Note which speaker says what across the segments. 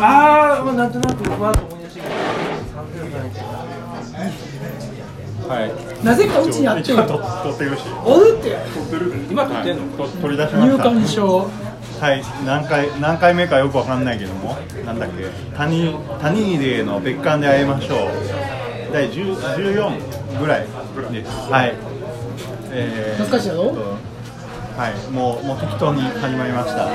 Speaker 1: あー、まあ、なんとなく、まあ、思い出してきた。30代
Speaker 2: はい。
Speaker 3: なぜかう ちにあって
Speaker 2: 一応と取ってよし。
Speaker 3: おるって
Speaker 1: 今撮ってんの
Speaker 2: はいと取り出しま
Speaker 3: 入
Speaker 2: した。
Speaker 3: 館証
Speaker 2: はい、何回何回目かよくわかんないけども、なんだっけ、谷谷井での別館で会いましょう。第10 14ぐらいです。はい。えー
Speaker 3: 懐かしいやろ
Speaker 2: えっとはい、もうもう適当に始まりました。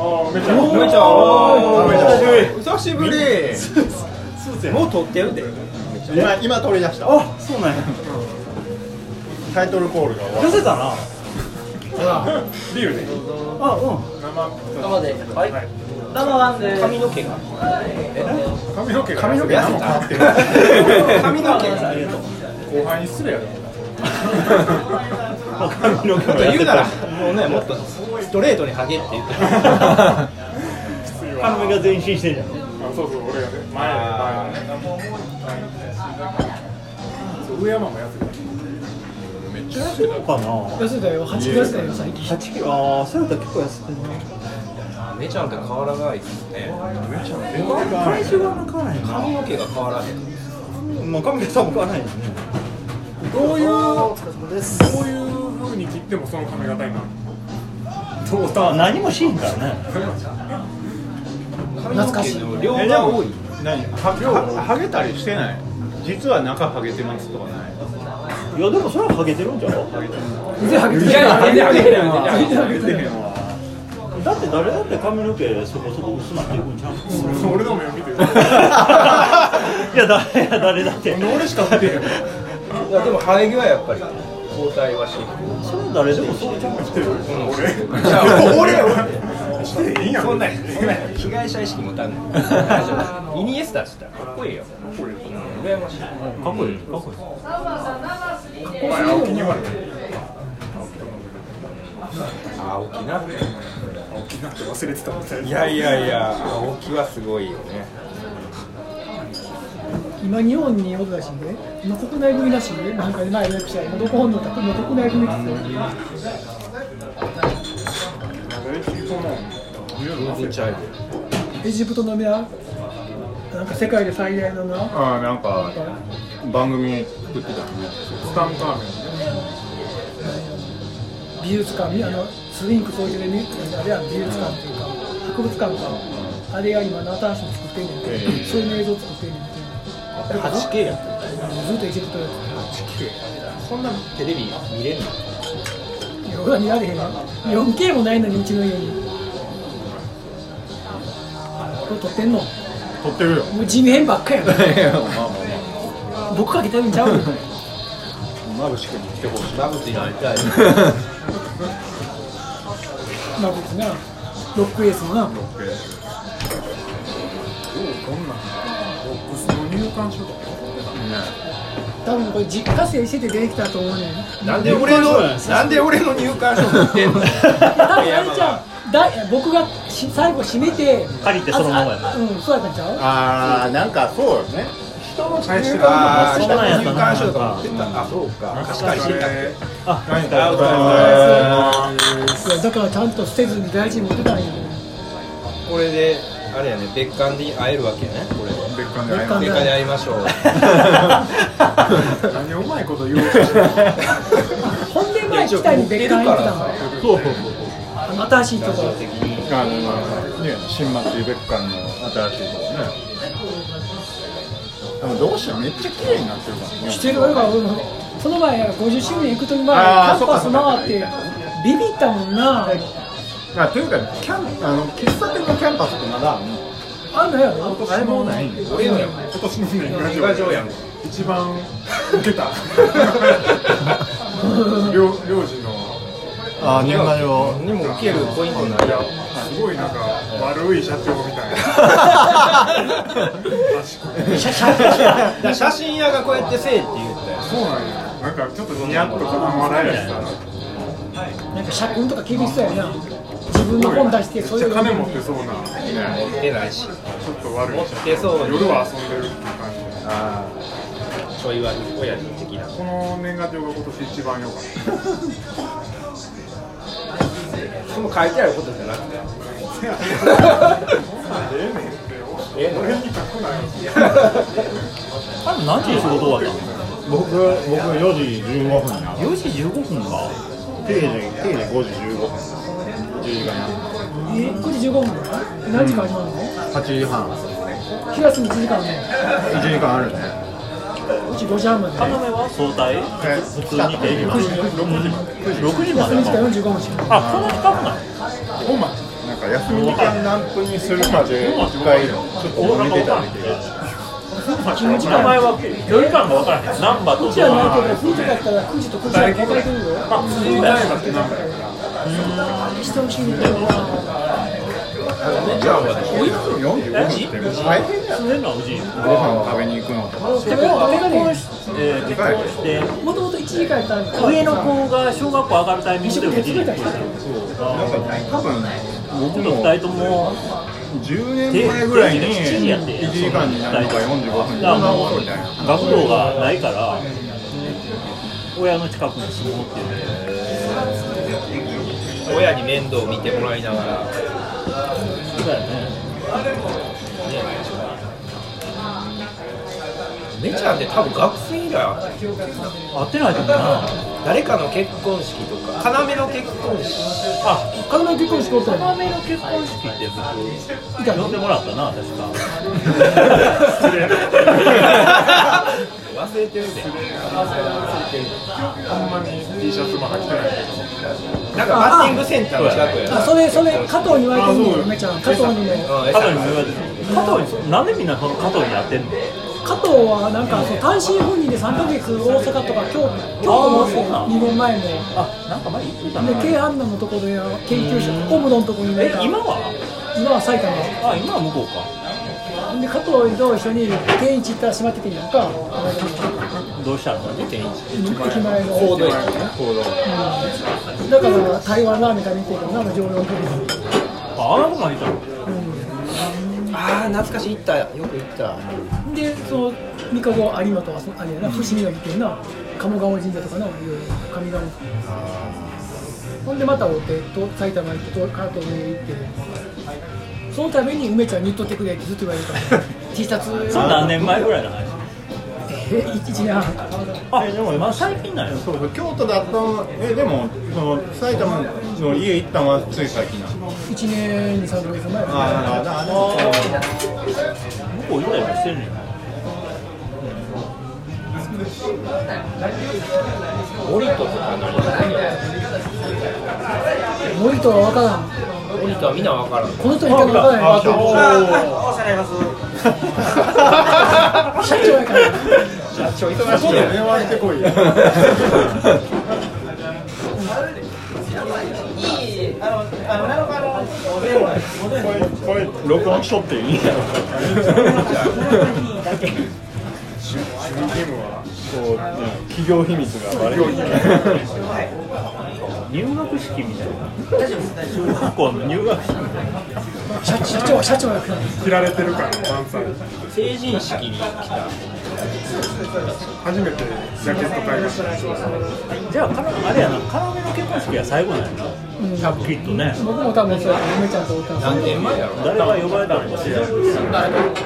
Speaker 1: おめちゃん、お
Speaker 2: ー
Speaker 1: ー久しぶり。もう撮ってるで。
Speaker 2: 今今取り出した。あ、そうなんや。タイトルコールが終わった。
Speaker 1: せたな。
Speaker 4: ビールね。
Speaker 1: あ、うん。
Speaker 5: 生で。はい。生なんで。髪の毛が。
Speaker 4: 髪の毛が
Speaker 2: 髪の毛何も変わってる。
Speaker 1: 髪の毛が。
Speaker 4: 後輩に失礼やで。
Speaker 2: 髪の毛
Speaker 5: もっ
Speaker 2: が
Speaker 5: と
Speaker 2: やっ
Speaker 5: 言う
Speaker 2: て
Speaker 5: なら、
Speaker 2: た。
Speaker 5: もうね、もっとストレートにハゲって 言って。
Speaker 2: 髪の毛が前進してるじゃん。
Speaker 4: あ、そうそう、俺がね。前やね、前やね。そう上山もやってた。
Speaker 2: かな。
Speaker 3: 痩せたよ8キロ痩せたよ最近
Speaker 2: 八キロ。ああ、そうだったら結構痩せてるね。
Speaker 5: めちゃんって変わらないですね。
Speaker 2: 体重は向かないな。
Speaker 5: 髪の毛が変わらへん。
Speaker 2: もう髪型も変わらないですね。
Speaker 4: どういう、どういう風に切ってもその髪型になる
Speaker 2: そうだ。何もしんからね。
Speaker 5: 髪の毛の量
Speaker 2: え
Speaker 5: が多い。。
Speaker 2: 何？ははハゲたりしてない？実は中ハゲてますとかない？いやでもそれはハゲてるんじゃん。ハゲてる。
Speaker 3: 腕はげてる
Speaker 5: ハゲてるわ
Speaker 3: 腕はげてる
Speaker 2: だって誰だって髪の毛そこそこ薄なっていくんじゃん。
Speaker 4: の俺の目を見 てよ。
Speaker 2: いや誰や誰だって。俺しかハゲる。
Speaker 5: いやでも生え際はやっぱり交代はしに
Speaker 2: それは誰でもそうじゃん。
Speaker 5: くい。そんなそんな被害者意識持たんねん。大丈夫。イニエスタしたらかっこいいよ。かっこいいよ。羨ましい。
Speaker 2: かっこいい。かっこいい。
Speaker 4: お前、青木に言われた。
Speaker 5: 青木な。
Speaker 4: 青木なんて忘れてたみたい
Speaker 5: い
Speaker 4: な。
Speaker 5: やいやいや、青木はすごいよね。
Speaker 3: 今日本におるらしいね今国内組らしいねなんかで前予約したら今どこ本土だった今国内組って言ってた
Speaker 4: え聞いたな
Speaker 5: 全然ちゃうよ。
Speaker 3: エジプトの目はなんか世界で最大のな
Speaker 2: ああなんか番組作ってたね。
Speaker 4: スタンプラーメンね。
Speaker 3: 美術館にあのスリンク掃除でねあれは美術館っていうか博物館かあれが今な新しいの作ってんねんて、そういう映像作ってんねんてだからず
Speaker 5: 8K やん。
Speaker 3: っとエジプトやって
Speaker 5: そんなテレビ見れんの
Speaker 3: るいや俺は見られへんわ 4K もないのにうちの家にこれ撮ってんのも
Speaker 2: 撮ってるよ。
Speaker 3: う地味編ばっかやん
Speaker 2: いやまあまあま
Speaker 3: 僕かけてるんちゃう
Speaker 2: あ。
Speaker 3: よ
Speaker 2: まぶしくに来てほしい。
Speaker 5: マブチになりたい。
Speaker 3: まあ別になロックエースもな
Speaker 4: こんなん。ボックスの入館証とか。
Speaker 3: 多分これ実家生してて出てきたと思うねん
Speaker 5: なんで俺の、なんで俺の入館証持ってんの。
Speaker 3: 多分あれちゃうだ僕がし最後締めて
Speaker 2: 借りてそのままや
Speaker 3: ああうんそうやったんちゃう
Speaker 2: ああなんかそうよね。
Speaker 5: あー
Speaker 2: そうなんやったな
Speaker 5: 入館証とか持ってた。あ、そうか。確かに。
Speaker 2: あ、お疲れ
Speaker 5: あお疲
Speaker 2: 様
Speaker 5: れ
Speaker 2: です。
Speaker 3: いやだからちゃんと捨てずに大事に持ってたんや
Speaker 5: これで、あれやね、別館で会えるわけやね。これで。
Speaker 4: 別館
Speaker 3: で
Speaker 4: で
Speaker 3: 会
Speaker 4: 会
Speaker 3: い
Speaker 4: い
Speaker 3: ま
Speaker 4: ま
Speaker 3: し
Speaker 4: し
Speaker 3: ょ
Speaker 5: 別館で会いましょう。
Speaker 4: ょう。何をうまいこと言おうとしてる。
Speaker 3: ほんで前北に別館行ってたの
Speaker 2: そうそう
Speaker 3: あの新しいところ
Speaker 5: 的に。
Speaker 2: あのね、新松井別館の新しいとこね。でもどうしようめっちゃ綺麗になってるからね。
Speaker 3: してるわが俺もその前50周年行く時前
Speaker 2: あ
Speaker 3: カ
Speaker 2: ー
Speaker 3: ンパス回って
Speaker 2: そっかそっ
Speaker 3: ビビったもんな
Speaker 2: あ、というかキャンあの喫茶店のキャンパスってまだあ
Speaker 3: あんのやろ
Speaker 2: れもないんで。
Speaker 5: 俺のや
Speaker 4: 今年の年賀
Speaker 5: 年
Speaker 4: 状
Speaker 5: 賀状やん。
Speaker 4: 一番受けた領領事の
Speaker 2: あ、年賀状。
Speaker 5: にも受けるポイントないやん。
Speaker 4: すごいなんか悪い社長みたいな
Speaker 5: だから写真屋がこうやってせえって言ったよ。
Speaker 4: そうなんやなんかちょっとニヤッとかたまらないやつだなめ
Speaker 3: なんか社訓とか厳しそうやな自分の本出してそ
Speaker 4: っ
Speaker 3: う
Speaker 4: ち
Speaker 3: い
Speaker 4: ゃ
Speaker 3: う
Speaker 4: 金持ってそうなち
Speaker 5: 持ってないし。
Speaker 4: ょっと悪い
Speaker 5: 持って
Speaker 4: 社
Speaker 5: そう
Speaker 4: 長
Speaker 5: に
Speaker 4: 夜は遊んでるっていう感じで
Speaker 5: ああ。ちょいわり親父的な。
Speaker 4: この年賀状が今年一番良かった
Speaker 5: その書いてあることじゃなくて。ええ
Speaker 4: 俺に書くなよ
Speaker 2: あれ何時に仕事終わったの僕、僕4時15分な4時15分か定時、定時5時15分10時間や
Speaker 3: え9時15分だよ何時から始まるの
Speaker 2: 8時半
Speaker 3: 昼休み1時間ね
Speaker 2: 1時間あるね
Speaker 3: うち5時半まで
Speaker 6: カモメは相対普通に定義まで6時ま
Speaker 3: 休
Speaker 6: でな
Speaker 3: み時間
Speaker 6: の
Speaker 3: 45分しか
Speaker 6: あ、そんなにかなの
Speaker 2: なんか休み時間何分にするかで一回ちょっと見てたり
Speaker 6: 名前は距離感が分からへんナンバーと
Speaker 3: うちはないけど9時だったら9時と9時は交代するよ
Speaker 6: あ、普通だよ
Speaker 3: 人の心理ってのは
Speaker 2: はい
Speaker 6: 住んでんのはうち
Speaker 2: ご飯を食べに行くのとか
Speaker 3: でも俺が
Speaker 6: え
Speaker 3: ね
Speaker 6: ー結婚して
Speaker 3: もともと1時間やったんで
Speaker 6: 上の子が小学校上がるタイミングでうち
Speaker 3: 手
Speaker 6: に来
Speaker 3: 作りた
Speaker 6: て
Speaker 3: り
Speaker 6: ち
Speaker 3: し
Speaker 6: ょ
Speaker 3: た
Speaker 6: っ
Speaker 2: なんか多分僕
Speaker 6: と
Speaker 2: も
Speaker 6: 2人とも
Speaker 2: 10年前ぐらいに1時間になるのか45分に
Speaker 6: だから
Speaker 2: な
Speaker 6: も
Speaker 2: るのか
Speaker 6: う
Speaker 2: みたいな
Speaker 6: 学童がないから親の近くに住もうっていう
Speaker 5: 親に面倒を見てもらいながら
Speaker 6: そうだよね
Speaker 5: めちゃんって多分学生以来会ってる
Speaker 6: 合ってないと思うな
Speaker 5: 誰かの結婚式とか要の結婚式
Speaker 6: あ
Speaker 3: 彼女結婚しようと思っ
Speaker 6: 嫁の結婚式って僕呼んでもらったな確か
Speaker 5: 失礼な忘れてるね
Speaker 4: ほんまに T シャツも履きたい
Speaker 5: なんかバッティングセンターの近くや
Speaker 3: たあ
Speaker 5: な
Speaker 3: それそれ加藤に言われてるのよ梅ちゃん加藤にね
Speaker 5: うんえ
Speaker 6: 加藤にも言われてる加藤になんでみんなその加藤にやってんの
Speaker 3: 加藤はなんかそう単身赴任で3ヶ月大阪とか京京都も
Speaker 6: あーそうなん
Speaker 3: 2年前も
Speaker 6: あなんか前言ってた
Speaker 3: で
Speaker 6: な
Speaker 3: 京阪南のところで研究所オムのところにね
Speaker 6: え今は
Speaker 3: 今は埼玉
Speaker 6: あ今は向こうか
Speaker 3: で加藤と一緒に天一行ったら島っててんやんか
Speaker 6: どうしたの店員
Speaker 3: 駅前の
Speaker 5: 行動駅
Speaker 3: だから台湾ラーメン食べに行ってるからなあの常連客に
Speaker 6: ああんなとこまで行ったの
Speaker 5: ああ懐かしい行ったよく行った
Speaker 3: でその三日後有馬とかそのあれやな伏見の行ってんな鴨川神社とかないろいろ上賀茂ほんでまた追ってと埼玉行ってと関東に行ってそのために梅ちゃんに言っとってくれってずっと言われるから T シャツ
Speaker 6: それ何年前ぐらいの話
Speaker 3: え1年半
Speaker 6: あでも今最近なんや
Speaker 2: そうそう京都だったのえでもその埼玉の家行ったのはつい最近なの
Speaker 3: 1年23ヶ月前やな
Speaker 2: ああああ
Speaker 6: 向こう行ったりもしてるねん
Speaker 5: 森田とか何
Speaker 3: 森とは分からん
Speaker 5: 森田はみんな分からん
Speaker 3: この人に言ったら分からない
Speaker 2: あ
Speaker 1: お世話になります
Speaker 3: 社長やから
Speaker 5: ちょ忙しい
Speaker 4: 電話してこいよ
Speaker 1: あの、なんかあの、
Speaker 2: これ録音しとっていいんやろこう企業秘密がバレる
Speaker 6: 入学式みたいな小 学校の入学式みたいな
Speaker 3: 社社長は社長やから
Speaker 4: 切られてるから満載
Speaker 5: 成人式に来た
Speaker 4: 初めてジャケット買いました
Speaker 6: じゃあからあれやなカラメの結婚式は最後なんやなきっとね
Speaker 3: 僕も多分そうや梅ちゃんとおったん
Speaker 5: 何年前やろ
Speaker 6: 誰が呼ばれたのか知らんけど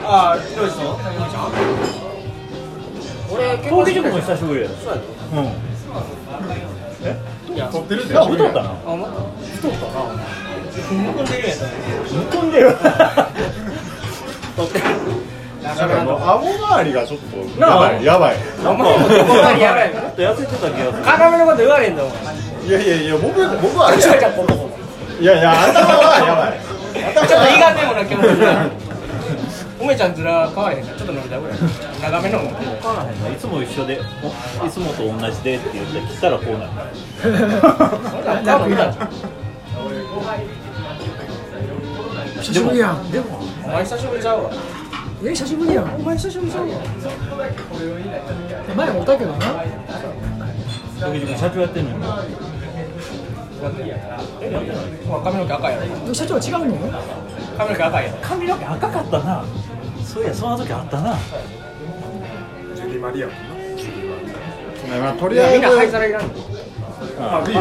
Speaker 1: あ、どうですか
Speaker 6: 陶器塾も久しぶりやろ
Speaker 4: 撮ってるで
Speaker 6: あ太ったな むくんでる やむくんでる
Speaker 2: なんかもう顎周りがちょっと
Speaker 6: な
Speaker 2: や
Speaker 6: あ
Speaker 2: ばいやばい
Speaker 6: なんか
Speaker 1: やばい
Speaker 6: ちょっと痩せてた気がする
Speaker 1: 赤目のこと言われんの
Speaker 2: いやいやいや僕僕はあれいやいや頭はやばい
Speaker 1: ちょっと胃がでもな気持ちが梅ちゃんずら変われへんからちょっと伸びたぐらい長めのも
Speaker 6: わからへんないつも一緒でおいつもと同じでって言って来たらこうなる
Speaker 1: 長めだ
Speaker 3: 久しぶりやん
Speaker 6: でも
Speaker 1: お前久しぶりちゃうわ
Speaker 3: え久しぶりやん
Speaker 1: お前久しぶりちゃうわ
Speaker 3: 前もおったけどな
Speaker 6: 陶器塾の社長やってんのにえやってない
Speaker 1: 髪の毛赤いやろ
Speaker 3: 社長は違うの
Speaker 1: 髪の毛赤いや
Speaker 6: 髪の毛赤かったなそういやその時あったな
Speaker 4: ジュリマリアも
Speaker 2: まあとりあえず
Speaker 1: いらんの
Speaker 4: あビール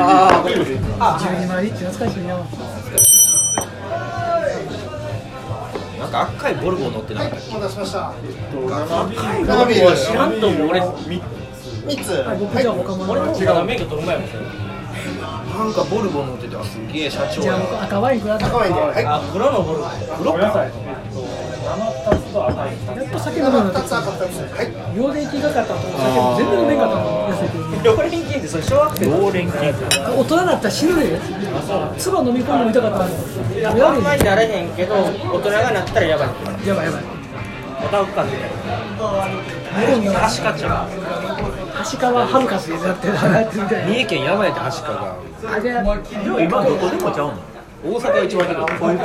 Speaker 3: あ、ジュニマリって懐かしいな。
Speaker 5: なんか赤いボルボ乗ってなかったっけ
Speaker 7: 生ビール
Speaker 1: 知らんと思う俺
Speaker 7: 3つ
Speaker 3: はい、僕じゃあ他も
Speaker 1: 俺
Speaker 3: ら
Speaker 1: も
Speaker 3: う
Speaker 1: 違う免許取る前も
Speaker 5: なんかボルボ乗っててあすげえ社長
Speaker 3: じゃあ
Speaker 5: や
Speaker 3: 僕赤ワインください
Speaker 7: 赤ワインではい
Speaker 1: あ黒のボルボ
Speaker 3: やっと酒飲むようにな
Speaker 7: 2
Speaker 3: ってき
Speaker 7: つ
Speaker 3: た
Speaker 7: 赤2つはい
Speaker 3: 両手行きがかったと酒も全部飲めんかったの痩せて
Speaker 1: 両輪筋ってそれ小学生の
Speaker 6: 常連金
Speaker 3: 大人だったら死ぬで唾飲み込んでも痛かったのやば
Speaker 1: あんま
Speaker 3: い
Speaker 1: りなれへんけど大人がなったらやばい
Speaker 3: やばいやばい片岡ではしかちゃんはしかははるかすでなってなってみたい
Speaker 5: 三重県山やで橋かが
Speaker 3: なあれ
Speaker 6: でも今どこでもちゃうの
Speaker 5: 大阪が一番高い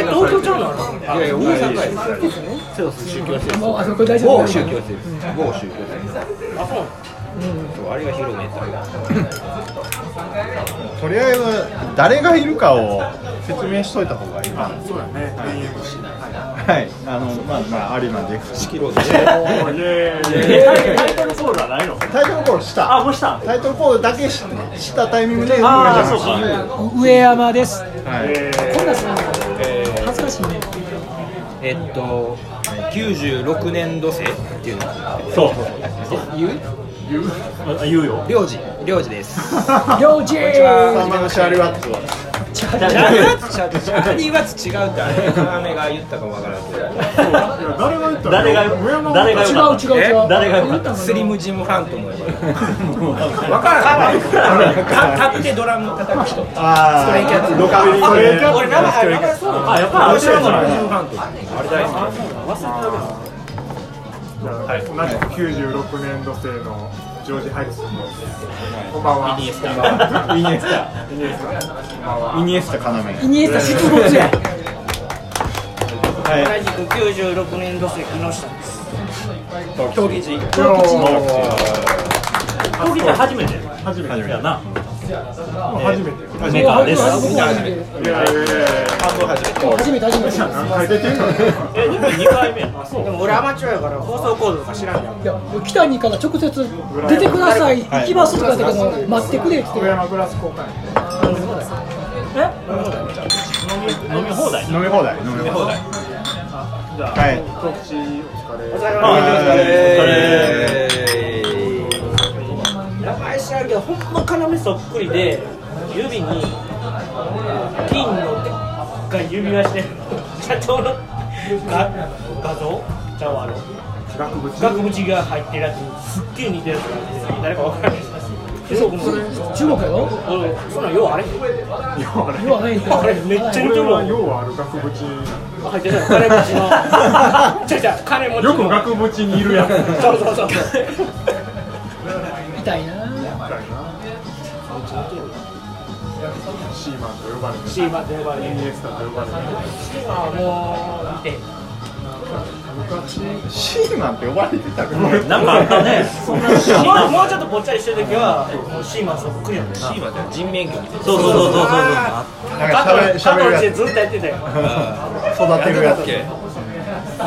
Speaker 6: え東京ちゃうの
Speaker 5: いやいや大阪やでそうです宗教施設
Speaker 3: もうあそこ大丈夫
Speaker 5: 某宗教施設某宗教施設あそうあれが広めた
Speaker 2: とりあえず誰がいるかを説明しといた方がいいな
Speaker 4: そうだね。BMC
Speaker 2: はいあのまあまあ有馬で
Speaker 5: 仕切ろうぜ
Speaker 6: おーイエーイタイトルコールはないの
Speaker 2: タイトルコールした
Speaker 6: あもうした
Speaker 2: タイトルコールだけししたタイミングで
Speaker 6: あーそう
Speaker 2: じゃな
Speaker 6: か
Speaker 3: 上山です
Speaker 2: はい、
Speaker 3: こんなんするの恥ずかしいね
Speaker 5: えっと96年度生っていうの
Speaker 6: そう
Speaker 5: 言う
Speaker 6: あ言うよ
Speaker 5: 領事領事です
Speaker 3: 両地
Speaker 2: 3番のシャーリワッツは
Speaker 5: ジャニーズは違うジャニーは違うってあれ花芽が言ったかもわからんけど
Speaker 4: 誰が言ったの
Speaker 6: 誰が誰が
Speaker 3: 違
Speaker 6: 言
Speaker 3: う違う違う
Speaker 6: 誰が言うの
Speaker 3: 言ったの
Speaker 5: スリムジムファンとも呼ばれるわからんか立ってドラム叩く人
Speaker 2: あ
Speaker 5: レイキャッツ
Speaker 2: ロカビリー
Speaker 5: 俺
Speaker 2: 系
Speaker 5: 生入らないそう
Speaker 6: あやっぱりあれだから
Speaker 4: はい、同じく96年度生のジョージ・ハリスンです。こんばんは。イニエスタ。イニエスタ。イニエスタ。
Speaker 2: イニエスタ要はい
Speaker 3: イニエスタ失望や
Speaker 1: 同じく96年度生木下です
Speaker 5: 競技人
Speaker 6: 東京って初めて
Speaker 4: 初めて。
Speaker 2: 初めて
Speaker 6: やな
Speaker 4: 初めてよ。
Speaker 6: メカです
Speaker 3: 僕も初めて
Speaker 4: いやいやい
Speaker 3: 初めて初めて
Speaker 4: や。出てる
Speaker 6: えでも2回目やな
Speaker 1: でも俺アマチュアやから放送コードとか知らんやん
Speaker 3: いや北にから直接「出てください行きます」とかだけど「待ってくれ」って言
Speaker 4: 上
Speaker 3: って
Speaker 4: 山グラス公 開。
Speaker 6: 飲み放題
Speaker 2: 飲み放題飲み放題
Speaker 4: じゃあ、
Speaker 2: はい
Speaker 4: 告知お疲れ。
Speaker 5: え
Speaker 1: 名前知らんけどほんま要そっくりで指に金のでっかい指輪して社長の画画像ちゃうわあの
Speaker 4: 学部中。
Speaker 1: 額縁が入ってるやつにすっげえ似てるやつがあって誰かわからないですでそう僕も
Speaker 3: 中国やろ
Speaker 1: 俺そんなんようあれ
Speaker 3: 要はないんだ
Speaker 1: あれめっちゃ似て
Speaker 4: 俺
Speaker 1: るも
Speaker 4: は
Speaker 1: ん
Speaker 4: 要はある額縁。
Speaker 1: 入って た金持ちの ちゃちゃ金持ちの
Speaker 4: よく額縁にいるやつ。
Speaker 1: そうそうそうそう
Speaker 3: 痛いな
Speaker 4: シーマンと呼ばれてる。
Speaker 1: シーマンと呼ばれて
Speaker 4: イニエスタと呼ばれてる。
Speaker 1: あもう見て
Speaker 2: シーマンって呼ばれてたから
Speaker 6: なんかあっ たねそう
Speaker 1: もうもうちょっとぽっちゃりしてる時はもうシーマンそっくりやもんな
Speaker 5: ー今だ人面魚みたい
Speaker 6: そうそうそうそう
Speaker 2: なんかしゃべしゃべるや
Speaker 1: でずっとやってたよ
Speaker 2: つ育てるやつ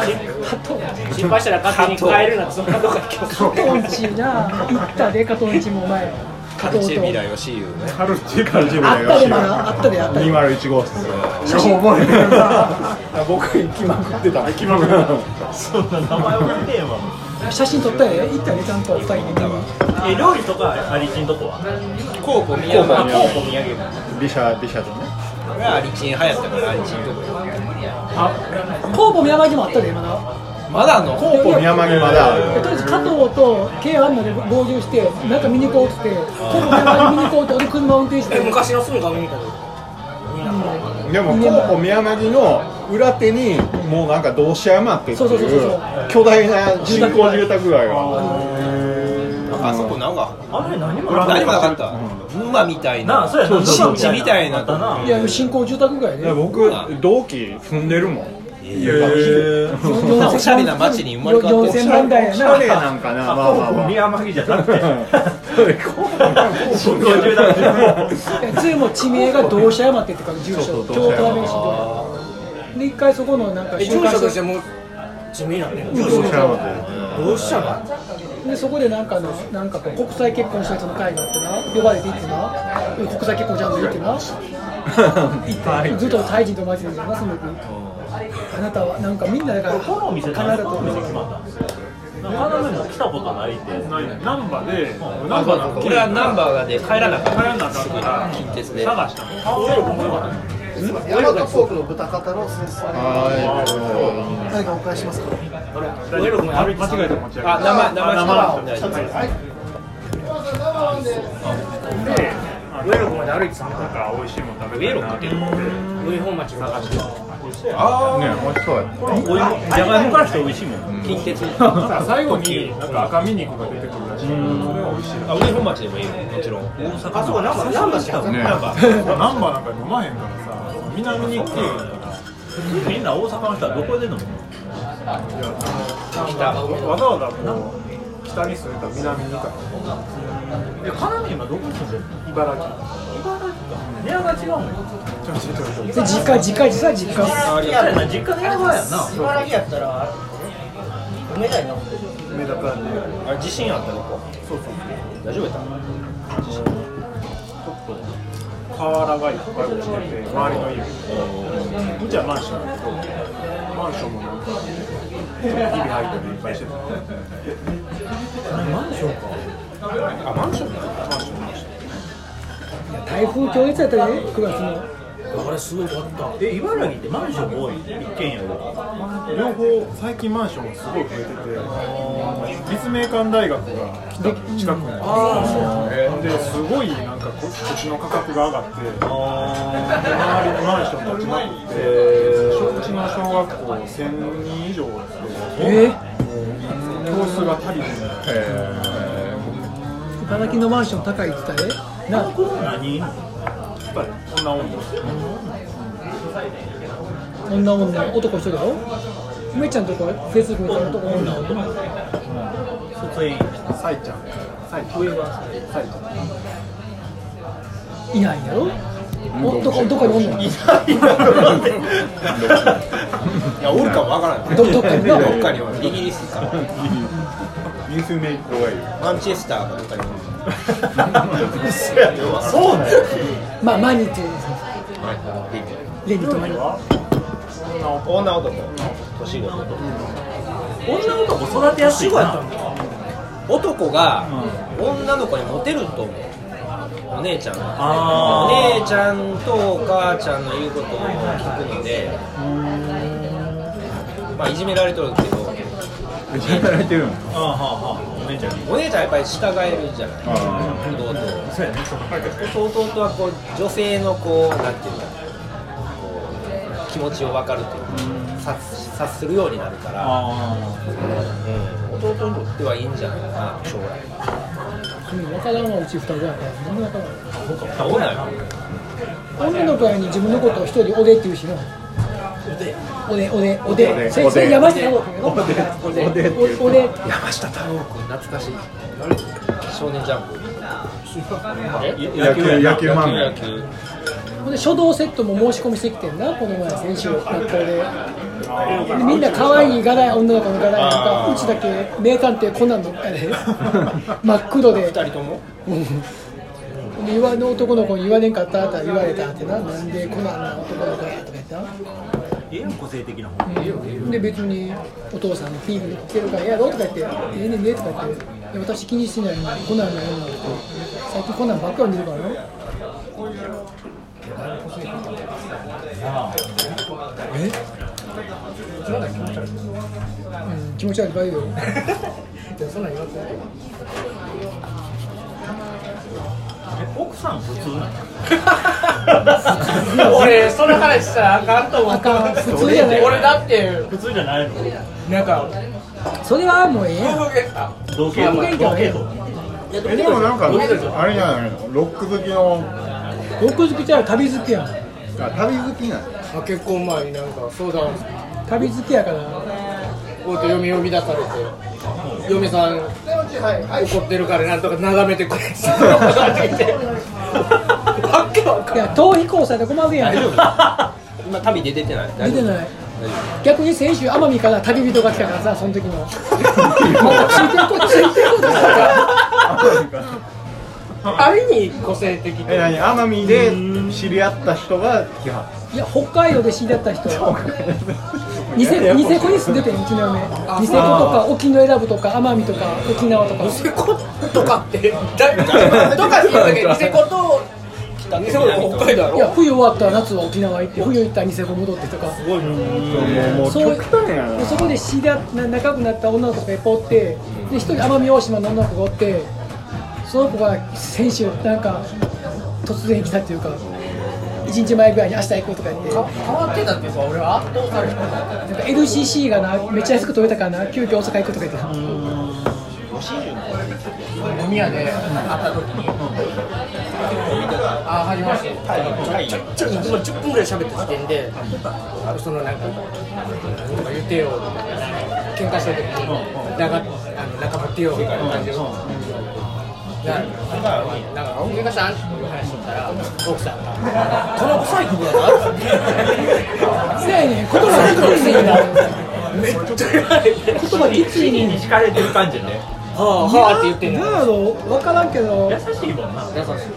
Speaker 1: 失敗したら勝手に変えるなそんなとか今日
Speaker 3: カトンチな行ったでカトンチもお前カ
Speaker 5: カルチェ未来を私有ね
Speaker 4: カルチェカルチェ。
Speaker 3: あったでまだあったであったで
Speaker 2: 201号室
Speaker 4: よう覚えてるな。
Speaker 2: 僕行きまくってた行き
Speaker 4: まくって
Speaker 2: た
Speaker 6: そうそう名前覚えてえわ
Speaker 3: 写真撮ったで行ったでちゃんと二人で
Speaker 6: え料理とかアリチンとこは
Speaker 5: コーポ
Speaker 2: コ
Speaker 5: 宮
Speaker 2: ーポ
Speaker 5: あ
Speaker 2: 宮
Speaker 5: コーポ宮城
Speaker 2: リシャリシャとね
Speaker 5: 俺はアリチン流行ったからアリチンとか
Speaker 3: コーポ山木もあったでまだ
Speaker 5: まだあんの
Speaker 3: コー
Speaker 2: 宮山にまだある
Speaker 3: とりあえず加藤と京阪まで合流してなんか見に行こうっつってコーポ山木見に行こうって俺車運転して
Speaker 1: え昔のすぐ顔見たけど
Speaker 2: でもコーポ宮城の裏手にもうなんか同志山ってってい
Speaker 3: そうそうそうそうう
Speaker 2: 巨大な新興住宅街が
Speaker 5: あそこなんか
Speaker 6: あれ何も
Speaker 5: 何もなかった沼みたい
Speaker 6: な
Speaker 5: な
Speaker 6: あそうやな
Speaker 5: 湿地みたい
Speaker 6: あ
Speaker 5: な
Speaker 6: ったない
Speaker 3: や新興住宅街
Speaker 2: いや
Speaker 3: で
Speaker 2: 僕同期住んでるもん
Speaker 6: え
Speaker 5: おしゃれな街に生まれ変わってる
Speaker 3: 4000万台や
Speaker 2: おしゃれ
Speaker 3: な
Speaker 2: なんかなまあまあ
Speaker 6: あ
Speaker 2: まあ
Speaker 6: 宮間じゃなくて
Speaker 2: それコーポ
Speaker 6: 新興住宅
Speaker 3: ついも地名が同社山ってって書く住所
Speaker 2: そうそう
Speaker 3: 京都ラーメン市場で一回そこのなんか
Speaker 1: え
Speaker 3: 紹
Speaker 1: 住
Speaker 3: 介
Speaker 1: 所と
Speaker 3: し
Speaker 1: してもう地味なんだよ
Speaker 3: そうそうそう
Speaker 1: どうしたの
Speaker 3: でそこでなんかのなんかこう国際結婚した人の会があってな呼ばれて行ってな国際結婚ちゃんと行ってなずっとタイ人と混じってるんだよなその時あなたはなんかみんなだから
Speaker 6: このお店
Speaker 3: カ
Speaker 6: 何
Speaker 3: ナ
Speaker 6: で
Speaker 3: ダ
Speaker 6: この
Speaker 3: と
Speaker 6: お店決まったの花見も来たことないって
Speaker 4: 難波で難波なんか
Speaker 5: 俺はナンバーがで帰らなかった
Speaker 4: 帰らなかったから
Speaker 5: 近鉄で
Speaker 4: 探したの
Speaker 7: ヤマトフォークの豚肩ロースです。
Speaker 2: は
Speaker 7: 何かお返ししますか。
Speaker 4: 大丈夫間違えて持ち上げ
Speaker 5: あ
Speaker 4: た
Speaker 5: 生生
Speaker 2: 生
Speaker 5: 生
Speaker 7: 一つはい。
Speaker 4: でウェルコまで歩いてたなんか美味しいもの食べたいなって思って
Speaker 1: 上本町探して
Speaker 2: い。ね、美味しそうや。
Speaker 6: お芋じゃがいもからして美味しいもん
Speaker 5: 近鉄
Speaker 4: さあ最後になんか赤身肉が出てくるらしいそれは美味しいらし
Speaker 5: あ
Speaker 4: い
Speaker 5: 上本町でもいいよもちろん大阪
Speaker 1: あそこナンバーナンバーしか
Speaker 2: ね、
Speaker 4: ナンバーなんか飲まへんからさ南に行って
Speaker 6: みんな大阪の人はどこで飲むの
Speaker 4: わざわざこう北に住んでたら南に行かへ
Speaker 6: いや花見今どこ住んでるの
Speaker 4: ん茨城
Speaker 6: 値上が違うもん
Speaker 4: ちょちょちょちょ
Speaker 3: で実家実家実は実家
Speaker 1: ありがとう実家の山やんな
Speaker 7: 茨城やったら梅田になってる。
Speaker 4: 梅田からね
Speaker 5: あれ地震あったのこ
Speaker 4: そうそう
Speaker 5: 大丈夫やった
Speaker 4: 瓦がいっぱい落ちてて周りの家うちはマンションマンションもなんか日々入ってていっぱいしてた
Speaker 5: あマンションか
Speaker 3: 台風強烈やったらね9月の
Speaker 6: あれすごかったえ茨城ってマンション多い一軒家が
Speaker 4: 両方最近マンションがすごい増えてて立命館大学が北近くにあるですごいなんかこ土地の価格が上がって周りのマンション立ちまくってうちの小学校1000人以上です
Speaker 3: え
Speaker 4: けど教室が足りてない
Speaker 3: ー、茨城のマンション高いって言ったらえな
Speaker 6: 何
Speaker 4: やっぱりこんな温度
Speaker 3: 女女男一人だろ梅ちゃんとこフェイスブック見たら男女
Speaker 6: 卒園
Speaker 4: サイちゃんサイちゃんサイちゃん
Speaker 3: いないんだろ男どこに女
Speaker 5: いやおるかもわからない
Speaker 3: どどっかにな
Speaker 5: どっかにはイギリスか
Speaker 2: ニュースメイク怖いよ。
Speaker 5: マンチェスターかどっかにおる
Speaker 2: そうなの。
Speaker 3: まあマニっていうんですよレディとマニ
Speaker 5: 女男年頃と
Speaker 1: 女男育てやすいな
Speaker 5: 男が女の子にモテると思うお姉ちゃんはお
Speaker 6: あ
Speaker 5: 姉ちゃんとお母ちゃんの言うことを聞くのでまあいじめられとるけど
Speaker 2: めちゃめちゃてるの。
Speaker 6: ああはあはあお姉ちゃんに
Speaker 5: お姉ちゃんやっぱり従えるじゃない
Speaker 2: あ
Speaker 5: 弟を
Speaker 6: そうやね
Speaker 5: 弟はこう女性のこうなんていうのこう気持ちを分かるというか察察するようになるから、
Speaker 6: あ
Speaker 5: うん、弟にとってはいいんじゃないかな将来
Speaker 3: 分からんわうち双子やから何も分からん
Speaker 5: どうなの
Speaker 3: 女の子やのに自分のことを一人おでって言うしなおでおでおでおでそれ
Speaker 2: おで
Speaker 3: それ山下太郎君やろ
Speaker 2: おでおで
Speaker 3: おでおで
Speaker 5: 山下太郎君懐かしい少年ジャン プ
Speaker 2: ー野球野球漫画。
Speaker 5: 球
Speaker 3: ほんで書道セットも申し込みしてきてんなこの前先週学校ででみんな可愛い柄や女の子の柄やとかうちだけ名探偵コナンのあ れ真っ黒で
Speaker 5: 二人とも
Speaker 3: ほんで言わの男の子に言わねんかったって言われたってななんでコナンの男の子やとか言ってな
Speaker 6: あええやん個性的な本
Speaker 3: で別にお父さんのフィールド来てるからやろうとか言って「ええねんね」とか言って「いや私気にしてないのにコナンのような」って最近コナンばっかり見てるからねえ気持ち悪いバイよいやそんなん言わんとね
Speaker 6: え奥さん普通なの
Speaker 1: 俺その話したらあかんと思
Speaker 3: あ
Speaker 1: う
Speaker 3: かん普通じゃない
Speaker 1: 俺だって
Speaker 6: 普通じゃないの
Speaker 1: なんか
Speaker 3: それはもうええやん
Speaker 6: 同系統同系統
Speaker 2: えでもなんかあれじゃないの。ロック好きの
Speaker 3: 僕好きじゃ旅好きやん
Speaker 2: あ旅好きなの。
Speaker 8: あ結婚前になんか相談をこ
Speaker 3: 旅好きやから
Speaker 8: うやって嫁呼び出されて嫁さん怒ってるからなんとか眺めてくれ って言ってわっけわかん
Speaker 3: いや逃避行されたら困るやん
Speaker 5: 今旅で出てない
Speaker 3: 出てない逆に先週奄美から旅人が来たからさその時のもうついてることついてることさ
Speaker 8: ある意味個性的
Speaker 2: え
Speaker 8: で
Speaker 2: 何奄美で知り合った人が来はっ
Speaker 3: いや北海道で知り合った人ニセニセコに住んでて1年目ニセコとか沖永良部とか奄美とか沖縄とか
Speaker 7: ニセコ とかって、だいぶ、とかって言うだけど、ニセコと、ニセコと北海道や
Speaker 3: い
Speaker 7: ろ
Speaker 3: や冬終わったら夏は沖縄行って冬行ったらニセコ戻ってとか
Speaker 4: もう
Speaker 3: そう
Speaker 4: 極端やな
Speaker 3: そこで知り合な仲良くなった女の子がいっぱいおってで一人奄美大島の女の子がおってその子が先週なんか突然来たっていうか1日前ぐらいに明日行こうとか言って
Speaker 7: 変わってたってさ、俺は圧倒された。
Speaker 3: なんか LCC がなめっちゃ安く取れたからな急遽大阪行くとか言って
Speaker 7: 飲み屋で会った時に、あ、はじめまして。ちょちょもう10分ぐらい喋った時点で、そのなんか、なんか言ってよ、喧嘩した時に、なんか、あの仲間ってよみたいな感じで。ななんか、お客さんっていう話しとったら、奥さんが、このサイクルだなって。
Speaker 3: せやねん言葉きついねん
Speaker 7: めっちゃ言われて、
Speaker 3: 言葉きついねん
Speaker 6: 敷かれてる感じね
Speaker 7: はあはあって言ってんの。
Speaker 3: なあの分からんけど
Speaker 6: 優しいもんな
Speaker 7: 優しい。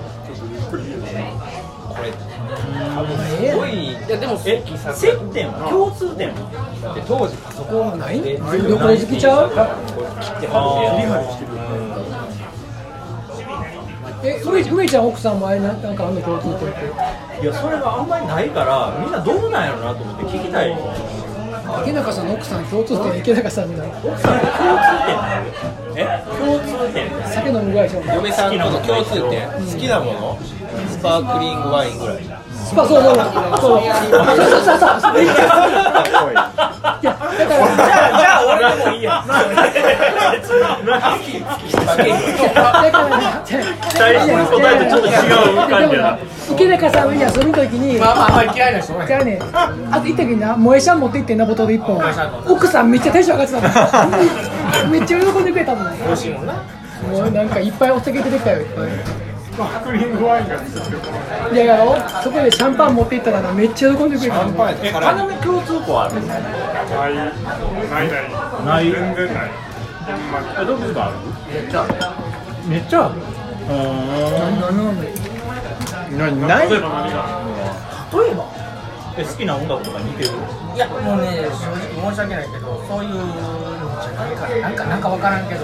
Speaker 3: え
Speaker 6: すごい
Speaker 7: いやでも
Speaker 6: え接点は共通点は
Speaker 7: 当時パソコンが
Speaker 3: ない旅行好きちゃうえ梅梅ちゃん奥さんもあれななんかあんの共通点って
Speaker 6: いやそれがあんまりないからみんなどうなんやろなと思って聞きたい
Speaker 3: 池中さんの奥さん共通点池中さんの
Speaker 6: 奥さんの共通点なのえ共通点
Speaker 3: 酒飲むぐらいじゃん
Speaker 5: 嫁さんとの共通点好きなものスパークリングワインぐらい
Speaker 3: スパそうそうそうそうそうそうそうそういやだから
Speaker 6: じゃあ俺でもいいや
Speaker 3: だから
Speaker 6: 最初の答えとちょっと違う感じやな
Speaker 3: 池中さんはいやその時に
Speaker 7: まあまああんまり嫌いな人ね
Speaker 3: じゃあね、あと行った時にな、萌えシャン持って行ってんな、ボトル一本。奥さんめっちゃテンション上がってたもん。めっちゃ喜んでくれたもん。美味しいもんな。もうなんかいっぱいお酒出てきたよ、いっぱい。
Speaker 4: スパークリングワインが好きで
Speaker 3: いややろそこでシャンパン持って行ったらなめっちゃ喜んでくれたもん。
Speaker 6: え花見共通項ある
Speaker 4: ないないない
Speaker 2: ない
Speaker 4: 全然ないほんまに
Speaker 2: えどこかある
Speaker 6: めっちゃある
Speaker 2: ない
Speaker 6: 例えば何がえ好きな音楽とか似てる
Speaker 7: いやもうね正直申し訳ないけどそういうのじゃないからなんかなんか分からんけど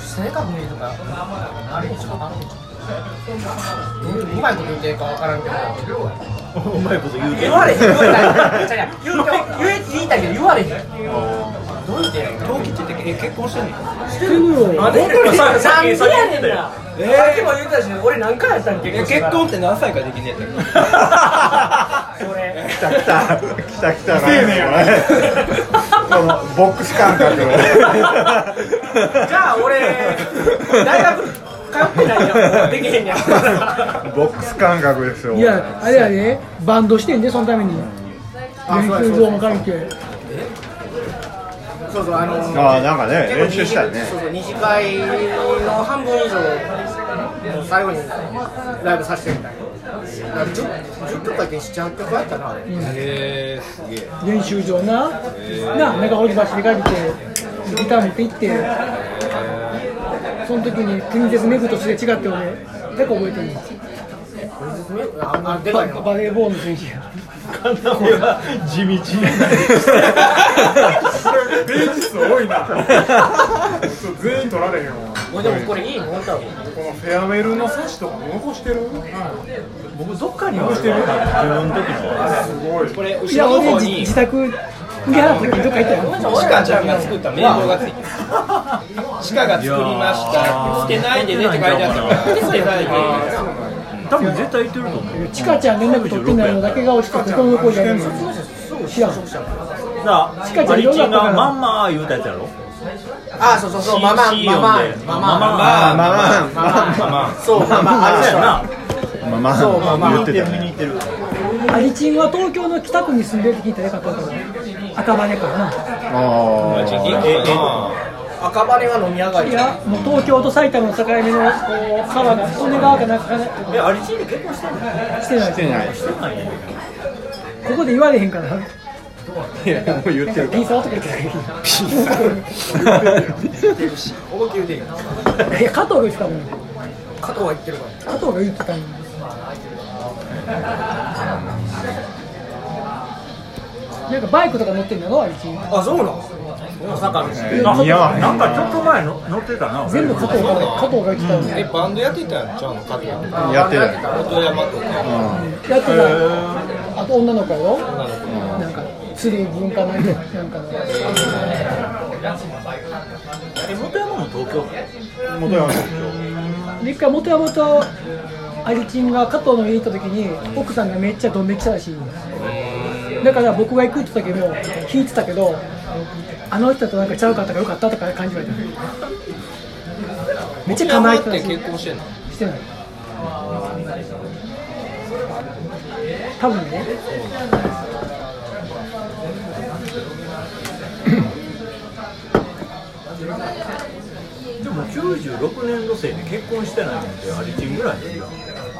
Speaker 7: 性格見るとかあれにしかあんねんちゃううまいこと言っていいか分からんけど
Speaker 2: うまいこと言うけ
Speaker 7: 言
Speaker 2: ど
Speaker 7: われへん言われへんじゃあ言う言え言いたいけど言われへんどう言ってやる同期って結婚してんの
Speaker 3: してるよ。
Speaker 7: なんで やねんなさっきも言ったし俺何回やったん結婚してから
Speaker 5: って何歳かできねえんだ
Speaker 7: それ
Speaker 2: 来た来た来た来た
Speaker 4: 不丁寧や
Speaker 2: なこのボックス感覚じ
Speaker 7: じゃあ俺大学通ってないやんできへんやん
Speaker 2: ボックス感覚ですよ
Speaker 3: いや、あれやね、バンドしてんで、そのために。練習場も関係。
Speaker 7: そうそうあの
Speaker 2: ああなんかね練習したよね
Speaker 7: そうそう二次会の半分以上最後にライブさせてみたいなだから 10, 10曲だけ78曲やったなあれ
Speaker 5: へえすげえ
Speaker 3: 練習場な。な、中堀橋で借りて、ギター持って行って。その時に、国鉄メグとすれ違って俺、だから覚えてるの。
Speaker 7: ああでかい
Speaker 3: バ
Speaker 7: の
Speaker 3: バレーボールの選手や。
Speaker 2: 地道
Speaker 4: 平日多いなちょっと全員取られへんわ
Speaker 7: これでもこれいいもんだわ
Speaker 4: このフェアウェルのサシとか残してる
Speaker 6: 僕どっかには
Speaker 4: してる
Speaker 2: 自分の時の
Speaker 4: すご い
Speaker 5: これ
Speaker 3: い
Speaker 5: 後
Speaker 3: や、
Speaker 5: ろの方
Speaker 3: 俺、じ
Speaker 5: に
Speaker 3: 自宅、上原の時にどっか行ったよ。
Speaker 5: シカちゃんが作った名簿がついてるシカが作りました捨てないでねって書いてあったから捨てないで
Speaker 6: 多分絶対いてると思う
Speaker 3: チカちゃん連絡取ってないのだけが落ちて、心の声じゃないの。知らん。
Speaker 6: な
Speaker 3: チカちゃん
Speaker 6: マリチ
Speaker 3: 色
Speaker 6: ン
Speaker 3: 々あったか
Speaker 6: が
Speaker 3: ら
Speaker 6: まんま言うたやつやろ
Speaker 7: あそうそうそうママ
Speaker 6: C-
Speaker 7: ママ
Speaker 6: 音で
Speaker 7: マ
Speaker 6: マ
Speaker 7: マ
Speaker 6: マ
Speaker 5: まあまあ
Speaker 2: まあま
Speaker 7: マママそうママあれ
Speaker 6: そうやな
Speaker 2: あま
Speaker 7: そうま
Speaker 2: あ
Speaker 7: あ
Speaker 2: ま
Speaker 7: まあ
Speaker 2: あ言ってたね
Speaker 3: アリチンは東京の北区に住んでるって聞いたらよかったから。赤羽からな。
Speaker 2: あ
Speaker 5: え
Speaker 2: あ
Speaker 5: え
Speaker 7: 赤羽は飲み上がり
Speaker 3: いや、もう東京と埼玉の境目の、こう、川が、利根川かなんかかな
Speaker 6: えアリチンって結婚してんの
Speaker 3: してない。
Speaker 2: してない
Speaker 6: してないね
Speaker 3: ここで言われへんから。
Speaker 2: いやもう言ってる
Speaker 3: ピンサーとか言ってない。
Speaker 7: 思いっきり言うていいか
Speaker 3: いや、加藤が言ってたもん。
Speaker 7: 加藤は言ってるから
Speaker 3: 加藤が言ってたもん。なんかバイクとか乗ってんだろあいつ
Speaker 8: あ、そうなの朝からですね。
Speaker 2: 似合わへん
Speaker 6: なんかちょっと前の乗ってたな。
Speaker 3: 全部加藤が加藤が言ってたんで
Speaker 5: え、バンドやってたんちゃうのかって。
Speaker 2: やってない
Speaker 5: 元山とか。
Speaker 3: やってないあと女の子やろなんか釣り文化ないなんかの
Speaker 6: え、元山も東京。
Speaker 2: 元山
Speaker 3: で一回元山とアリチンが加藤の家に行った時に奥さんがめっちゃドン引きしたらしいんですだから僕が行くって言ったけど聞いてたけどあの人となんかちゃうかったからよかったとか感じられためっちゃ構えてたらしい
Speaker 5: 結婚してんの。
Speaker 3: してない多分ね
Speaker 6: でも96年路線で結婚してないなんてあれ人ぐらいなんだ。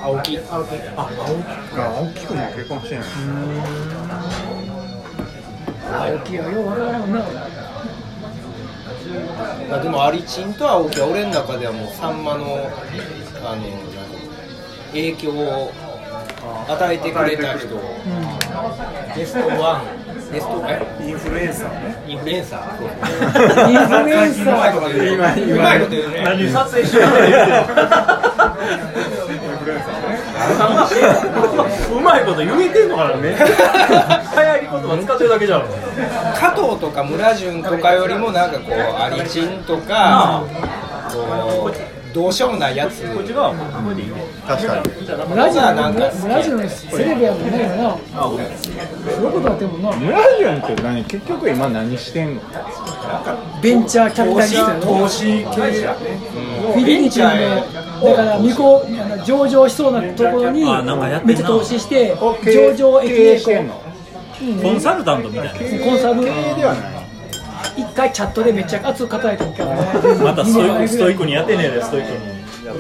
Speaker 5: 青木。青木。
Speaker 6: あ、青木
Speaker 2: が大きくも結婚してない
Speaker 3: 大きいよようわからんな
Speaker 5: まあ、でもアリチンと青木は俺の中ではもうさんまのあのなんか影響を与えてくれた人ゲストワンゲストえ
Speaker 4: インフルエンサーね
Speaker 5: インフルエンサー
Speaker 3: インフルエン サー
Speaker 5: うまいこと言うね
Speaker 6: 何撮影してるうまいこと言えてんのかなめっちゃ流行り言葉使ってるだけじゃん
Speaker 5: 加藤とか村淳とかよりもなんかこうアリチンとかこうどうしようもないやつ
Speaker 6: こっちがもうここでいいね
Speaker 2: 確かに
Speaker 3: 村ジ
Speaker 5: な
Speaker 3: の
Speaker 5: んか好き
Speaker 3: 村ジのセレブやもんねなすごいことやってるもんな
Speaker 2: 村ジュンって何結局今何してんの
Speaker 3: ベンチャーキャピ
Speaker 5: 投
Speaker 3: タリス
Speaker 5: 資
Speaker 3: トやろ
Speaker 5: 投資経営
Speaker 3: フィリピンでだから未公あの上場しそうなところに
Speaker 6: あなんかやってんな
Speaker 3: めっちゃ投資して
Speaker 2: を経
Speaker 3: 上場
Speaker 2: 経
Speaker 3: 駅
Speaker 2: 営
Speaker 3: へ
Speaker 2: し
Speaker 3: こ
Speaker 2: て
Speaker 3: うん
Speaker 2: の
Speaker 6: コンサルタントみたい
Speaker 3: コンサル
Speaker 2: 経営ではない
Speaker 3: 一回チャットでめっちゃ熱く語られてるけどね
Speaker 6: なまたストイックストイックにやってねえでストイックに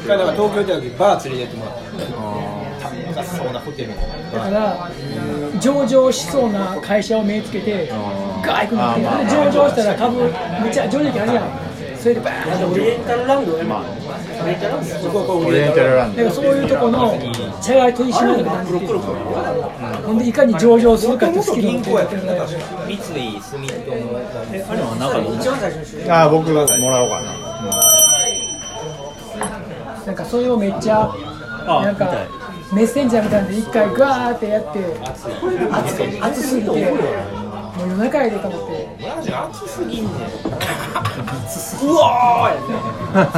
Speaker 5: 一回だから東京行った時バー連れてってもらって高そうなホテルの
Speaker 3: だから上場しそうな会社を目つけてガーッ行くのってで上場したら株めっちゃ上場益あるやんそれでバーンって
Speaker 1: オリエンタルランドや今オリエンタルランド
Speaker 2: オリエンタルラン
Speaker 3: だか
Speaker 2: ド
Speaker 3: らそういうとこの社外取締役なんていうほんでいかに上場するかってスキルを持ってやってるね
Speaker 5: 三井住友
Speaker 6: あれもなんかどうな
Speaker 2: ああ僕もらおうかな
Speaker 3: なんかそれをめっちゃ
Speaker 6: あ
Speaker 3: なん
Speaker 6: みた
Speaker 3: か
Speaker 6: い
Speaker 3: メッセンジャーみたいなんで一回ガーってやって熱く熱すぎてもう夜中やでと思って
Speaker 5: マジ熱すぎんねん
Speaker 7: す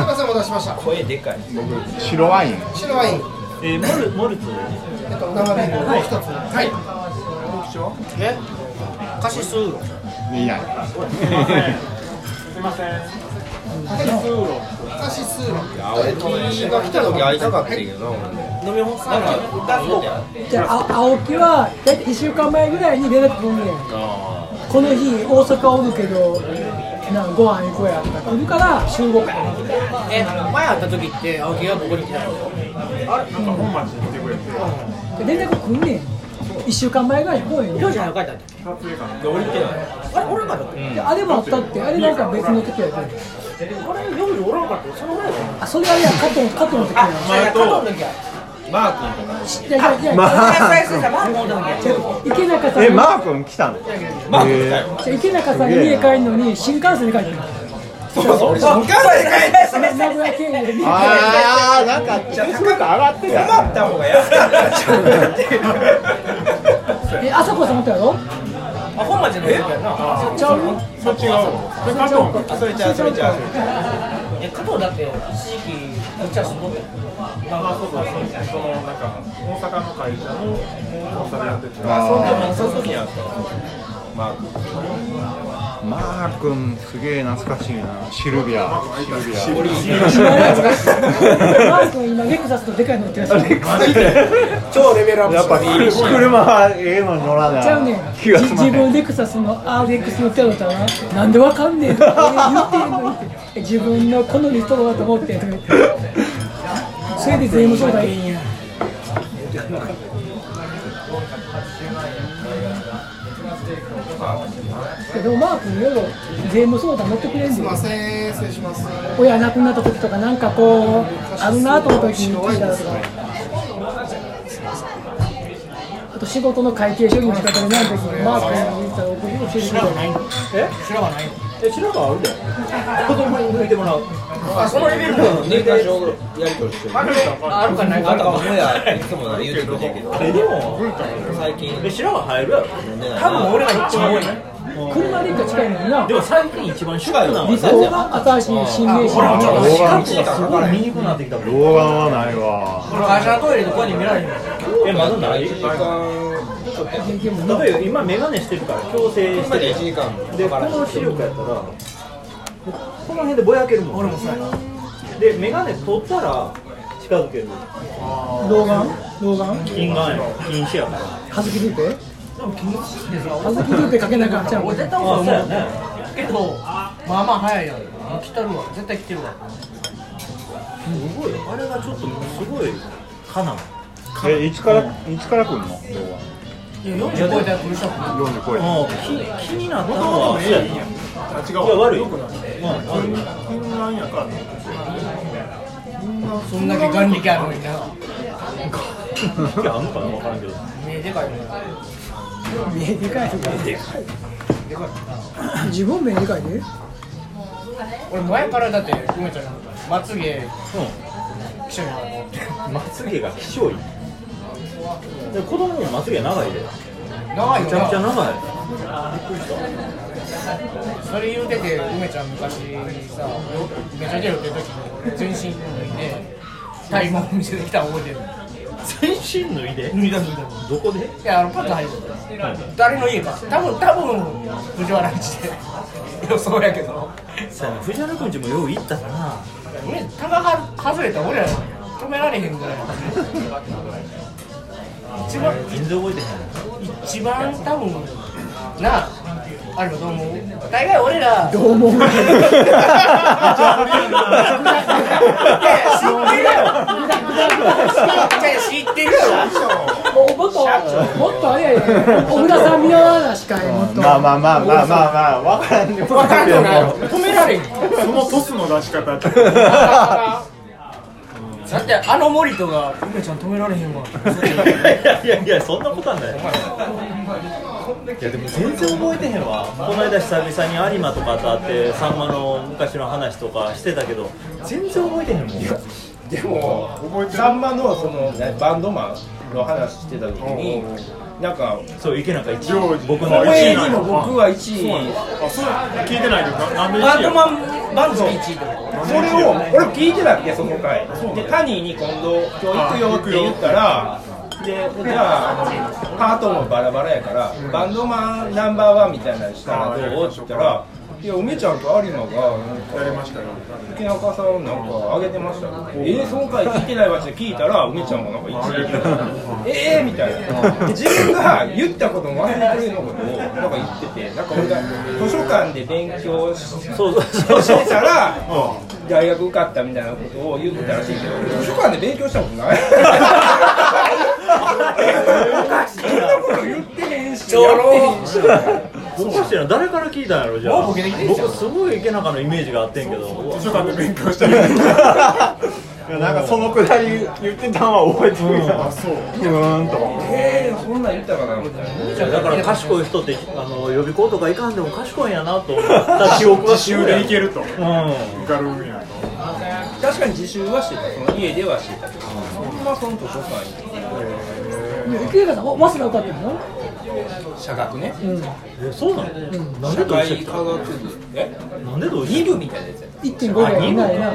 Speaker 7: みません、お待たせしました。
Speaker 5: 声でかい
Speaker 2: 僕白ワイン
Speaker 7: 白ワイン、
Speaker 6: えー、モルモルツ
Speaker 7: えっと、生ビールを一つ。はい。え、カシスウーロ。
Speaker 2: いいや
Speaker 7: カシスウーロ。カシスウーロ。
Speaker 5: 青木が来た時会いたかったけどな俺も飲み干さな
Speaker 3: じゃああ青木は大体1週間前ぐらいに連絡来んねんこの日大阪おるけどなんかご飯行こうやとか来るから集合会
Speaker 8: え、前会った時って青木がここに来たの
Speaker 4: なんか本町に来てくれて
Speaker 3: 連絡来んねん1週間前ぐらいに来んねん
Speaker 8: 今日じゃない帰ったっけ
Speaker 4: 撮影かな
Speaker 8: あれ、おらんかったっけ
Speaker 3: であれもあったってあれなんか別の時やけど
Speaker 8: あれ、夜おらんかったそのぐらいだよ
Speaker 3: あそれあれや加藤加藤の時や
Speaker 8: あ、じゃあ加藤の時や
Speaker 5: マー君とか
Speaker 3: いやいやいや、
Speaker 8: あ、そうやそうや、マークの時や
Speaker 3: 池中さん
Speaker 2: えマー君来たの
Speaker 5: マー君来たよ
Speaker 3: じゃあ池中さん家帰るのに新幹線で帰ってくる
Speaker 5: そうそう俺新幹線で帰った
Speaker 3: 名古屋経由で
Speaker 2: ああなんかちょっと上がってた
Speaker 5: 困った方が安かったらちょうどって
Speaker 3: え朝子さんおったやろ
Speaker 8: あ、本町の時やな
Speaker 3: ちゃうよ
Speaker 4: そっちがで加藤が
Speaker 5: それちゃうそれちゃう
Speaker 8: え、加藤だって一時期めっちゃ絞って
Speaker 4: まあそうそうそうそのなんか大阪の会社の大阪でやってて
Speaker 2: あ
Speaker 5: その時に会ったわマー君
Speaker 2: ーマー君すげえ懐かしいなシルビアシルビア
Speaker 3: マー君今レクサスとでかいの乗ってらっしゃる
Speaker 5: 超レベルアップ
Speaker 2: やっぱ車はええの乗らない
Speaker 3: ちゃうねん
Speaker 2: 気が済ま
Speaker 3: 自
Speaker 2: へん
Speaker 3: 分レクサスの RX 乗ってやろうとななんでわかんねえの言ってんのに自分の好みとだと思ってとか言ってそれで税務相談いいんやでもマー君いろいろ税務相談乗ってくれん
Speaker 7: すみ
Speaker 3: の
Speaker 7: ま
Speaker 3: よ
Speaker 7: せん、失礼します。
Speaker 3: 親亡くなった時とかなんかこうあるなと思った時に聞いたらとかあと仕事の会計処理の仕方で何とかマークの言ったら僕も教えてくれる
Speaker 6: え
Speaker 7: 白はないの
Speaker 6: え白川あるで子供に抜いてもらう
Speaker 7: あそのレベル
Speaker 5: うん年間上やり取りしてる
Speaker 8: あるかない
Speaker 5: あ
Speaker 8: か
Speaker 5: とはもやいつもな言うてくれてんけど
Speaker 6: えでも
Speaker 5: 最近
Speaker 6: え白川入るやろ
Speaker 5: 飲んでない
Speaker 1: 多分俺が一番多い
Speaker 3: 車で行ったら近いのにな
Speaker 6: でも最近一番シュガーなの
Speaker 3: 理想が新しい新名
Speaker 6: ほらちょっと
Speaker 3: 刺
Speaker 6: 視覚がすごい見にくくなってきたもん
Speaker 2: 老眼はないわ
Speaker 7: これ会社のトイレとこに見られへんの
Speaker 6: えまだない
Speaker 5: 時間
Speaker 3: 激もな
Speaker 6: 例えば今メガネしてるから矯正し
Speaker 5: 今で
Speaker 6: て
Speaker 5: 1時間も
Speaker 6: でこ
Speaker 5: かから
Speaker 6: の
Speaker 5: んし
Speaker 6: 視力やったらこの辺でぼやけるもん俺もで眼鏡取ったら近づける
Speaker 3: 老眼老眼
Speaker 6: 近眼やろ近視やから
Speaker 3: はずきルーペはずきルーペかけなきゃちゃうもん
Speaker 7: 俺絶対
Speaker 6: あ
Speaker 7: 遅
Speaker 6: そう
Speaker 7: い
Speaker 6: やね
Speaker 7: けどまあまあ早いやん来てるわ絶対来てるわ
Speaker 6: すごいあれがちょっとすごいかな
Speaker 2: えいつからいつから来るの老眼
Speaker 7: いや40超えたら来る人も
Speaker 2: 40超えて
Speaker 6: もう気気になったのはそうやね
Speaker 4: あ違
Speaker 6: い
Speaker 4: う
Speaker 6: や悪い
Speaker 4: よくない禁眼やから
Speaker 7: そんだけ眼力あるのにな
Speaker 6: 気あんのかな分からんけど
Speaker 7: 目でかいね
Speaker 3: 目でかい自分目でかいね
Speaker 7: 俺前からだって梅ちゃんまつげ一緒にある
Speaker 6: まつげがひしょいで子供もまつげ長いで
Speaker 7: 長い
Speaker 6: めちゃくちゃ
Speaker 7: よな
Speaker 6: 長い
Speaker 7: それ言うてて梅ちゃん昔さめちゃくちゃ寄ってる時に全身脱いで体毛見せてきたの覚えてる
Speaker 6: 全身脱いで
Speaker 7: 脱いだ脱いだ
Speaker 6: どこで
Speaker 7: いや、あのパンツ入ってた。誰の家か。多分多分藤原一で。予想やけど。
Speaker 6: さあ藤原君ちもよう行ったかな
Speaker 7: ね、タガは外れたら俺ら止められへんぐらい。一番
Speaker 6: 全然覚えてへ
Speaker 7: 一番多分なあ。あれもどう思う。大概俺 ら。
Speaker 3: どう思う
Speaker 7: 知ってるよ。
Speaker 3: もっともっとあれやね小倉さん見習わなしかいもっと
Speaker 2: まあまあまあまあまあまあ分からんでも
Speaker 7: 分かん
Speaker 2: で
Speaker 7: の
Speaker 2: も
Speaker 7: な止められへん。
Speaker 4: そのトスの出し方って
Speaker 7: だってあの森とが梅ちゃん止められへんわ。
Speaker 6: んいやいやいやそんなことはないいやでも全然覚えてへんわこの間久々に有馬とかと会ってさんまの昔の話とかしてたけど全然覚えてへんもん
Speaker 5: でもさんまのそのねバンドマンの話してた時になんか
Speaker 6: そう池中一
Speaker 4: 常時
Speaker 6: 僕の
Speaker 5: 公
Speaker 6: 1位
Speaker 5: 演
Speaker 6: な
Speaker 5: にも
Speaker 6: の
Speaker 5: 僕は1位
Speaker 4: あそう聞いてないけどななんで1位
Speaker 7: バンド
Speaker 4: や
Speaker 7: マンバンド1位とか。
Speaker 5: それを俺も聞いてなくてその回でタニーに今度今日行くよって言ったらでじゃああのパートもバラバラやから、バンドマンナンバーワンみたいなのしたらどうって言ったら「いや梅ちゃんと有馬が
Speaker 4: やりましたよ
Speaker 5: 池中さんなんかあげてましたよ」えー、その回聞いてないわ」って聞いたら梅ちゃんがなんか1位だったええみたいな自分が言ったことも忘れてるようなことをなんか言っててなんか俺が図書館で勉強し
Speaker 6: そうそうそうそ
Speaker 5: そうしたら大学受かったみたいなことを言ってたらしいけど図書館で勉強したことないおかしいなそんなこと言ってへんし
Speaker 7: ちょろ
Speaker 5: やってへんし
Speaker 6: 僕してるの誰から聞いたんやろじゃあ
Speaker 7: もうボケてきてんじゃん
Speaker 6: 僕すごい池中のイメージがあってんけど
Speaker 4: 図書館で勉強してる
Speaker 2: いや なんかそのくだり言ってたんは覚えてるからそううんと
Speaker 5: えー、そんなん言ったかなみたい
Speaker 6: いやだから賢い人ってあの予備校とか行かんでも賢いんやなと思った記憶がすご
Speaker 4: 週
Speaker 6: い
Speaker 4: で行けると
Speaker 6: うん
Speaker 4: ガルーンやと
Speaker 5: な確かに自習はしてたその家ではしてたけどそんなその図書館に
Speaker 3: 池江さん早稲田受かってるの
Speaker 5: 社学ね
Speaker 6: えそうなの、なんで
Speaker 5: 社
Speaker 6: どうし
Speaker 5: 会
Speaker 6: て
Speaker 5: 科学部え
Speaker 6: なんでどうして
Speaker 5: 2部みたいなやつやっ
Speaker 3: 1.5ぐらいいないな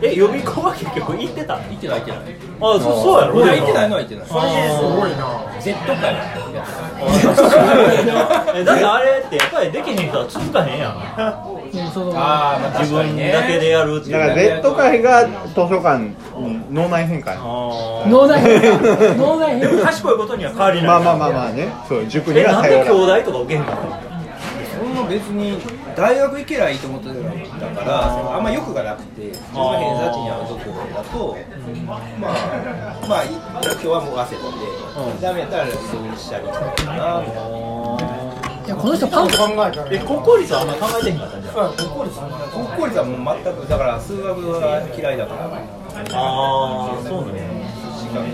Speaker 6: え予備校は結局行ってたあ
Speaker 5: た行ってない行ってない
Speaker 6: そそうやろ
Speaker 5: 行ってないのは行ってないそれ
Speaker 4: すごいな
Speaker 5: Z 回やった
Speaker 6: えだってあれってやっぱりできへん人は続かへんやん
Speaker 3: うんそう
Speaker 5: ああまあ確
Speaker 6: 自
Speaker 5: かに
Speaker 6: 分
Speaker 5: ね
Speaker 6: だけでやるっていう
Speaker 2: だから Z 界が図書館脳内変換
Speaker 6: あー
Speaker 3: 脳内変化脳内
Speaker 6: で
Speaker 3: 変
Speaker 6: も
Speaker 3: 化
Speaker 6: 賢いことには変わりない
Speaker 2: まあまあまあまあねそう塾に
Speaker 6: えな
Speaker 2: は
Speaker 6: んで
Speaker 2: 頼
Speaker 6: 兄
Speaker 2: らない
Speaker 6: 弟とか受けへんの
Speaker 5: そんな別に大学行けりゃいいと思ってたからそのあんま欲がなくて自分が偏差値に合うとこだとまあまあい今日はもう汗なんでダメやったらすぐにしたりとかなみたいない
Speaker 3: やこの人パン
Speaker 7: 考えたら
Speaker 6: え国公立はあんま考えてへんかったんじゃん
Speaker 5: 国公立はもう全くだから数学は嫌いだから
Speaker 6: ああそうなの
Speaker 5: しかも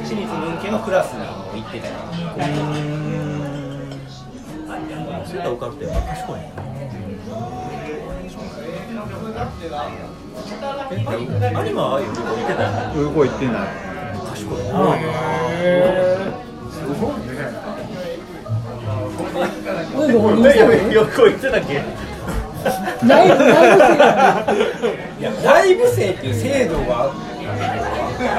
Speaker 5: 私立文系のクラスにも行ってたり
Speaker 6: そういったオカルトやっぱ賢いねえアニマはああいうとこ行ってたよね
Speaker 2: どこ行ってない
Speaker 6: 賢いな
Speaker 3: なんで俺のせいなの
Speaker 6: よく行ってたっけ
Speaker 3: ないないのせい
Speaker 5: いや内部生っていう制度が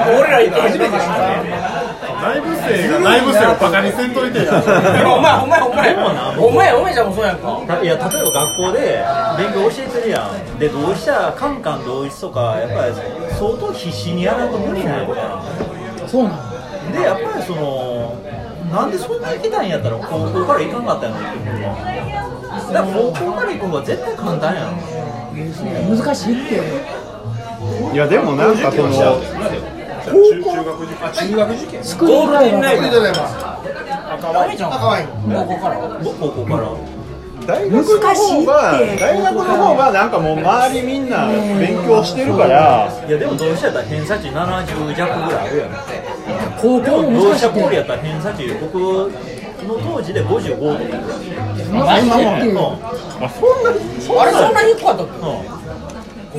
Speaker 5: 俺ら行って初めて知った
Speaker 4: 内部生が内部生をバカにせんといてや
Speaker 5: でもお前お前お前お前お前じゃんもそうやんか
Speaker 6: たいや例えば学校で勉強教えてるやんで同志社カンカン同一とかやっぱり相当必死にやらんと無理ないことやん
Speaker 3: やそうなの
Speaker 6: でやっぱりそのなんでそんな行けたんやったら高校から行かんかったんやろって思うわだから高校から行く方が絶対簡単やん
Speaker 3: 難しいって
Speaker 2: いやでもなんかその
Speaker 3: スクールドライバー
Speaker 5: ない
Speaker 3: とか
Speaker 6: 僕高校から
Speaker 2: 大学の方が大学の方がなんかもう周りみんな勉強してるから
Speaker 6: いやでも同志社やったら偏差値70弱ぐらいあるやん
Speaker 3: 高校も
Speaker 6: 同志
Speaker 3: 難しい
Speaker 6: 社
Speaker 3: って
Speaker 6: 氷やったら偏差値僕の当時で55とかぐらい
Speaker 3: そんなもんっていう
Speaker 2: あそんなに
Speaker 5: あれそんなに低かったっけ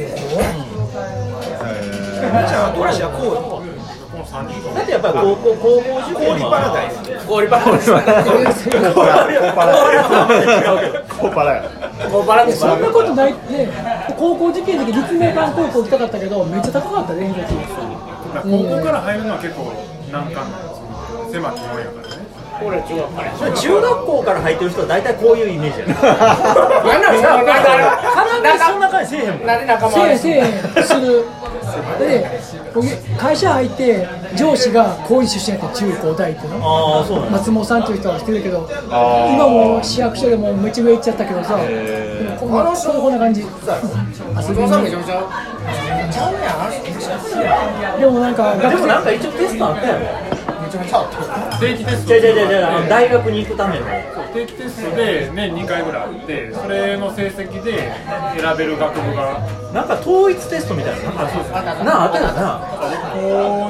Speaker 5: じゃあどうしようこう
Speaker 6: だってやっぱり高校高校受験は
Speaker 5: 氷パラ
Speaker 2: コ パラコパラコパラや
Speaker 3: いやそんなことないって高校受験の時立命館高校行きたかったけどめっちゃ高かった連日
Speaker 4: 高校から入るのは結構難関なんですよ狭き門やからね
Speaker 6: 中学校から入ってる人は大体こういうイメージやね
Speaker 7: なんなんそ んな
Speaker 6: 必ずそんな感
Speaker 7: 感じ
Speaker 6: じせえへんもん
Speaker 7: なんで仲間
Speaker 3: せ
Speaker 7: 割
Speaker 3: い
Speaker 7: れ
Speaker 3: せいするで僕会社入って上司が高一出身やった中高大っていうの
Speaker 6: ああそうなんだ
Speaker 3: 松本さんっていう人は知ってるけど
Speaker 2: あー
Speaker 3: 今もう市役所でもめちゃめちゃ行っちゃったけどさでもこんなこんな感じ
Speaker 7: 松本さんめちゃめちゃちゃうやんあの人めちゃめちゃ
Speaker 3: でもなんか
Speaker 6: で
Speaker 3: 学
Speaker 6: も
Speaker 3: 生
Speaker 6: なんか一応テストあったやろ
Speaker 7: めちゃめちゃあった
Speaker 4: 定期テスト
Speaker 6: じゃじゃじゃじゃあの大学に行くための
Speaker 4: 定期テストで年2回ぐらいあってそれの成績で選べる学部が
Speaker 6: なんか統一テストみたいなな
Speaker 4: そうですね
Speaker 6: ああったよな
Speaker 4: 高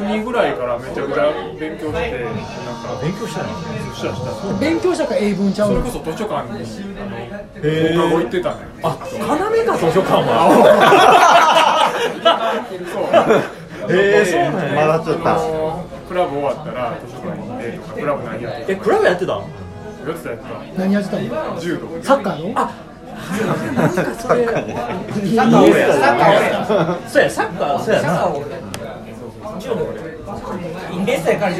Speaker 4: 2ぐらいからめちゃくちゃ勉強してなんか
Speaker 6: 勉強したの
Speaker 4: したした
Speaker 3: 勉強したから英文ちゃう
Speaker 4: それ
Speaker 3: の
Speaker 4: こそ図書館にあ
Speaker 6: へ
Speaker 4: の放課後行ってたね
Speaker 6: あ、要か図書館は
Speaker 4: そう
Speaker 6: へえそうなん
Speaker 2: ま
Speaker 6: や
Speaker 2: だちょっ
Speaker 4: あ
Speaker 2: と
Speaker 4: のクラブ終わったら図書館に行ってとかクラブ何やって
Speaker 6: え、クラブやってたん
Speaker 4: やってたやつか
Speaker 3: 何やってたの
Speaker 4: 柔道
Speaker 3: サッカーのあ
Speaker 2: サッカーね
Speaker 6: そうや、サッカー、そうやな
Speaker 5: インベースやから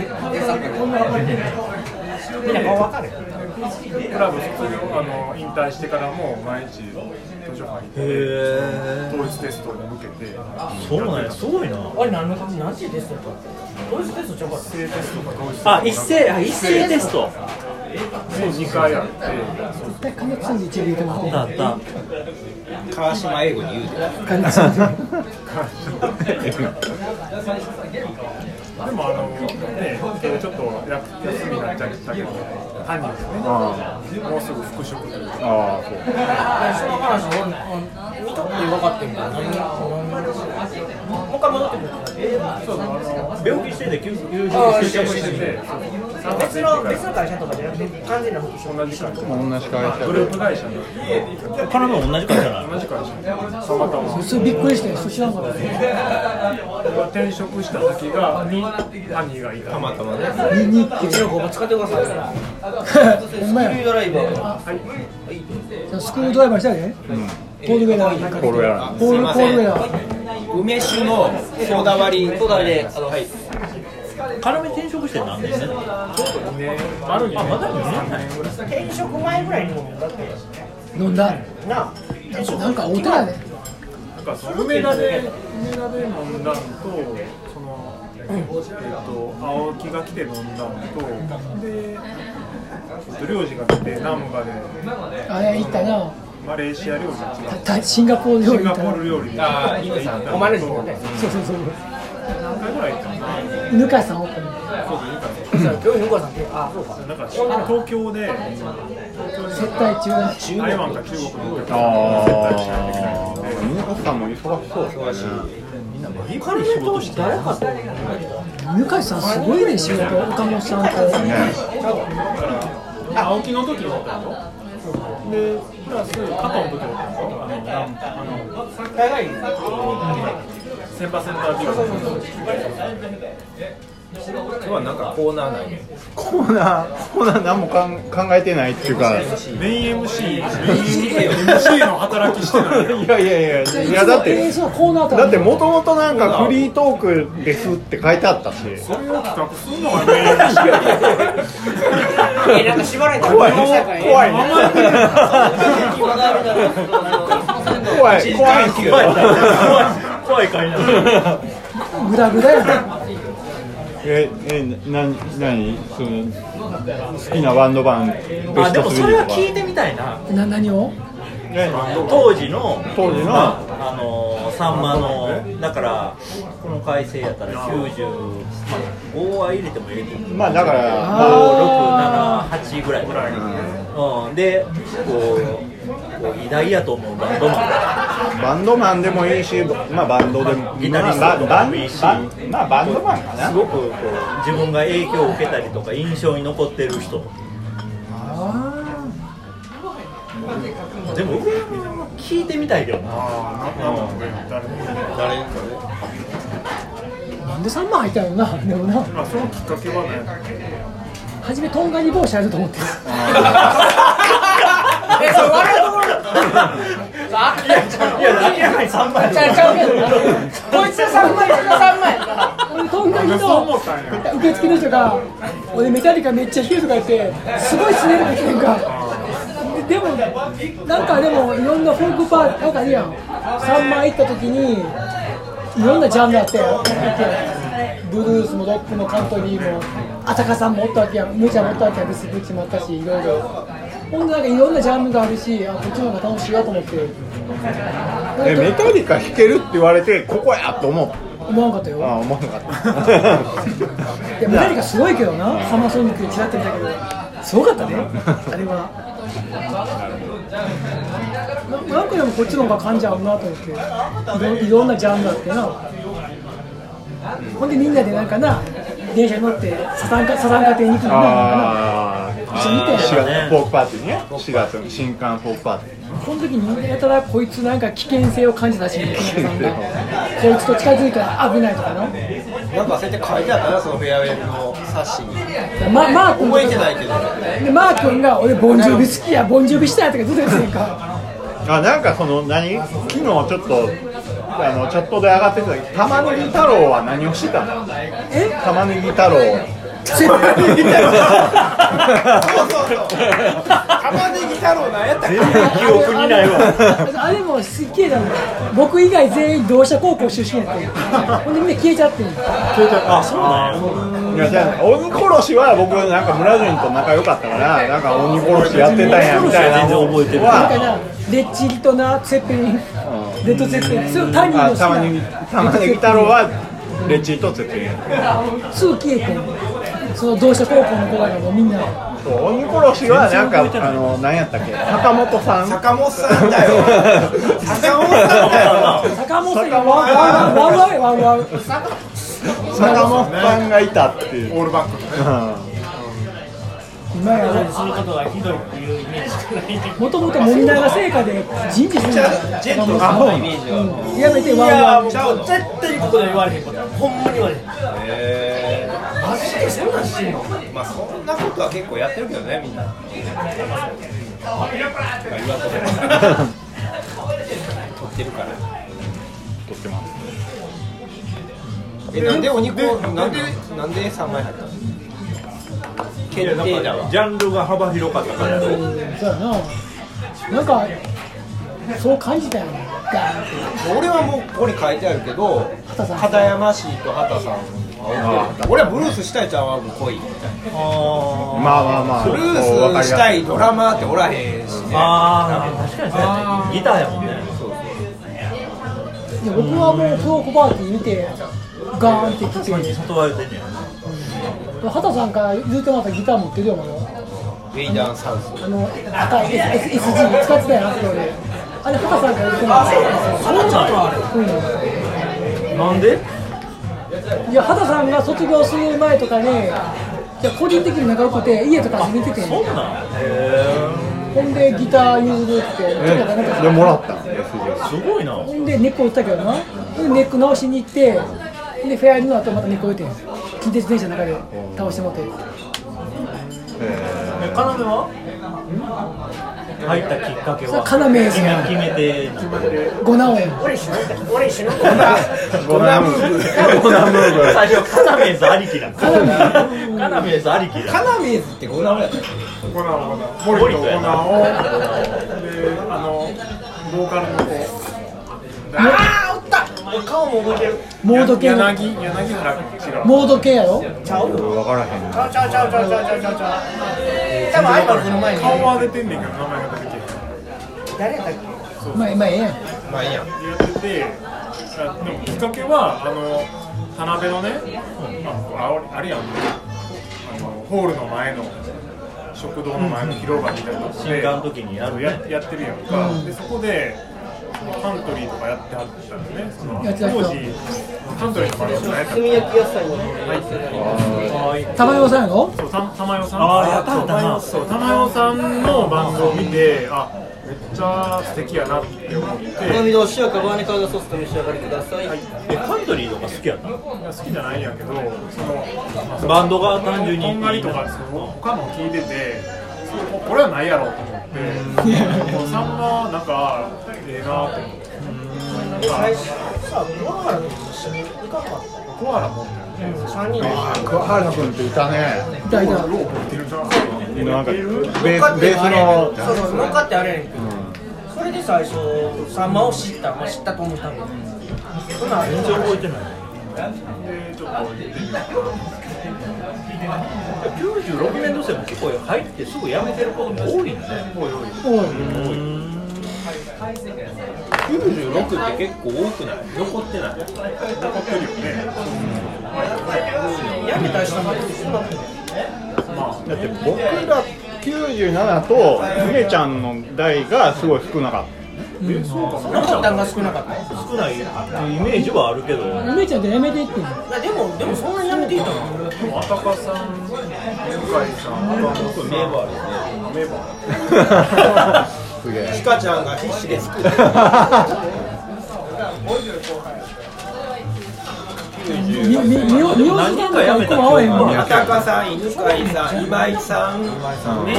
Speaker 5: みんな顔分かる
Speaker 4: クラブ卒業あの引退してからも毎日図書館に行って
Speaker 6: へ
Speaker 4: 統一テストに向けて
Speaker 6: えそうなんや、すごいな
Speaker 5: あれ何の感じ何時テストやったどういうテストちゃうかった
Speaker 4: 制テストとか統一テスト
Speaker 6: あ、一斉、あ、一斉テスト
Speaker 4: 2回あって
Speaker 3: 絶対金子さんで一応入れてもらって
Speaker 6: だった
Speaker 5: 川島英語に言うて
Speaker 3: 金子さんで
Speaker 4: でもあのねちょっとや休みになっちゃったけど犯人ですねもうすぐ復職というか
Speaker 2: ああそう
Speaker 5: その話俺見とって分かってんけど何もう一回戻ってくる
Speaker 6: 病気してて、休休
Speaker 5: あ
Speaker 6: 休職してて
Speaker 4: で
Speaker 5: 別の別の会社とかじゃなくて完全な復職
Speaker 4: 同じ会
Speaker 2: 同じ
Speaker 4: 社
Speaker 2: 会社
Speaker 4: グループ会社に
Speaker 6: カナダも同じ会社なの
Speaker 4: 同じ会社にたまたま
Speaker 3: それびっくりしてそれ知らんかった
Speaker 4: 俺が転職した先がに犯人がいた
Speaker 5: またまね
Speaker 3: 見に行って
Speaker 5: ちの工場使ってください
Speaker 3: ほんまや
Speaker 5: ドライバー
Speaker 3: スクールドライバーしたでポールウェラー
Speaker 2: これや
Speaker 3: ポールポールウェラー
Speaker 5: 梅酒のソーダ割りソーダであのはい
Speaker 6: カナメ転職して何年目なの
Speaker 4: あるんや
Speaker 6: あ、
Speaker 4: ね
Speaker 6: まだ2年ない
Speaker 5: 転職前ぐらいにもだって
Speaker 3: 飲んだ
Speaker 5: なあ
Speaker 3: なんかお寺で
Speaker 4: なんかその梅田で梅田で飲んだんとそのえっと青木が来て飲んだんとでえっと領事が来てナムバ
Speaker 3: あ
Speaker 4: で
Speaker 3: れ行ったな
Speaker 4: マレーシア料理
Speaker 3: たたシンガポール料
Speaker 4: シ
Speaker 3: 理
Speaker 4: ン
Speaker 3: 行
Speaker 4: ガ
Speaker 3: った
Speaker 4: ポ
Speaker 3: な
Speaker 4: ール料理
Speaker 5: ああ、イムさん、おまねしもね。
Speaker 3: そうそうそう
Speaker 4: 何回ぐらい行ったかな
Speaker 3: ぬかさんおったね
Speaker 4: そうそういう
Speaker 5: 今日、ゆうこさんって、あ、そうか。
Speaker 4: かなんか東京で
Speaker 3: 接待中だし
Speaker 4: 台湾か中国の接待しないといけない
Speaker 2: ああ、宮本さんも忙しそうですね。
Speaker 6: みんなバリバリ仕事して誰かと
Speaker 3: 向井さんすごいね仕事岡本さんと
Speaker 4: 青木の時だったので、プラス、加藤の時だったのあの、あの、先輩センタービ
Speaker 5: 今日はなんかコーナー内で
Speaker 2: コーナーコーナー何もかん考えてないっていうか
Speaker 4: ルメイン MC、メイン MC の働きしてないよ
Speaker 2: いやいやいやいやだって
Speaker 3: えーそうコーナーから
Speaker 2: だってもともとなんかフリートークですって書いてあったし
Speaker 4: それを企画するのがメイン MC
Speaker 8: えなんか縛られたら
Speaker 2: 怖い
Speaker 8: どうしたらいい
Speaker 2: 怖いね
Speaker 6: 怖い怖
Speaker 2: 怖い怖い
Speaker 6: い会な
Speaker 3: グダグダやな
Speaker 2: ええな何その好きなバンド版ベ
Speaker 6: あ
Speaker 2: ス
Speaker 6: で
Speaker 2: ト
Speaker 6: も
Speaker 2: 3
Speaker 6: それは
Speaker 2: とか
Speaker 6: 聞いてみたいな
Speaker 3: な何を
Speaker 2: ね
Speaker 6: 当時の
Speaker 2: 当時の
Speaker 6: まああのーさんまのだからこの改正やったら95は入れても入れても
Speaker 2: まあだから
Speaker 6: 567 8ぐらいうん、でこうこう偉大やと思うバンドマン
Speaker 2: バンドマンでもいいし、まあ、バンドでも
Speaker 6: ギタリス
Speaker 2: まあ
Speaker 6: トで
Speaker 2: ババン
Speaker 6: もいいし
Speaker 2: バンまあバンドマンかな
Speaker 6: すごくこう自分が影響を受けたりとか印象に残ってる人でも上山も聞いてみたいけどな
Speaker 5: 誰
Speaker 3: なんで3万入ったんやろなでもな
Speaker 4: まあ、そのきっかけはね、
Speaker 3: 初めとんがり帽子あると思って
Speaker 8: えそれ笑うところあいやちゃう
Speaker 6: いや明らかに3枚
Speaker 8: ちゃうちゃうけどなこいつは三枚こいつは三枚
Speaker 3: 俺とんがり
Speaker 4: そう思った
Speaker 3: と
Speaker 4: んや。
Speaker 3: 受付の人が「俺メタリカめっちゃ弾く」とか言ってすごいすねるって言うかででもなんかでもいろんなフォークパーなんかいいやん3枚行った時にいろんなジャンルあったよブルースもロックもカントリーもあたかさんもおったわけやんむちゃんもおったわけやんビスブッチもあったしいろいろほんでなんかいろんなジャンルがあるしあこっちの方が楽しいわと思って
Speaker 2: えメタリカ弾けるって言われてここやと思う
Speaker 3: 思わんかったよ
Speaker 2: ああ思わなかった
Speaker 3: いや、何かすごいけどな、サマソニックにちらって見たけど、すごかったね、あれは。ななんかでもこっちの方が感じ合うなと思っていろいろんなジャンルあってなほんでみんなでなんかな電車に乗ってサザンカサザンカ亭に行くのな
Speaker 2: ああ
Speaker 3: 一緒に行った
Speaker 2: 4
Speaker 3: よ
Speaker 6: ね
Speaker 2: 月フォークパーティーね4月の新刊フォークパーティ
Speaker 3: この時にやたらこいつなんか危険性を感じたし田中さんがこいつと近づいたら危ないとかな
Speaker 5: なんかそうやって書いてあったなそのフェアウェイの冊子に
Speaker 3: まマー君
Speaker 5: 覚えてないけど
Speaker 3: でマー君が俺ボンジョビ好きやボンジョビしたいとかずっと言ってんか
Speaker 2: ーあなんかその何昨日ちょっとあのチャットで上がってた玉ねぎ太郎は何をしてたのえ玉ねぎ太郎
Speaker 5: 玉ねぎ太郎なんやったっけ
Speaker 6: 記憶にないわ
Speaker 3: あれもすっげえだもん僕以外全員同社高校出身やったんほんでみんな消えちゃってん
Speaker 6: あそうなんや
Speaker 2: いやじゃあ鬼殺しは僕なんか村人と仲良かったからなんか鬼殺しやってたんやみたいなの
Speaker 6: 鬼殺し
Speaker 3: だか
Speaker 2: は
Speaker 3: らレッチリとなツェッペリンレッドツェッペリンそれをタニーの
Speaker 2: あ
Speaker 3: 好き
Speaker 2: 玉ねぎ
Speaker 3: な
Speaker 2: 玉ねぎ太郎はレッチリとつってる
Speaker 3: すぐ消えてんその同社高校の子らがもうみんな
Speaker 2: そう鬼殺しはなんかあの何やったっけ坂本さん
Speaker 5: 坂本さんだよ坂本さんだよ
Speaker 3: 坂本さんがワンワンワンワンワンワン
Speaker 2: 坂本さんがいたっていう、
Speaker 4: オールバックのね。
Speaker 2: う
Speaker 3: 今やな
Speaker 1: することがひどいっていうイメージしかないんだけど
Speaker 3: もともと森永製菓で人事するんだ
Speaker 5: ジェントルさんのイメージがあるの
Speaker 3: やめてワンワン
Speaker 5: ちゃうの
Speaker 1: 絶対にここで言われへんことほんまに言われへん
Speaker 5: え
Speaker 1: マジでそんなんしてんの
Speaker 5: ーまあそんなことは結構やってるけどねみんな言わんとこ撮ってるから
Speaker 2: 撮ってます
Speaker 5: えなんでお肉をなんでなんで三枚入ったの決定だわ
Speaker 6: ジャンルが幅広かったからやろ
Speaker 3: そうやななんかそう感じたよねガーンって
Speaker 5: 俺はもうここに書いてあるけど
Speaker 3: 畑さん
Speaker 5: 片山氏と畑さんは OK 俺はブルースしたいちゃうわもう来い
Speaker 2: まあまあまあ
Speaker 5: ブル
Speaker 2: こうわか
Speaker 5: ー
Speaker 2: りやす
Speaker 5: スしたいドラマーっておらへんしね
Speaker 6: ああ確かにそうやねギターやもんね
Speaker 3: いや僕はもうフロークパーティー見てガーンって来て
Speaker 6: 外は言ってんね
Speaker 3: 畑さんから言うてもらったギター持ってるよまだ
Speaker 5: ウェイダンサウス
Speaker 3: あの赤い SG 使ってたやんそれあれ畑さんから言うてもらった
Speaker 6: や
Speaker 3: うん
Speaker 6: なんで
Speaker 3: いや畑さんが卒業する前とかに、いや個人的に仲良くて家とか遊びに行ってて
Speaker 6: そんなんへ
Speaker 3: ほんでギター譲るってちょっとなん
Speaker 2: えで
Speaker 3: か
Speaker 2: もらったん安いや
Speaker 6: ーすごいな
Speaker 3: ほんでネックを打ったけどなでネック直しに行ってでフェアリーの後またネック置いて近鉄電車の中で倒してもらって
Speaker 2: つえ
Speaker 6: えかなでは入ったきっかけ
Speaker 3: それ
Speaker 6: は
Speaker 3: は要です
Speaker 6: 決め
Speaker 3: ね
Speaker 6: 決めて
Speaker 3: 五直円
Speaker 7: 俺死ぬ俺死ぬんだ
Speaker 2: ーゴナムーゴナムーブ
Speaker 6: 最初カナメーズありきだカナメーズありきだ
Speaker 5: カナメーズって5名やった
Speaker 4: コナンは森とコナンをであのボーカルの子
Speaker 1: 顔も覚えてる
Speaker 3: モード系の
Speaker 4: 柳柳原君違う
Speaker 3: モード系やろ
Speaker 2: 分からへん
Speaker 7: ちゃうちゃうちゃうちゃうちゃうちゃうちゃう多分アイバルの前に
Speaker 4: 顔は出てんねんけど名前が出てけえへん
Speaker 7: 誰やったっけ
Speaker 3: まあまあええやん
Speaker 5: まあいいやん
Speaker 4: やってて、あでもきっかけは、あの田辺のね、あああれやん、あのホールの前の食堂の前の広場みたいなとこ
Speaker 6: 新
Speaker 4: で、
Speaker 6: 刊の時にやるね
Speaker 4: ややってるやんか、でそこでカントリーとかやってはったんだよね、その
Speaker 3: やってた
Speaker 4: 当時、カントリーのバンドじゃないから、
Speaker 3: 玉代さんやろ
Speaker 4: そうた玉代さん
Speaker 6: あーやってはったな
Speaker 4: そう玉代さんのバンドを見て、あめっちゃ素敵やなって思って、
Speaker 5: 好み同士はカバーネカーガソースと召し上がりください
Speaker 6: えカントリーとか好きやった
Speaker 4: いや好きじゃないんやけど、その。
Speaker 6: バンドが単純に
Speaker 4: こんがりとかその他の聞いててそうこれはないやろと思ってこのさんまなんかええなと思って
Speaker 7: 最初さ桑原と一緒に行かなかった
Speaker 4: コアラもんだよね
Speaker 7: 3人で
Speaker 2: 桑原君っていたね
Speaker 3: いたいた
Speaker 4: ロープってるじゃん
Speaker 2: なんかベースベ
Speaker 7: 乗っかって
Speaker 2: ース
Speaker 7: あれやねんそう
Speaker 2: の
Speaker 7: そう乗っかってあれやねんけどそれで最初さんまを知ったまあ知ったと思ったんだけどそんなん全然覚えてない
Speaker 4: でちょっと行ってみて
Speaker 6: 96年度生も結構入ってすぐ辞めてる子も多いんだね
Speaker 3: おい
Speaker 5: 96って結構多くない
Speaker 6: 残ってない
Speaker 4: 残ってるよね
Speaker 7: やめた人もいるしそんなことない
Speaker 2: だって僕ら97と梅ちゃんの代がすごい少なかっ
Speaker 7: 残ったんが少なかったい
Speaker 6: 少ないイメージはあるけど
Speaker 3: 梅ちゃんってやめていってんの
Speaker 7: やでもでもそんなにやめていたの
Speaker 4: でもあたかさん向井さんあたかさん名簿あるね名簿
Speaker 2: たすげ
Speaker 5: ヒ
Speaker 2: え
Speaker 5: カちゃんが必死で作って
Speaker 3: みみみみよみよしさんとか一個も合わへんもん
Speaker 5: あたかさん、犬飼さん、今井さん、めい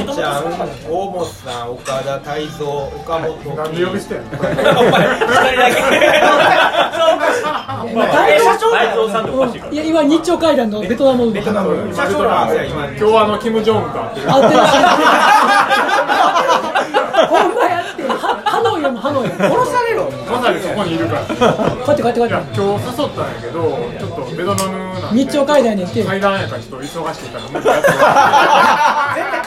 Speaker 5: ちゃん、大本さん、岡田泰造、岡本
Speaker 4: なんで呼び捨てんの
Speaker 5: お前一
Speaker 3: まあ大
Speaker 7: 社長
Speaker 6: 内藤さんでおかしいから
Speaker 3: いや今日朝会談のベトナム
Speaker 5: 人なのに社長なんですよ今
Speaker 4: 今日はあのキム・ジョンウンか ってる
Speaker 3: 合ってらっしゃるほんまやってはハノイやもんハノイ殺されろ
Speaker 4: まさにそこにいるから
Speaker 3: 帰って帰って帰っ
Speaker 4: いや
Speaker 3: て
Speaker 4: 今日誘ったんやけどちょっとベトナムなんで
Speaker 3: 日朝会談に行って
Speaker 4: 階段やからちょっと忙しいから無理やって 今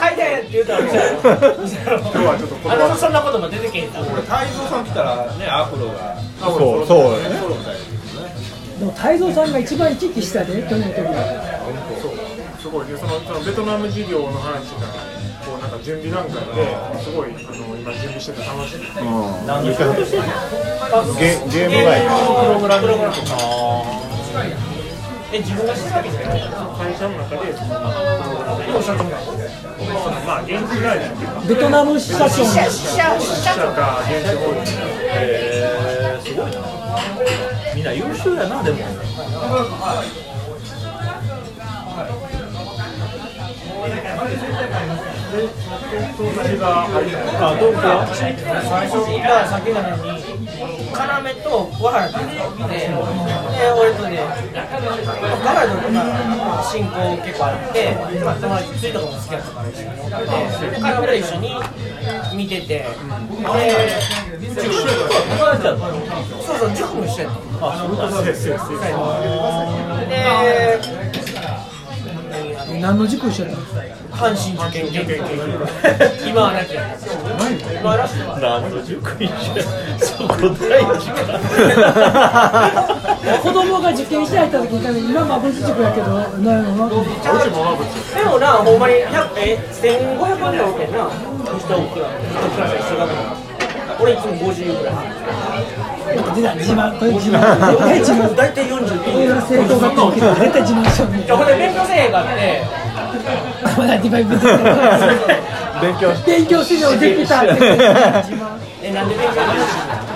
Speaker 7: 絶対書いてへんって言うたら
Speaker 4: 日はちょっと
Speaker 7: あ
Speaker 4: 断
Speaker 7: の
Speaker 4: っ
Speaker 7: そんなことも出てけへんから
Speaker 5: 泰造さん来たらね、アフロが
Speaker 2: そうそうね
Speaker 3: でも泰造さんが一番生き生きしたで去年の時は
Speaker 4: すごいねそのそのベトナム事業の話がこうなんか準備段階ですごいあの今準備してて楽しいです
Speaker 2: うん言ってはったゲゲーム外
Speaker 4: プログラミングとか
Speaker 7: え自分が知ったわけじゃない
Speaker 4: 会社の中でまあ現地会社
Speaker 3: ベトナム支社長
Speaker 7: 死者死者
Speaker 4: とか現地法人
Speaker 6: えー、すごいなみんな優秀やなでも
Speaker 4: 私が入って
Speaker 6: あどうか
Speaker 7: 最初が酒なのに要と小原君がおってで俺とね彼女とか進行結構あってまあ友達ついとかも好きだったから一緒に乗って彼女と一緒に見ててでそうそう塾も一緒やったで
Speaker 3: 何の塾一緒やっ
Speaker 7: 阪神受験研究所今はなきゃ今はなし
Speaker 6: 何の塾一緒そこ大事か
Speaker 3: たの子供が受験して入った時に今まぶち塾やけどなんやろな
Speaker 7: でもな、ほんまに100え1500万ぐらいおるけんな、一人一人一人一人一人一人一人一人俺いつも50ぐらい
Speaker 3: なんか出た自慢これ自慢絶対自慢
Speaker 7: 大体40
Speaker 3: これが正統学校受けて絶対自慢しようね
Speaker 7: ほんで勉強せえへんかって
Speaker 3: まだリバイブ出てる
Speaker 2: 勉強し
Speaker 3: 勉強してでもできたって言って
Speaker 7: えなんで勉強せえへんかって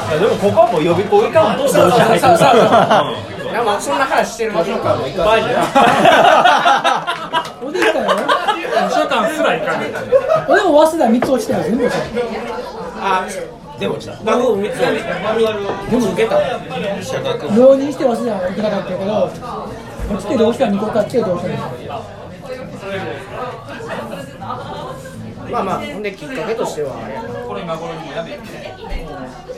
Speaker 6: いやでもここはもう予備校行かんとどうして入って
Speaker 7: そうそうそう
Speaker 6: くる
Speaker 7: なんかそんな話してる場所かもいかない
Speaker 3: おできたよ
Speaker 4: 図書館すら行かない
Speaker 3: 俺も早稲田三つ落ちたよ全部落ちた
Speaker 7: あ
Speaker 5: でもした
Speaker 7: 学部3つやで受けた
Speaker 5: 社学部
Speaker 3: 浪人して早稲田はいけなかったけど落ちてどうしたら2個買ってどうしたら
Speaker 7: まあまあほんできっかけとしては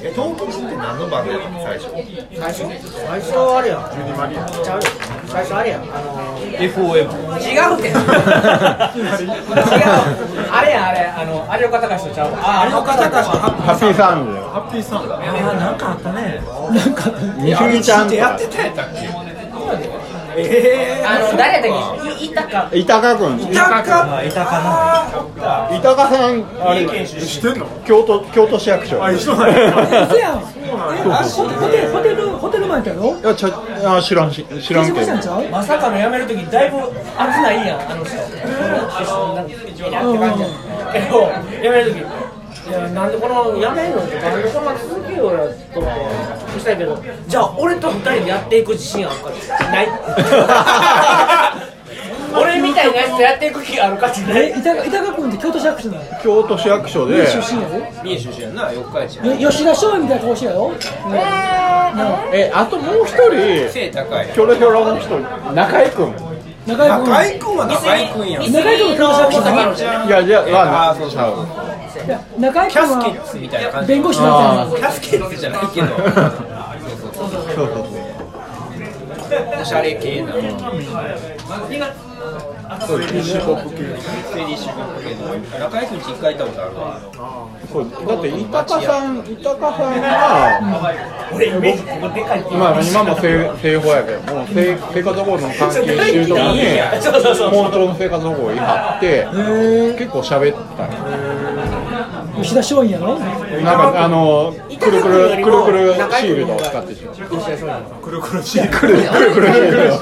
Speaker 5: え東京人って何のバンドやったの最初
Speaker 7: 最初最初はあれやちゃうよ最初あれやあの
Speaker 6: FOM
Speaker 7: 違うけど違うあれやあれあの有岡隆史とちゃうわあ有岡隆史とハ
Speaker 2: ハッピーサウンドだよ
Speaker 4: ハッピーサンダー
Speaker 6: なんかあったね
Speaker 2: みふみちゃん
Speaker 5: ってたやったっけ
Speaker 7: あの誰だっけいいたか
Speaker 2: 板賀君
Speaker 7: たか
Speaker 6: あいたか
Speaker 2: 板賀さんあれ
Speaker 4: 知ってんの
Speaker 2: 京都京都市役所
Speaker 4: あ一緒なんや
Speaker 3: 嘘やんホテホテホテルホテルマンやったやろ
Speaker 2: いやちゃあ知らんし知らん
Speaker 3: 転
Speaker 2: けど
Speaker 3: 職したんちゃう
Speaker 7: まさかの辞めるときだいぶ熱ないやんあの人えなって感じやけど辞めるときいやなんでこの辞めんのってなんでこんな続けようやとかしたいけどじゃあ俺と二人でやっていく自信あるかって ない俺みたいなやつとやっていく気あるかってない
Speaker 3: え板板垣君って京都市役所なの
Speaker 2: 京都市役所で
Speaker 3: 出身やろ
Speaker 5: 三重出身やんな四日市やん
Speaker 3: よ吉田松陰みたいな顔してやろ
Speaker 2: えあともう一人
Speaker 5: 背高い
Speaker 2: ひょろひょろの人中井君
Speaker 3: 中居君
Speaker 5: 井君は中井君やん
Speaker 3: 中居君も京都市役所だ
Speaker 2: いやじゃあ
Speaker 5: あーそう
Speaker 2: ちゃう
Speaker 3: いや中居君
Speaker 5: キャスキッ
Speaker 3: は
Speaker 5: ツみたいな感じ
Speaker 3: 弁護士だっ
Speaker 5: キャスケッツじゃないけど
Speaker 2: そうそう
Speaker 5: おしゃれ系な
Speaker 2: そうそう
Speaker 5: フェニッシュが来るけど中井君ち一回行ったことあるわ
Speaker 2: そうだって板賀さん板賀さんは、
Speaker 7: 俺イメージここでかいっていう
Speaker 2: まあ、今も生生保やけどもう生生活保護の関係してるとこに
Speaker 7: そうそうそう
Speaker 2: 本当の生活保護を言い張って結構喋ったんよ
Speaker 3: た吉田松陰やろ
Speaker 2: なんかあのくるくるくるくるシールドを使ってしまう。
Speaker 4: くるくるしい
Speaker 2: くるくるくるシールド。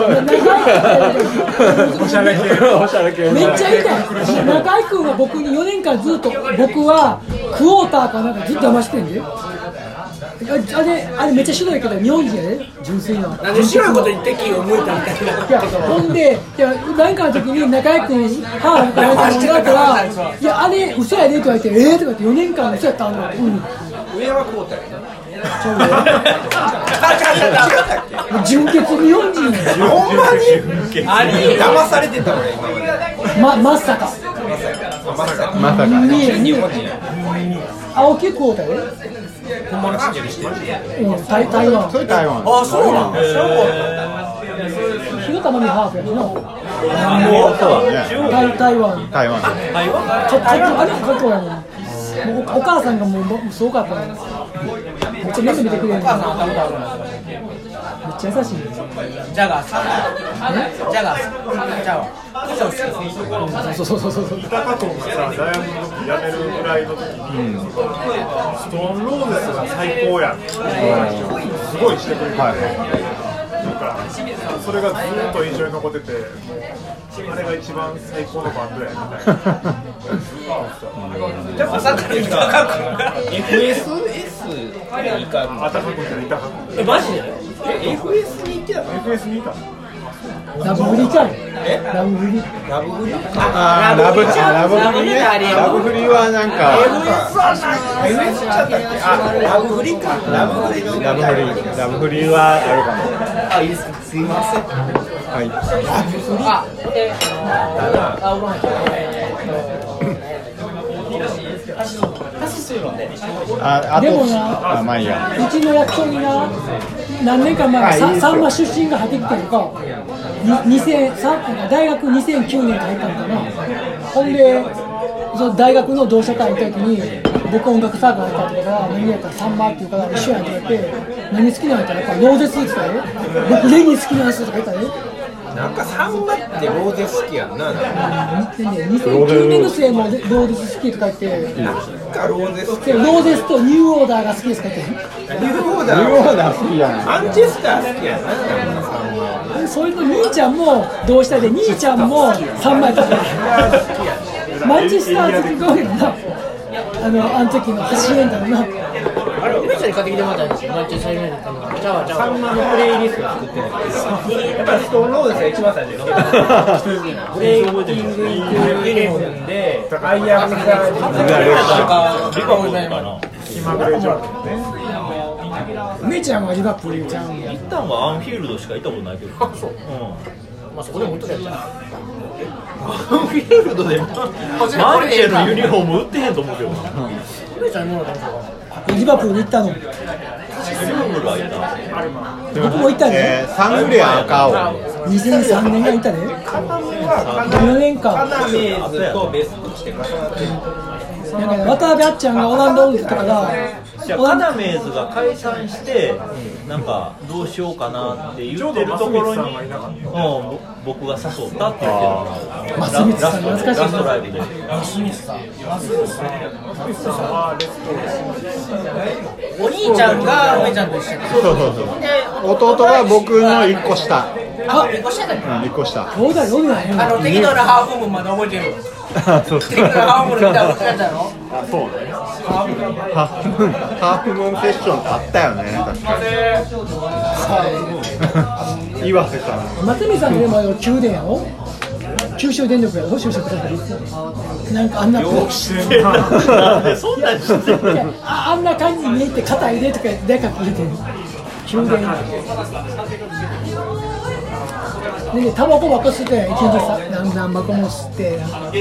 Speaker 4: おしゃれ系
Speaker 2: おしゃれ系
Speaker 3: めっちゃ痛い中居君は僕に4年間ずっと僕はクォーターかなんかずっと騙してんであれあれめっちゃ白いけど日本人やで純粋な
Speaker 7: なんで白いこと言ってきを向いたみたいない
Speaker 3: やほんで、いや何かの時に中居君、歯を変えたもんだから、いや、あれ、嘘やでとか言って、えーとか言って、4年間嘘やったの、うん、
Speaker 5: 上はこうたよな
Speaker 3: 純潔日本人や
Speaker 5: ほんまに騙されてた俺今まで
Speaker 3: ま、まさか、
Speaker 5: まさか
Speaker 2: まさかね。
Speaker 3: に、に、青木こうたよ、
Speaker 5: ほんまのちっちゃい人
Speaker 3: うん、台台湾、
Speaker 2: それ台湾。
Speaker 7: あそうなん知らんかった
Speaker 3: 広田真美ハーフやしな、
Speaker 2: そうだね。
Speaker 3: 台台湾、
Speaker 2: 台湾。
Speaker 3: かかあれもかっこやもん、もうおお母さんがもうもうすごかったのめっちゃ目つめてくれるのめっちゃ優しいね
Speaker 7: ジャガーさんジャガーさんジャガークジョン好き
Speaker 3: そうそうそうそうそう
Speaker 4: 板加藤がさダイヤモンド辞めるぐらいの時に、ストーンローゼスが最高やんっていう話をすごいしてくれて、
Speaker 2: はい。
Speaker 4: なんかそれがずっと印象に残っててもうあれが一番最高のバンドやみたいな
Speaker 7: じゃあまさかの板垣
Speaker 5: FSS に行かんの
Speaker 4: あたかくじゃない板加藤
Speaker 7: えマジで
Speaker 5: え FS に行ってたの
Speaker 4: FS にいたの
Speaker 3: ラブフリーちゃうラブフリー
Speaker 5: ラブフリー
Speaker 2: あーラブラブフリーね。ラブフリーはなんか
Speaker 5: FS ちゃったっけあラブフリーかラブフリー
Speaker 2: ラブフリーラブフリーはあるかも。
Speaker 7: あいいですか
Speaker 5: すいません
Speaker 2: はい。
Speaker 7: あえあおらん
Speaker 2: ああ
Speaker 3: でも
Speaker 2: と
Speaker 3: な
Speaker 2: あまあいいや。
Speaker 3: うちの役所にな、何年か前、
Speaker 2: あいい
Speaker 3: さ
Speaker 2: ですよ
Speaker 3: さんま出身が入ってきたのか、に2000さ大学2009年から入ったのかな、ほんで、その大学の同社会の時に、僕、音楽サークル入ったから、何やったらさんまっていうから、一緒やんって言って、何好きなんやったら、やっぱ、ノーゼスーツだよ、僕、レニー好きなんですとか言ったよ。
Speaker 5: なんかサンバってローゼ好きやんなな
Speaker 3: でね、2009年の末もローデス好きとか言って、
Speaker 5: んかローゼ好き
Speaker 3: でローデスとニューオーダーが好きですかって、
Speaker 5: ニューオーダ
Speaker 2: ニュー
Speaker 5: ー
Speaker 2: オーダー好きやな
Speaker 5: マンチェスター好きやななんかサンバ
Speaker 3: でそれと兄ちゃんも同したで、兄ちゃんも3枚取って、マンチェスター好きが多いよな、あのあの時の走りエンタのな、
Speaker 8: あれ、梅ちゃんに買ってきてもらったんですよ。マッチサイメントの。ちゃうわちゃうわ。サンマのプレイリスト作って
Speaker 5: やっぱストーンローゼが一番最初に
Speaker 8: ブレイキングイングユニフォームで、アイアンが、
Speaker 6: リバウンドかな
Speaker 3: 梅ちゃんはリバプールちゃうんや
Speaker 6: 一旦はアンフィールドしか行ったことないけどあそう、う
Speaker 8: まあそこでもっとやっちゃ
Speaker 6: ん、アンフィールドでマーチェのユニフォーム売ってへんと思うけどな
Speaker 8: う。梅ちゃんにもらったんですよ。
Speaker 3: リバプール行ったの、
Speaker 6: ぐらいだ
Speaker 3: 僕も行ったね、
Speaker 2: えー、サングリア赤青
Speaker 3: 2003年が行ったね、4年間。
Speaker 5: カナメーズとベストして重なってる
Speaker 3: なんかね、渡辺あっちゃんがオランダオルフとかが、
Speaker 6: じゃあカナメーズが解散して、なんかどうしようかなって言ってるところに、うん、僕が誘ったって言って
Speaker 3: マス
Speaker 6: た
Speaker 3: ミツさん
Speaker 6: ラ
Speaker 3: 懐かしい
Speaker 6: ストライブで。
Speaker 7: お兄ちゃんが梅ちゃんと一緒に
Speaker 2: そうそうそう弟は僕の一個下
Speaker 7: あっ越してたっけ
Speaker 2: うん一個下
Speaker 3: どうだろうな、
Speaker 7: あの適当なハーフムーンまだ覚えてる
Speaker 2: そう
Speaker 7: 適当なハーフムーンの歌を歌ってたの
Speaker 2: ハーフムーンハーフムーンセッションあったよね確かに岩瀬さん
Speaker 3: 松見さんの前の宮殿やろ九州電力やろ就職先なんかあんな
Speaker 6: なんでそんなん知ってんの
Speaker 3: ああんな感じに見えて肩入れとかでかく入れてる宮殿でねタバコばっか吸って一日さ何何箱も吸ってなんか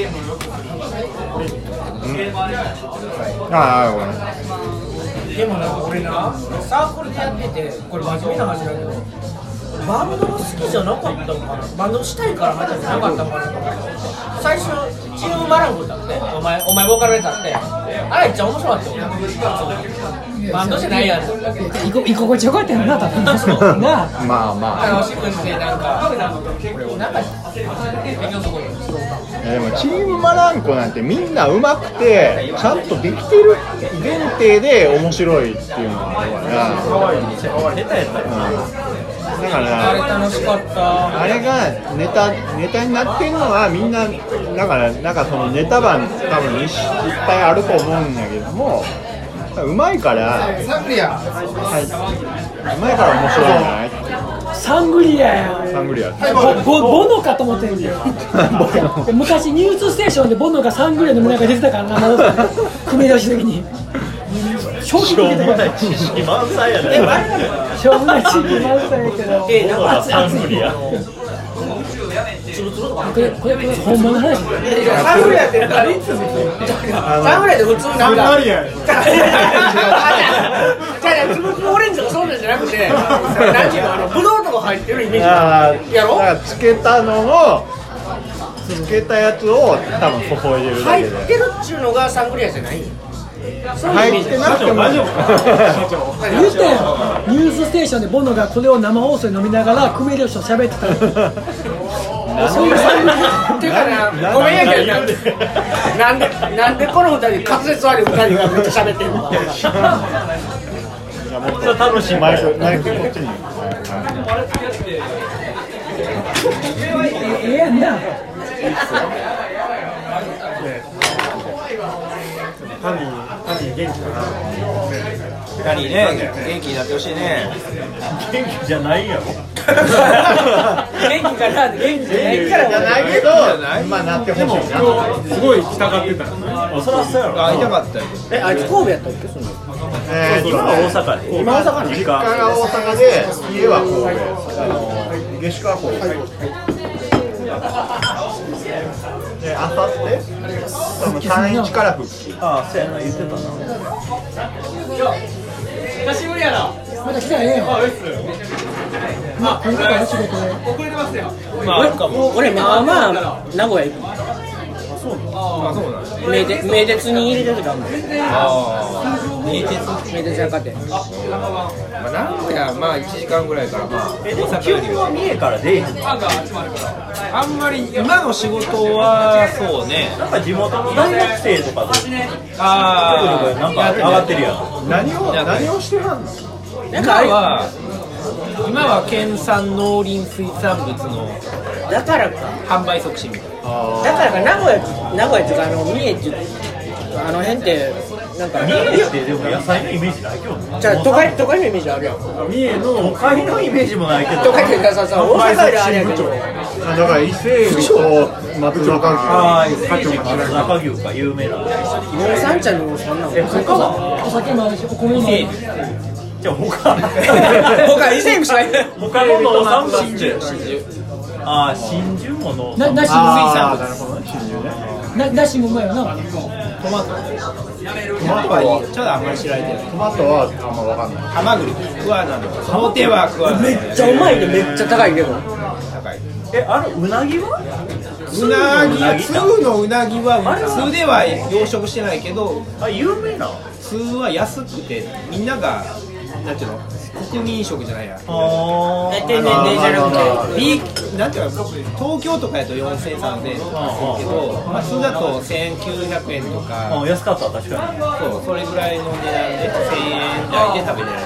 Speaker 2: ああごめん
Speaker 7: でもなんか俺なサークルでやっててこれ真面目な話だけどバンドが好きじゃなかったのかなバンドしたいから入ったんじゃなかったのかなと思って最初チームマランゴだってお前お前ボーカルで歌ってあれめっちゃ面白かったよバンドじゃないやん
Speaker 3: 居心居心地よかったよな多分なあ
Speaker 2: まあまあ
Speaker 7: 楽しくしてなんかなんか勉強そこに
Speaker 2: いやでもチームマランコなんてみんな上手くてちゃんとできてる前提で面白いっていうのがあるから
Speaker 6: 下手やったら
Speaker 2: だから
Speaker 7: あれ楽しかった
Speaker 2: あれがネタネタになってるのはみんなだからなんかそのネタ版多分いっいっぱいあると思うんだけどもうまいからう
Speaker 5: サングリア
Speaker 2: まいから面白いんじゃないっていう
Speaker 3: サングリアや
Speaker 2: サングリア
Speaker 3: ボボボノかと思ってるんだよ昔ニュースステーションでボノがサングリアの胸が出てたからな謎だけど組み出し的に衝撃
Speaker 6: しょ
Speaker 3: 的
Speaker 6: う
Speaker 3: だ
Speaker 6: もな
Speaker 3: った
Speaker 6: い知識満載やね
Speaker 3: しょうもない地域満載やけど
Speaker 6: 僕らサングリア
Speaker 3: これこれこれ本物の話
Speaker 7: サンフレって何つサンフレって普通なんか
Speaker 4: リア
Speaker 7: じゃあ、つぶつぶオレンジとかそうなんじゃなくて、何ていうの、あの、ぶどうとか入ってるイメージ。
Speaker 2: あ
Speaker 7: やろ
Speaker 2: だからつけたのをつけたやつを多分注いでるだけ
Speaker 7: 入
Speaker 2: で
Speaker 7: ってるっちゅうのがサングリアじゃない。
Speaker 2: 入ってなくても大丈夫
Speaker 3: 言ったやんニュースステーションでボノがこれを生放送で飲みながら組み出しと喋ってたそういうサングリア
Speaker 7: ていうかね、ごめんやけど、なんで、なんで、なんでこの二人、滑舌悪い二人がめっちゃ喋ってるの。
Speaker 6: それ楽しい
Speaker 2: マ
Speaker 6: マ
Speaker 2: イ
Speaker 6: イ
Speaker 2: ク
Speaker 6: ク
Speaker 2: マイクこっちに
Speaker 3: ええやんな
Speaker 5: 二人ね元気になってほしいね
Speaker 6: 元気じゃないやろ
Speaker 7: 元気かなって、元気じゃないから
Speaker 2: じゃないけどまあなってほしいな
Speaker 4: すごい来たがってた
Speaker 6: あそらそうやろ
Speaker 5: 会いたかったよ
Speaker 7: え、あいつ神戸やったっけ、その。
Speaker 2: え
Speaker 6: そ
Speaker 2: ー
Speaker 6: ら大阪で
Speaker 2: 今大阪実家が大阪で家は神戸あの下宿は神戸であさって多分3日から復帰
Speaker 6: あそうやな言ってたな
Speaker 7: 久しぶりやな。
Speaker 3: また来たらええやんまあ今回の仕事で
Speaker 7: 俺、まあまあ、名古屋行く。
Speaker 9: そうなの
Speaker 5: あそうなんですね
Speaker 8: 名鉄名鉄に入れてるかも
Speaker 5: あ
Speaker 8: 名鉄百貨店
Speaker 5: あまあ名古屋まあ1時間ぐらいからまあ
Speaker 6: えでも基本は三重から出えへん
Speaker 5: あんまり今の仕事はそうね
Speaker 6: なんか地元の大学生とかと
Speaker 5: あ
Speaker 6: なんか上がってるやん
Speaker 2: 何を何をしてはんの
Speaker 8: なんかあれ
Speaker 5: は今は県産農林水産物の
Speaker 8: だからか
Speaker 5: 販売促進みたいな
Speaker 8: だからか名古屋名古屋っていうかあの三重っていうあの辺ってなんか
Speaker 6: 三重ってでも野菜のイメージないけどね
Speaker 8: じゃあ都会都会のイメージあるやん
Speaker 6: 三重の都会のイメージもないけど
Speaker 8: 都会っていうかささ大阪よりあれやけど
Speaker 2: あだから伊勢海老と松坂
Speaker 6: ああ中牛か有名な
Speaker 8: もうさんちゃんのそんなの
Speaker 6: え他は
Speaker 3: お酒もあるしお米もあるし
Speaker 6: じゃあ他
Speaker 8: 他以前くしない
Speaker 6: 他の農産物ああ真珠も農
Speaker 3: な
Speaker 6: 産
Speaker 3: なし
Speaker 2: ああ
Speaker 3: も
Speaker 2: なるほどね真珠ね
Speaker 3: ななしもうまいよなトマト
Speaker 2: トマトはちょっとあんまり知られてないトマトはあんま分かんない
Speaker 5: ハマグリクワなのハモテはクワなの
Speaker 8: めっちゃうまいねめっちゃ高いけど
Speaker 6: えあれうなぎは
Speaker 5: うなぎは通のうなぎは通では養殖してないけど
Speaker 6: あ有名な
Speaker 5: 通は安くてみんながなんていうの国民食じゃないや
Speaker 6: あ
Speaker 8: え天然でじゃなくて
Speaker 5: ビーなんていうの東京とかやと4000、3000円とかするけど、まあ、通だと1900円と
Speaker 6: あ
Speaker 5: か、
Speaker 6: 安かった確かに
Speaker 5: そうそれぐらいの値段で1000円台で食べれる。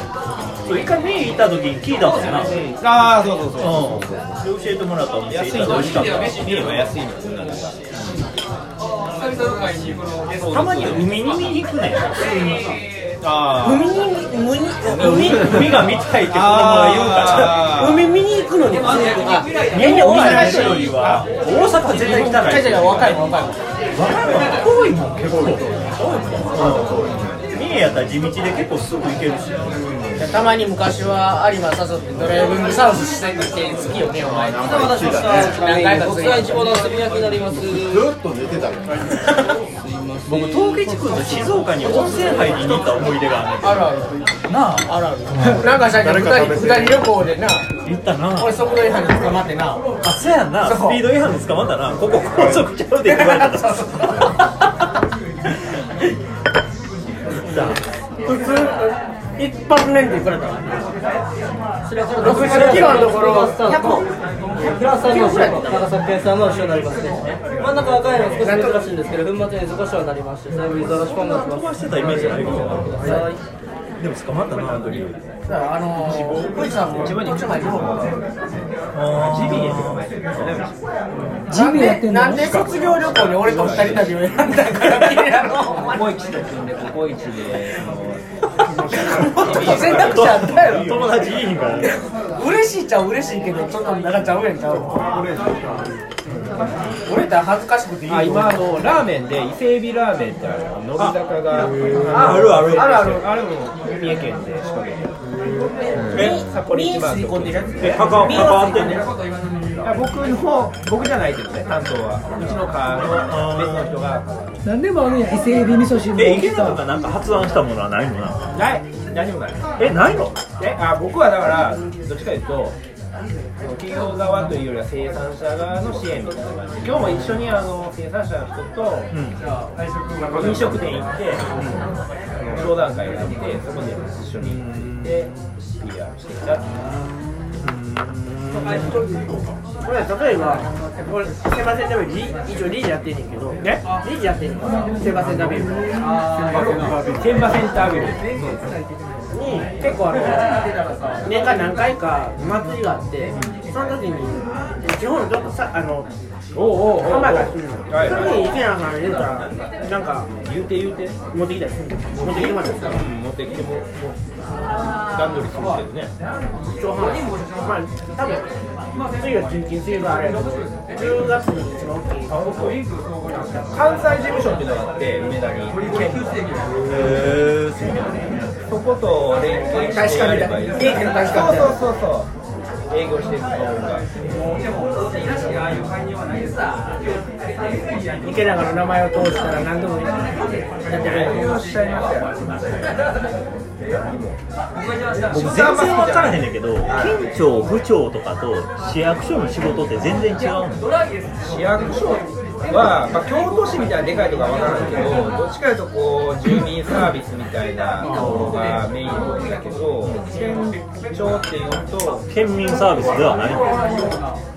Speaker 6: そう一回三重行った時に聞いたんだよなうん
Speaker 5: ああ、そうそうそう。
Speaker 6: で教えてもらったお店行っ
Speaker 5: 安
Speaker 6: た
Speaker 5: い
Speaker 6: ら美
Speaker 5: の
Speaker 6: 味しかっ
Speaker 5: 見れば安いの。
Speaker 6: たたまに海に見に行くね
Speaker 5: あ
Speaker 8: 海に海に
Speaker 6: 海が見たいって子供が言うから
Speaker 5: あー。
Speaker 8: 海海見に行くのに全然が
Speaker 6: 日本大阪よりは大阪絶対来たらいい
Speaker 8: 若いもん若い
Speaker 6: 遠い
Speaker 8: もん
Speaker 6: もん結構三重やったら地道で結構すぐ行けるした
Speaker 8: まに昔は有馬誘ってドライビングサウスしてて好きよねお前何回か釣り僕は地元の炭焼きになります
Speaker 6: 僕東吉君と静岡に温泉入りに行った思い出があるんだ
Speaker 8: あるあるなああるあるなんかさっき二人二人旅行でな
Speaker 6: けど行ったな
Speaker 8: 俺速度違反に捕まってな
Speaker 6: あそうやんなスピード違反で捕まったなここ高速ちゃうでって言われた
Speaker 8: 普通一発免でいくらだ60キロのところ100プラス3の長崎県産の塩になりますね真ん中赤いの少し珍しいんですけど粉末に少しになりまして最後にざらしパンがしま
Speaker 6: 飛ば
Speaker 8: す
Speaker 6: してたイメージないけどでも捕まったなあの時
Speaker 8: あのー、小市さんも自分に口前に
Speaker 6: あジビエ
Speaker 3: ジムやってんの
Speaker 8: なんで卒業旅行に俺と二人旅を選んだんからきりやろココイチでココイチでもっと選択肢あったやろ
Speaker 6: 友達いいんか
Speaker 8: 嬉しいちゃう嬉しいけどちょっとなっちゃうやんちゃう俺って恥ずかしくていいよ
Speaker 5: あ、今あのラーメンで伊勢海老ラーメンってあるの乃木坂が
Speaker 6: あるある
Speaker 5: あるあるあるも三重県で仕掛けてる札幌一番とか
Speaker 6: え関わ関わってんね
Speaker 5: いや僕の僕じゃないけどね担当はうちの課の別の人が
Speaker 3: 何でもあるやん伊勢海老味噌汁
Speaker 6: え
Speaker 3: も
Speaker 6: 池田とかなんか発案したものはないのな
Speaker 5: ない何もない
Speaker 6: えないの
Speaker 5: えあ僕はだからどっちかというとその企業側というよりは生産者側の支援みたいな感じで今日も一緒にあの生産者の人と、飲食店行って、あの商談会があってそこで一緒に行って行って PR してきたっていう
Speaker 8: これ例えばこれセバセンダビルリ一応リージやってんねんけどねリージやってんねんからセバセンダビル
Speaker 5: 現場センタービルですね
Speaker 8: に結構あの年間何回か祭りがあってその時に地方のちょっとさあの
Speaker 5: おうおうおう
Speaker 8: 販売会するのそ
Speaker 5: はい
Speaker 8: の時に池永さん入れたらなんか
Speaker 5: 言うて言うて
Speaker 8: 持ってきたりするの持ってきてもらったり
Speaker 5: 持ってきても段取りするけどね
Speaker 8: 一応販売まあ多分次は純金水があれやけど10月に一番大きい
Speaker 5: 関西事務所っていうのがあって梅田に
Speaker 6: え
Speaker 5: そこと連携してやればいい
Speaker 8: 大使館みたいな大使館みたいな
Speaker 5: そうそうそうそう営業してる方が
Speaker 8: 池永の名前を通したら何でもいいやってない
Speaker 6: 僕全然分からへんねんけど県庁府庁とかと市役所の仕事って全然違うの
Speaker 5: 市役所は、まあ、京都市みたいなでかいとかわからないけど、どっちかというとこう住民サービスみたいなところがメインなんだけど、県庁っていうと、
Speaker 6: 県民サービスではない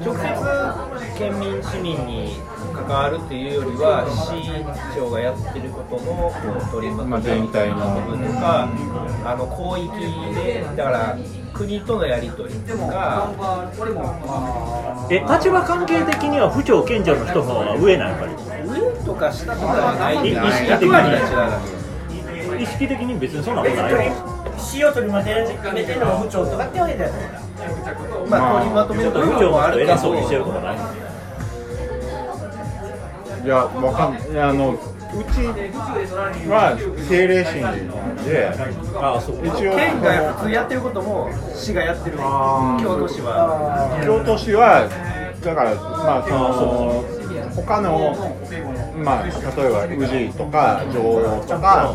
Speaker 5: 直接県民市民に関わるというよりは市長がやってることのこう取りまとめみたいな部分とか、あの広域でだから国とのやり取りとか
Speaker 6: え立場関係的には府庁県庁の人の方が上なんやっぱり
Speaker 5: 上とか下とかはない
Speaker 6: 意識的
Speaker 5: 役割が違うだけ
Speaker 6: に意識的に別にそんなことないよ
Speaker 8: 市を取りまとめてるのが部長とかってわけじゃない
Speaker 5: まあ取りまとめ
Speaker 6: ちょ
Speaker 5: る
Speaker 6: っと府
Speaker 5: 部分
Speaker 6: 長
Speaker 5: も
Speaker 6: の
Speaker 5: あ
Speaker 6: 人
Speaker 5: るけ
Speaker 6: 偉そうにしてる
Speaker 5: ど
Speaker 6: とかない
Speaker 2: いや、わかんないいや。あの、うちは政令市なんで、
Speaker 6: ああそう
Speaker 2: 一応、
Speaker 5: 県が普通やってることも市がやってる京都市は
Speaker 2: 京都市はだからまあその他のまあ例えば宇治とか上王とか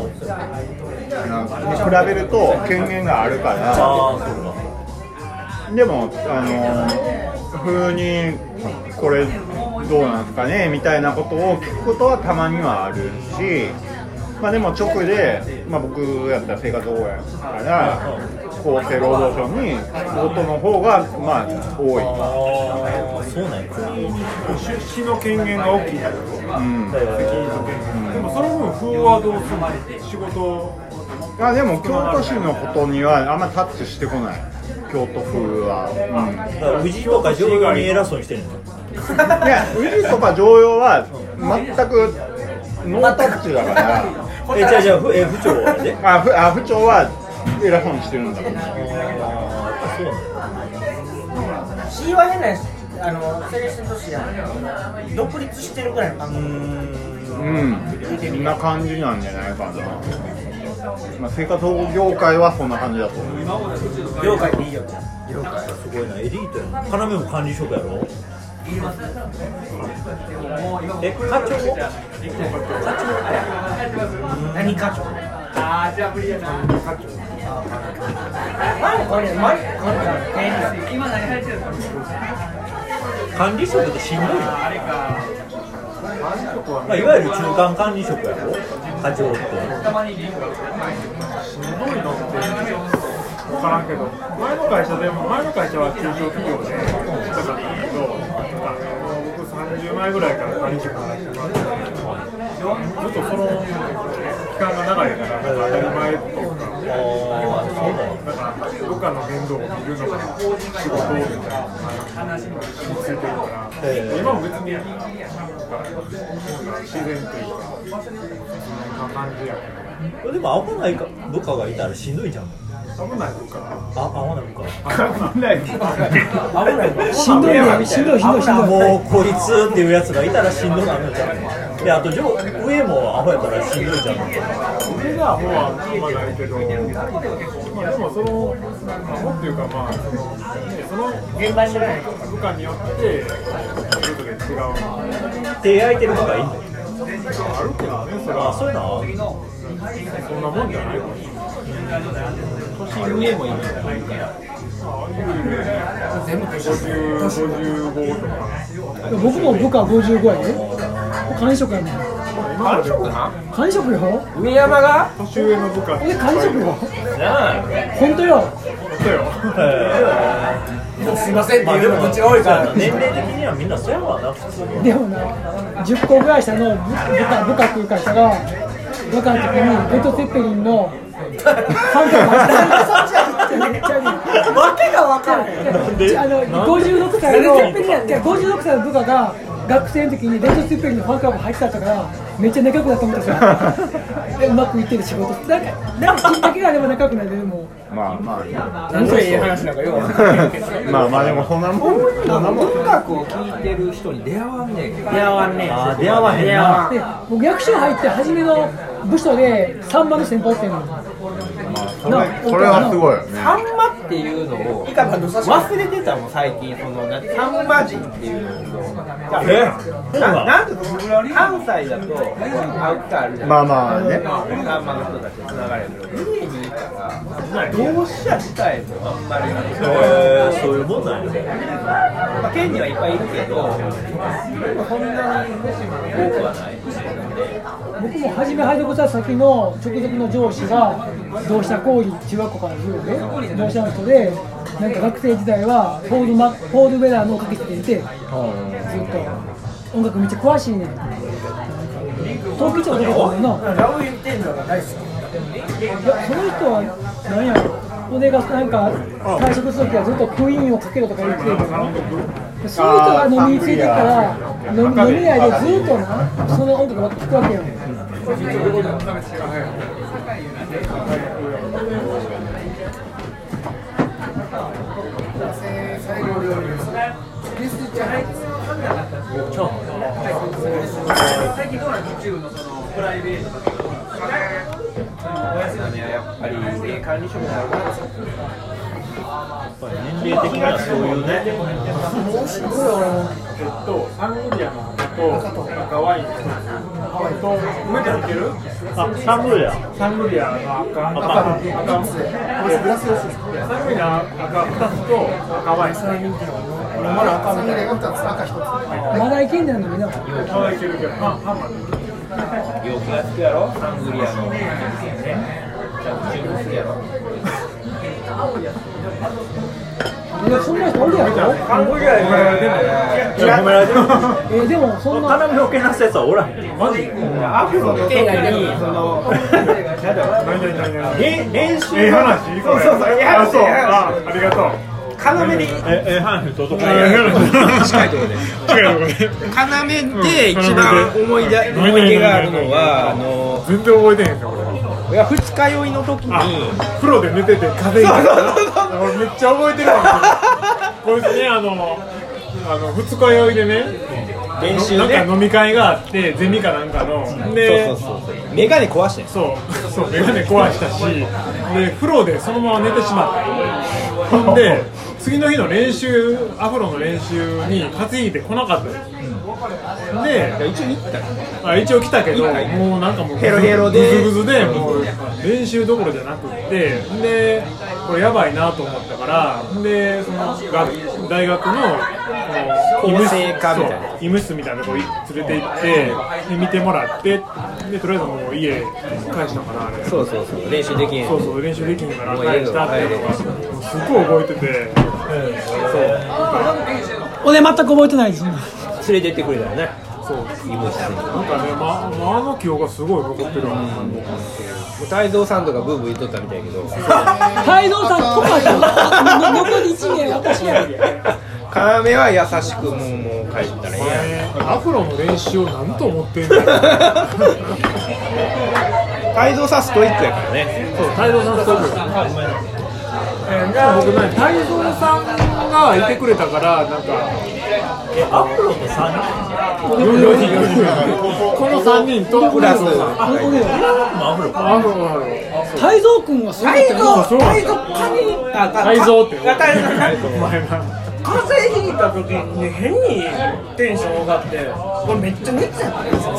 Speaker 2: に比べると権限があるから
Speaker 6: ああそうか
Speaker 2: でもあの風にこれどうなんですかねみたいなことを聞くことはたまにはあるし。まあでも直で、まあ、僕やったら生活保護やから厚生労働省に聞くことの方がまあ多い。
Speaker 6: ああそうなんや
Speaker 4: 出資の権限が大きいんだよ
Speaker 2: うん
Speaker 4: でもその分風はどうするの仕事
Speaker 2: あでも京都市のことにはあんまタッチしてこない京都風は、
Speaker 6: だから富士とか上位に偉そうにしてるの
Speaker 2: うん、いや宇治とか常用は全くノータッチだから
Speaker 6: えじゃあじゃあふ え府長はね
Speaker 2: あふあ府庁は偉そうにしてるんだけど
Speaker 6: そうなんや
Speaker 8: 市は変なあの政令都市や独立してるぐらいの感覚
Speaker 2: うんそんな感じなんじゃないかな、まあ、生活保護業界はそんな感じだと思う
Speaker 8: 業界でいいよ
Speaker 6: すごいなエリートやな要も管理職やろえ課長
Speaker 8: 何課長ああじゃあ無理やな課長前もこれ前もこれ今何入ってる
Speaker 6: 管理職ってしんどいのまあ、いわゆる中間管理職やろ課長って
Speaker 4: 分からんけど前の会社でも前の会社は中小企業でしたかったけどあの僕30前ぐらいから管理職になってもらってたけどずっとその期間が長いから当たり前っていうかだから部下の面倒を見るのが仕事みたいな感じについてるから、今も別になんか自然というかそんな感じやから
Speaker 6: でも合わないか部下がいたらしんどいじゃん
Speaker 4: 危ないとか
Speaker 6: あ合わない部下
Speaker 4: 危ないとか
Speaker 6: 危ない部下
Speaker 3: しんどいね、しんどい、しんどい、しんどい。
Speaker 6: もうこいつっていうやつがいたらしんどいなるじゃんであと上上もアホやからしんどいじゃん
Speaker 4: 俺がアホはあんまないけど、まあ、でもその、アホっていうか、まあ、そのねその現場に部下によって、それぞれ違う
Speaker 6: 手空いてる部下いんの
Speaker 4: あるけどね、それ
Speaker 6: あ
Speaker 4: は
Speaker 6: そういうのは
Speaker 4: そんなもんじゃないかもしれない。年上もいる全部55とか、
Speaker 3: 僕も部下55やね。管理職やもん。
Speaker 4: 管理職な
Speaker 3: 管理職よ。
Speaker 5: 上山が
Speaker 4: 年上の部下って
Speaker 3: え、管理職よ。
Speaker 5: な
Speaker 3: 本当よ。
Speaker 4: ことよ、
Speaker 7: すいませんっていうのこっちが多いから
Speaker 6: 年齢的にはみんなそうやわな普通
Speaker 3: でもな、10個ぐらい下の部部下、部下っていうか下が、部下の時にレッド・セッペリンのファンとか走って めっちゃいい。
Speaker 8: わけが分からへん
Speaker 6: なんで
Speaker 3: あの56歳のいや56歳の部下が学生の時にレッドスープリのファンクラブ入ってたからめっちゃ仲良くなったみ たいなでうまくいってる仕事なんかなんかきっかけがあれば仲良くなれるも
Speaker 2: まあまあ
Speaker 7: 何のいい話なんかよう
Speaker 2: まあまあでもそんなもんそんなもん
Speaker 5: 音楽を聴いてる人に出会わんねんけど
Speaker 8: 出会わんね
Speaker 6: あ出会わへんな
Speaker 3: うで僕役所入って初めの部署で3番の先輩ってんの
Speaker 2: それそれはすごいよね
Speaker 8: あんまっ
Speaker 10: っていうのを忘れてたもん最近そのなサンバ人っていうのをななんと関西だとアウターあるじゃん
Speaker 2: まあまあね
Speaker 10: サンバの人たちとつながれてる家にいたら同志社自体もあんまりなくて
Speaker 6: えー、そういうもんなんや
Speaker 10: まあ、県にはいっぱいいるけど、でもそんなに多くはない。
Speaker 3: 僕も初め配属した先の直属の上司が同志社講義中学校から授業で同志社の人でなんか学生時代はフォードマフォードウェラーのをかけていてずっと音楽めっちゃ詳しいねん東京地方出てたもんな
Speaker 7: ラウイ・テンダが大好き
Speaker 3: いやその人は何やろ俺がなんか退職するときはずっとクイーンをかけろとか言ってるからそういう人が飲みについてたら飲み飲み屋でずっとなその音楽ばっか聞くわけやん
Speaker 10: やっぱり家管理職になるから
Speaker 6: 年齢的にはそういうね
Speaker 4: えっと、サングリアのと赤ワインと、梅ちゃんいける
Speaker 6: あサングリア
Speaker 4: サングリアの赤、赤、赤、赤、サングリア赤二つと赤ワイン。まだ赤みたいな。
Speaker 3: まだいけんねんのみんな
Speaker 4: まだいけるけど、まあ、まあまあ
Speaker 10: 陽気が好きやろ、サングリアの。じゃあ、注目好きやろ。
Speaker 3: いやそんな人おるやろ
Speaker 6: いや褒められてる
Speaker 3: えーでもそんな
Speaker 6: 金のけなすやつはおらへん
Speaker 4: マジで
Speaker 10: アフロの時に、その、なんだろう。
Speaker 4: 何々何々
Speaker 6: え練習
Speaker 4: ええ話
Speaker 10: そうそうそうええ話
Speaker 4: あそう
Speaker 10: ええ話
Speaker 4: あありがとう。
Speaker 10: 要で、
Speaker 6: ええ話届か
Speaker 4: ええ話
Speaker 10: 近いところで
Speaker 4: 近いと
Speaker 10: 要
Speaker 4: こで。
Speaker 10: で一番思い出思い出があるのは、あの、
Speaker 4: 全然覚えてへんすよ、これ。
Speaker 10: いや、二日酔いの時
Speaker 4: あ
Speaker 10: に、
Speaker 4: 風呂で寝てて風邪ひいた俺めっちゃ覚えてるわこいつねあのあの二日酔いでね
Speaker 10: 練習
Speaker 4: ななん
Speaker 10: ね
Speaker 4: か飲み会があってゼミかなんかので
Speaker 10: そうそうそう、メガネ壊してんす
Speaker 4: そうそう眼鏡壊したしで風呂でそのまま寝てしまったほんで次の日の練習アフロの練習に担いでこなかったんですで
Speaker 10: 一応行ったよ
Speaker 4: あ一応来たけど、もうなんかもう
Speaker 10: ヘロヘロで
Speaker 4: グズグズで、もう練習どころじゃなくって、で、これやばいなと思ったから、で、その学大学のこの医務
Speaker 10: 構
Speaker 4: 室
Speaker 10: 成科みたいな
Speaker 4: そう医務室みたいなとこに連れて行って、で見てもらって、でとりあえずもう家返したのかな、あれ。
Speaker 10: そうそうそう、練習できへん
Speaker 4: そうそう練習できんから
Speaker 10: もうええ
Speaker 4: 返
Speaker 10: よ
Speaker 4: したっていうのがすごい覚えてて
Speaker 3: 俺全く覚えてないです
Speaker 10: 連れてってくれたよね
Speaker 4: そう
Speaker 10: 医務室に
Speaker 4: なんかね、ま、まあの記憶がすごい残ってるわ、
Speaker 10: 泰造さんとかブーブー言っとったみたいやけど
Speaker 3: 泰造さんとかじゃん残り1年私やで
Speaker 10: 要は優しくもうもう帰ったらええやん
Speaker 4: アフロの練習をなんと思ってんのそう
Speaker 10: 泰造さんストイックやからね
Speaker 4: 泰造さんそうえー、じゃあ僕ね泰造さんがいてくれたからなんか
Speaker 6: アフロと3人
Speaker 4: この三人と
Speaker 10: プラス
Speaker 4: あ
Speaker 3: 俺よ
Speaker 6: アフロ
Speaker 4: アフロなの
Speaker 3: 泰造君はそうだったよ
Speaker 4: そう
Speaker 7: 最後パニッあ
Speaker 4: 泰造って
Speaker 7: あ泰造
Speaker 4: お前な
Speaker 7: 風邪ひいた時に変にテンション上がって俺めっちゃ熱やったんですよ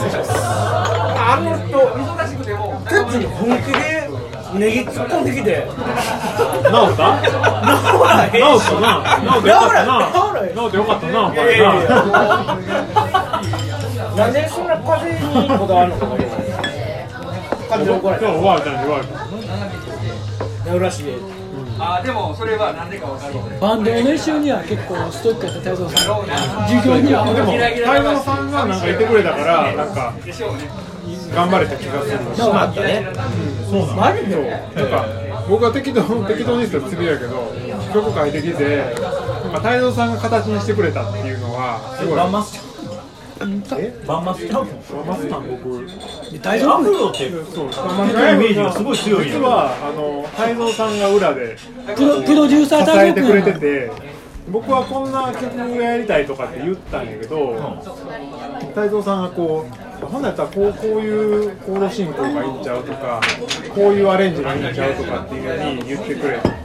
Speaker 7: あの人忙しくてもケツに本気でネギ突っ込んできて
Speaker 4: 治った
Speaker 7: ほら
Speaker 4: 治ったな治ってよかったな治ってよかったなお前な
Speaker 7: なんでそんな風邪にこだわるのか俺風邪怒ら
Speaker 4: 今
Speaker 7: れ
Speaker 4: 日おばあちゃんに言われた
Speaker 7: た浦市で
Speaker 3: バンドの練習には結構ストイックやった泰造さん授業には
Speaker 4: でも泰造さんがなんかいてくれたからなんか頑張れた気がする
Speaker 10: しまったね
Speaker 4: マジでなんか僕は適当適当にして釣りやけど曲書いてきてなんか泰造さんが形にしてくれたっていうのはすごい
Speaker 6: バ
Speaker 4: バ
Speaker 6: ン
Speaker 4: ンマ
Speaker 6: マスちゃんバンマスちゃん
Speaker 4: スタン僕
Speaker 3: 大丈
Speaker 6: ア
Speaker 3: 夫
Speaker 6: フロって
Speaker 4: そう
Speaker 6: イメージがすごい強いよ
Speaker 4: 実はあの泰造さんが裏で支
Speaker 3: プロプロデューサー大
Speaker 4: え
Speaker 3: 丈
Speaker 4: て
Speaker 3: 夫
Speaker 4: くれてて僕はこんな曲がやりたいとかって言ったんやけど泰造さんがこうほんなやったらこうこういうコード進行がいいんちゃうとかこういうアレンジがいいんちゃうとかっていうふうに言ってくれて。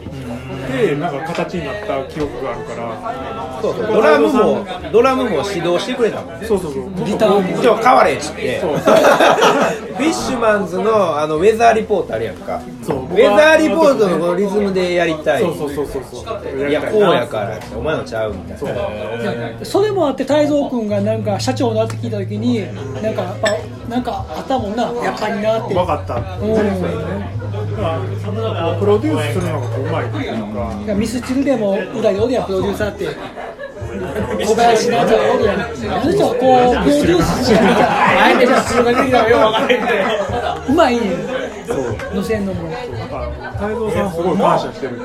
Speaker 4: ってなんか形になった記憶があるから
Speaker 6: そうそうドラムもドラムも指導してくれたもん
Speaker 4: そうそうそう
Speaker 3: ギターも
Speaker 6: 今日変われっつって
Speaker 4: そう
Speaker 6: フィッシュマンズのあのウェザーリポートあるやんか
Speaker 4: そう
Speaker 6: ウェザーリポートのこのリズムでやりたい
Speaker 4: そうそうそうそうそう
Speaker 6: いやこうやからってお前のちゃうみたいな
Speaker 3: それもあって太蔵君がなんか社長だって聞いた時になんかやっぱなんかあったもんなやっぱりなって
Speaker 4: 分かった
Speaker 3: うん
Speaker 4: プロデュースするのがこううまいっていうか
Speaker 3: いやミスチルでも裏でおるやんプロデューサーって小林なんちゃらおるやんあの人はこうプロデュースしなきゃあえてミスチルが出てきたらよう分からへんけどうまいね乗せんのも
Speaker 4: なんか太蔵さんすごい感謝してる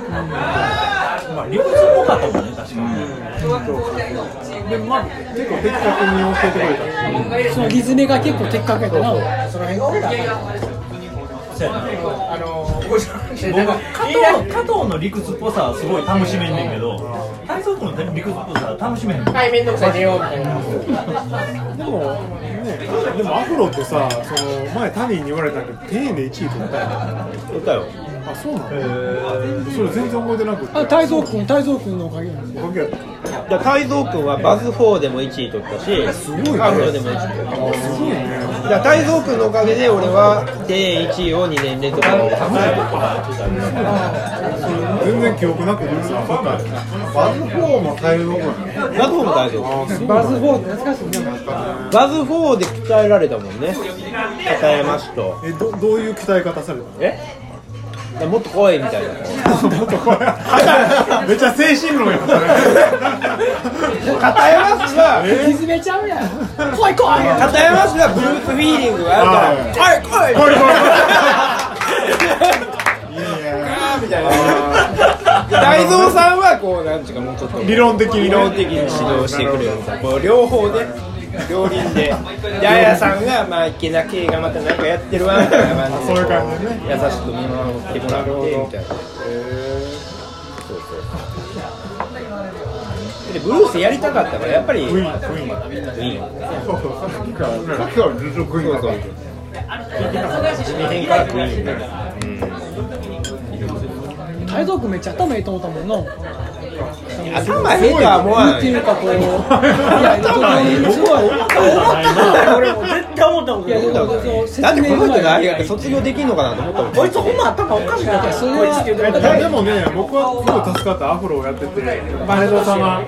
Speaker 11: まあ理屈っぽかったもんね確かに、
Speaker 4: でまあ結構的確に教えてくれた
Speaker 3: そのリズムが結構的確やったな
Speaker 11: そうやな僕は加藤加藤の理屈っぽさはすごい楽しめんねんけど太蔵君の理屈っぽさは楽しめへんねん
Speaker 8: はい、めんどくさい出ようみたいな。
Speaker 4: でも、ね、でもアフロってさ、その前、タニーに言われたけど、丁寧で1位取ったよ。
Speaker 6: 歌ったよ
Speaker 4: あ、そうなのそれ全然覚えてなくて。
Speaker 3: あ太蔵君太蔵君のおかげや
Speaker 4: おかげやった
Speaker 6: だから泰造君はバズ4でも1位取ったしすごい、アフロでも1位取った
Speaker 4: すごいね。
Speaker 6: だから泰造君のおかげで俺はで1位を2年連続の
Speaker 4: 全然記憶なくてさ、
Speaker 12: バズ4も大量なの
Speaker 6: バズ4も大丈夫
Speaker 3: バズフォーって懐かしいね
Speaker 6: バズ4で鍛えられたもんね鍛えました
Speaker 4: え、どどういう鍛え方されたの
Speaker 6: えもっと怖いみた いな
Speaker 4: めっちゃ精神論やったね。
Speaker 6: 片山氏 は
Speaker 3: リズムちゃうやん怖い怖い
Speaker 6: 片山氏はグループフィーリングがあるから「来い来い!」
Speaker 4: これこれ
Speaker 6: みたいな大蔵さんはこうなんていうかもうちょっと
Speaker 4: 理論的に。
Speaker 6: 理論的に指導してくれるみたいなこう両方で両輪でであやさんがまあいけなけがまたなんかやってるわみたいな感じで
Speaker 4: そういう感じでね
Speaker 6: 優しく見守ってもらってみたいなそうそうでブルースやりたかったからやっぱりウィーン
Speaker 12: さっきからずっと食いなかった
Speaker 6: 地味編からクイーンになる
Speaker 3: 太蔵君めっちゃ頭いいと思ったもんな
Speaker 6: 頭下手は思わ
Speaker 3: な
Speaker 6: なんい
Speaker 3: ていうかこういやすごい思った
Speaker 5: 俺もう絶対思ったもん
Speaker 3: いやでもそう説明
Speaker 6: だってこの人
Speaker 3: うま
Speaker 6: が
Speaker 3: い
Speaker 6: 卒業できんのかなと思ったもん
Speaker 5: こいつほんま頭おかしいなって
Speaker 3: それは
Speaker 4: でもね、僕はすごい助かったアフロをやってて、前田さんが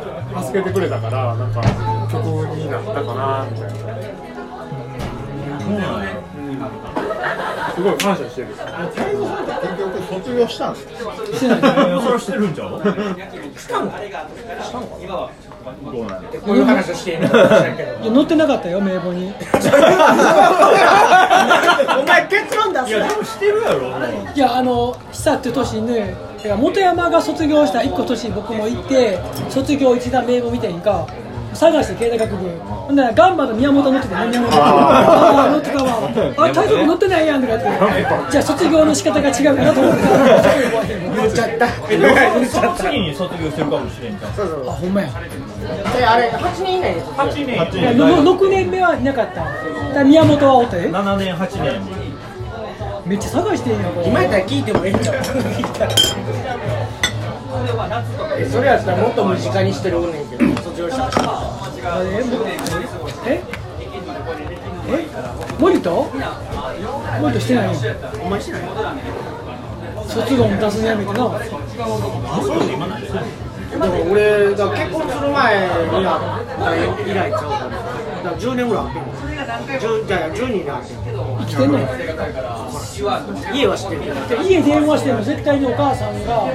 Speaker 4: 助けてくれたから、なんか曲になったかなみたいな。すごい感謝してる。
Speaker 12: 結局卒業したんですか
Speaker 11: それはしてるんちゃう
Speaker 12: どうなんです
Speaker 8: こういう話をしていいのか知らんけど。
Speaker 3: いや載ってなかったよ名簿
Speaker 6: お
Speaker 3: に
Speaker 6: 前結論出
Speaker 11: いやでもしてるやろ
Speaker 3: いやあの久っていう年にねいや元山が卒業した1個年に僕も行って卒業一覧名簿見てんか探して経済学部ほんならガンバの宮本乗ってて何宮本乗ってたああ乗ってたわあ体力乗ってないやんとかってじゃあ卒業の仕方が違うかなと思って乗っちゃった
Speaker 11: その次に卒業してるかもしれんじゃん
Speaker 3: あほんまや
Speaker 8: で、あれ、8年以内です。
Speaker 11: 8年
Speaker 3: いやのの6年目はいなかっただから宮本はおったよ
Speaker 11: 7年8年
Speaker 3: めっちゃ探してんやんこれ
Speaker 8: 今やったら聞いてもいいんだよ。えそれやったらもっと身近にしてるおんねんけど、卒業したから。
Speaker 3: ええ森と森としてないのお前してない卒論出すのやめてな
Speaker 8: でも俺が結婚する前になった以来ちゃうからだから10年ぐらいあっても10じゃあ10年なって
Speaker 3: 生きてんの
Speaker 8: 家はしてる
Speaker 3: で家電話しても絶対にお母さんが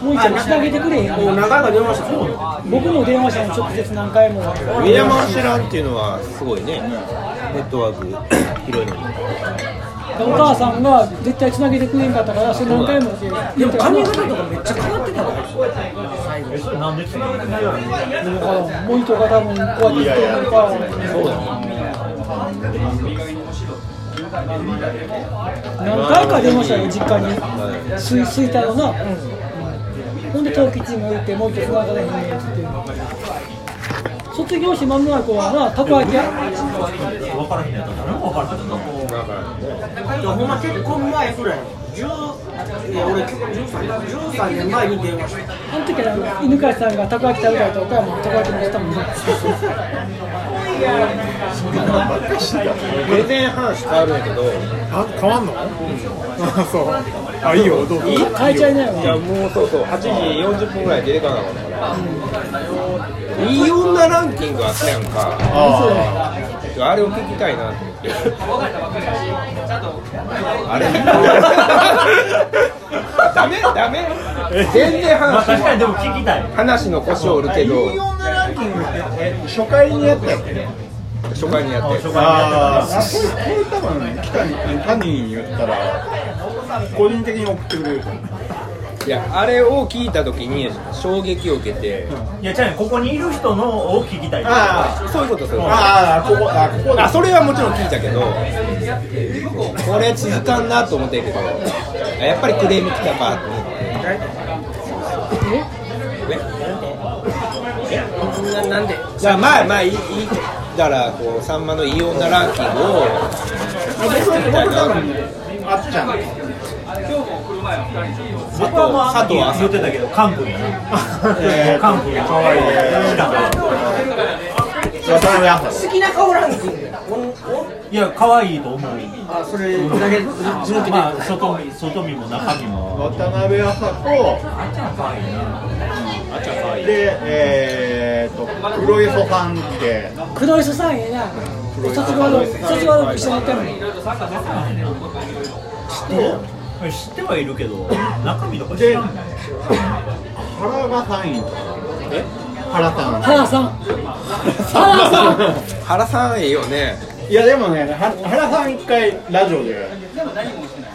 Speaker 3: もう一回してあげてくれへん
Speaker 8: もう何回か電話したそう
Speaker 3: 僕も電話したの直接何回も
Speaker 6: 宮本知らんっていうのはすごいねネットワーク広いのに
Speaker 3: お母さんが絶対つなげてくれんかったからそれ何回もでも髪型とかめっちゃ変わってたから
Speaker 11: えそれなんでつながってないの
Speaker 3: もう一が多分こうやってるからそうだ何回か出ましたよ実家にすいすいたのな、ほんで東吉も打ってもう一つながれへんねんっつって卒業して間もない子はなたこ焼き屋
Speaker 11: 分からへんやったら何も分からへんやった
Speaker 8: ほんま結婚前ぐらい10いや俺結構13年13年前に電話した
Speaker 3: あの時はあの犬飼さんがたこ焼き食べたいと岡山のたこ焼きにしたもんね
Speaker 5: 全然話変わるんやけど
Speaker 4: あ変わんの、あそうあいいよどうぞ
Speaker 3: 変えちゃいないわ
Speaker 5: いやもうそうそう8時40分ぐらい出れかなかったからいい女ランキングあったやんか
Speaker 2: あ
Speaker 5: あれを聞きたいなと思ってあれダメダメ全然
Speaker 6: まあ
Speaker 5: 話
Speaker 6: 確かにでも聞きたい
Speaker 5: 話の腰を折るけど
Speaker 2: 初回にやったよね
Speaker 5: 初回にやって
Speaker 2: ああこれこれ多分ね北にタニーに言ったら個人的に送ってくれると思う
Speaker 5: いやあれを聞いた時に衝撃を受けて
Speaker 6: いやじゃあここにいる人のを聞きたい
Speaker 2: あ
Speaker 5: そういうことそういうこと
Speaker 2: ああここあここ
Speaker 5: あそれはもちろん聞いたけどこれ続かんなと思ってんけどやっぱりクレーム来たかと思って
Speaker 8: ななんで
Speaker 5: じゃあまあまあいいいいだからこうさんまのいい女ランキングをみたいな
Speaker 2: あっちゃん
Speaker 6: 僕はまあさっき言ってたけど幹部やな幹部やかわいい
Speaker 2: 渡辺ア
Speaker 8: 好きな顔ランキングおんおん
Speaker 6: いや可愛いと思う
Speaker 8: あそれだけずず抜けて
Speaker 6: まあ外見外見も中身も
Speaker 2: 渡辺麻子で、えー、と黒磯さんって
Speaker 3: 黒磯さんええな卒業の卒業の一緒にやったのに
Speaker 6: 知ってはいるけど中身とか知
Speaker 2: で
Speaker 6: らない
Speaker 2: 原が3位原さ
Speaker 3: 原さん原さん
Speaker 5: 原さんええよね
Speaker 2: んいやでもねは原さん一回ラジオで、
Speaker 5: い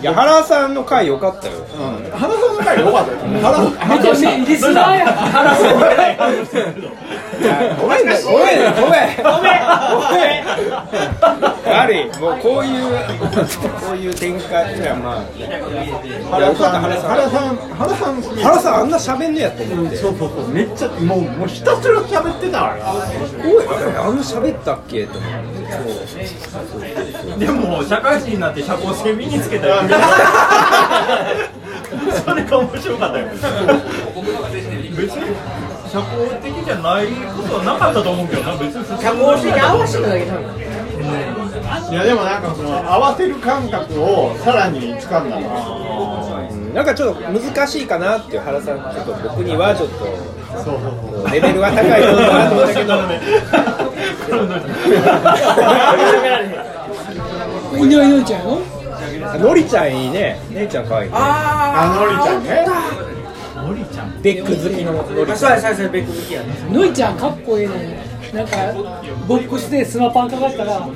Speaker 5: や原さんの回良かったよ
Speaker 2: うん、原さんの回良かったよ原
Speaker 3: めっちゃリスナーや原さん
Speaker 5: ごめんねごめんねごめん ごめんありもうこういうこういう展開じゃまあ
Speaker 2: 原さん原さん原さん
Speaker 5: 原さんあんな喋んねやと思って
Speaker 2: そうそうそうめっちゃもうもうひたすら喋ってたから
Speaker 5: おいあれあんな喋ったっけと思って
Speaker 6: でも社会人になって社交性身につけたよ それが面白かったよ別に社交的じゃないことはなかったと思うけどな別に
Speaker 8: 社交性に合わせるだけじゃん
Speaker 2: いやでもなんかその合わせる感覚をさらに掴んだな
Speaker 5: うんなんかちょっと難しいかなっていう原さんちょっと僕にはちょっと
Speaker 2: そうそうそう
Speaker 5: レベルは高いと思うなと思ったけど
Speaker 3: 犬の犬ちゃんやろ
Speaker 5: のりちゃんいいね姉ちゃん可愛いね
Speaker 2: あのりちゃんね
Speaker 5: ベック好きののりちゃん
Speaker 8: そうやそうやそうや別に好きやね
Speaker 3: ぬいちゃんかっこいいねなんかボックスでスマパンかかったら「あ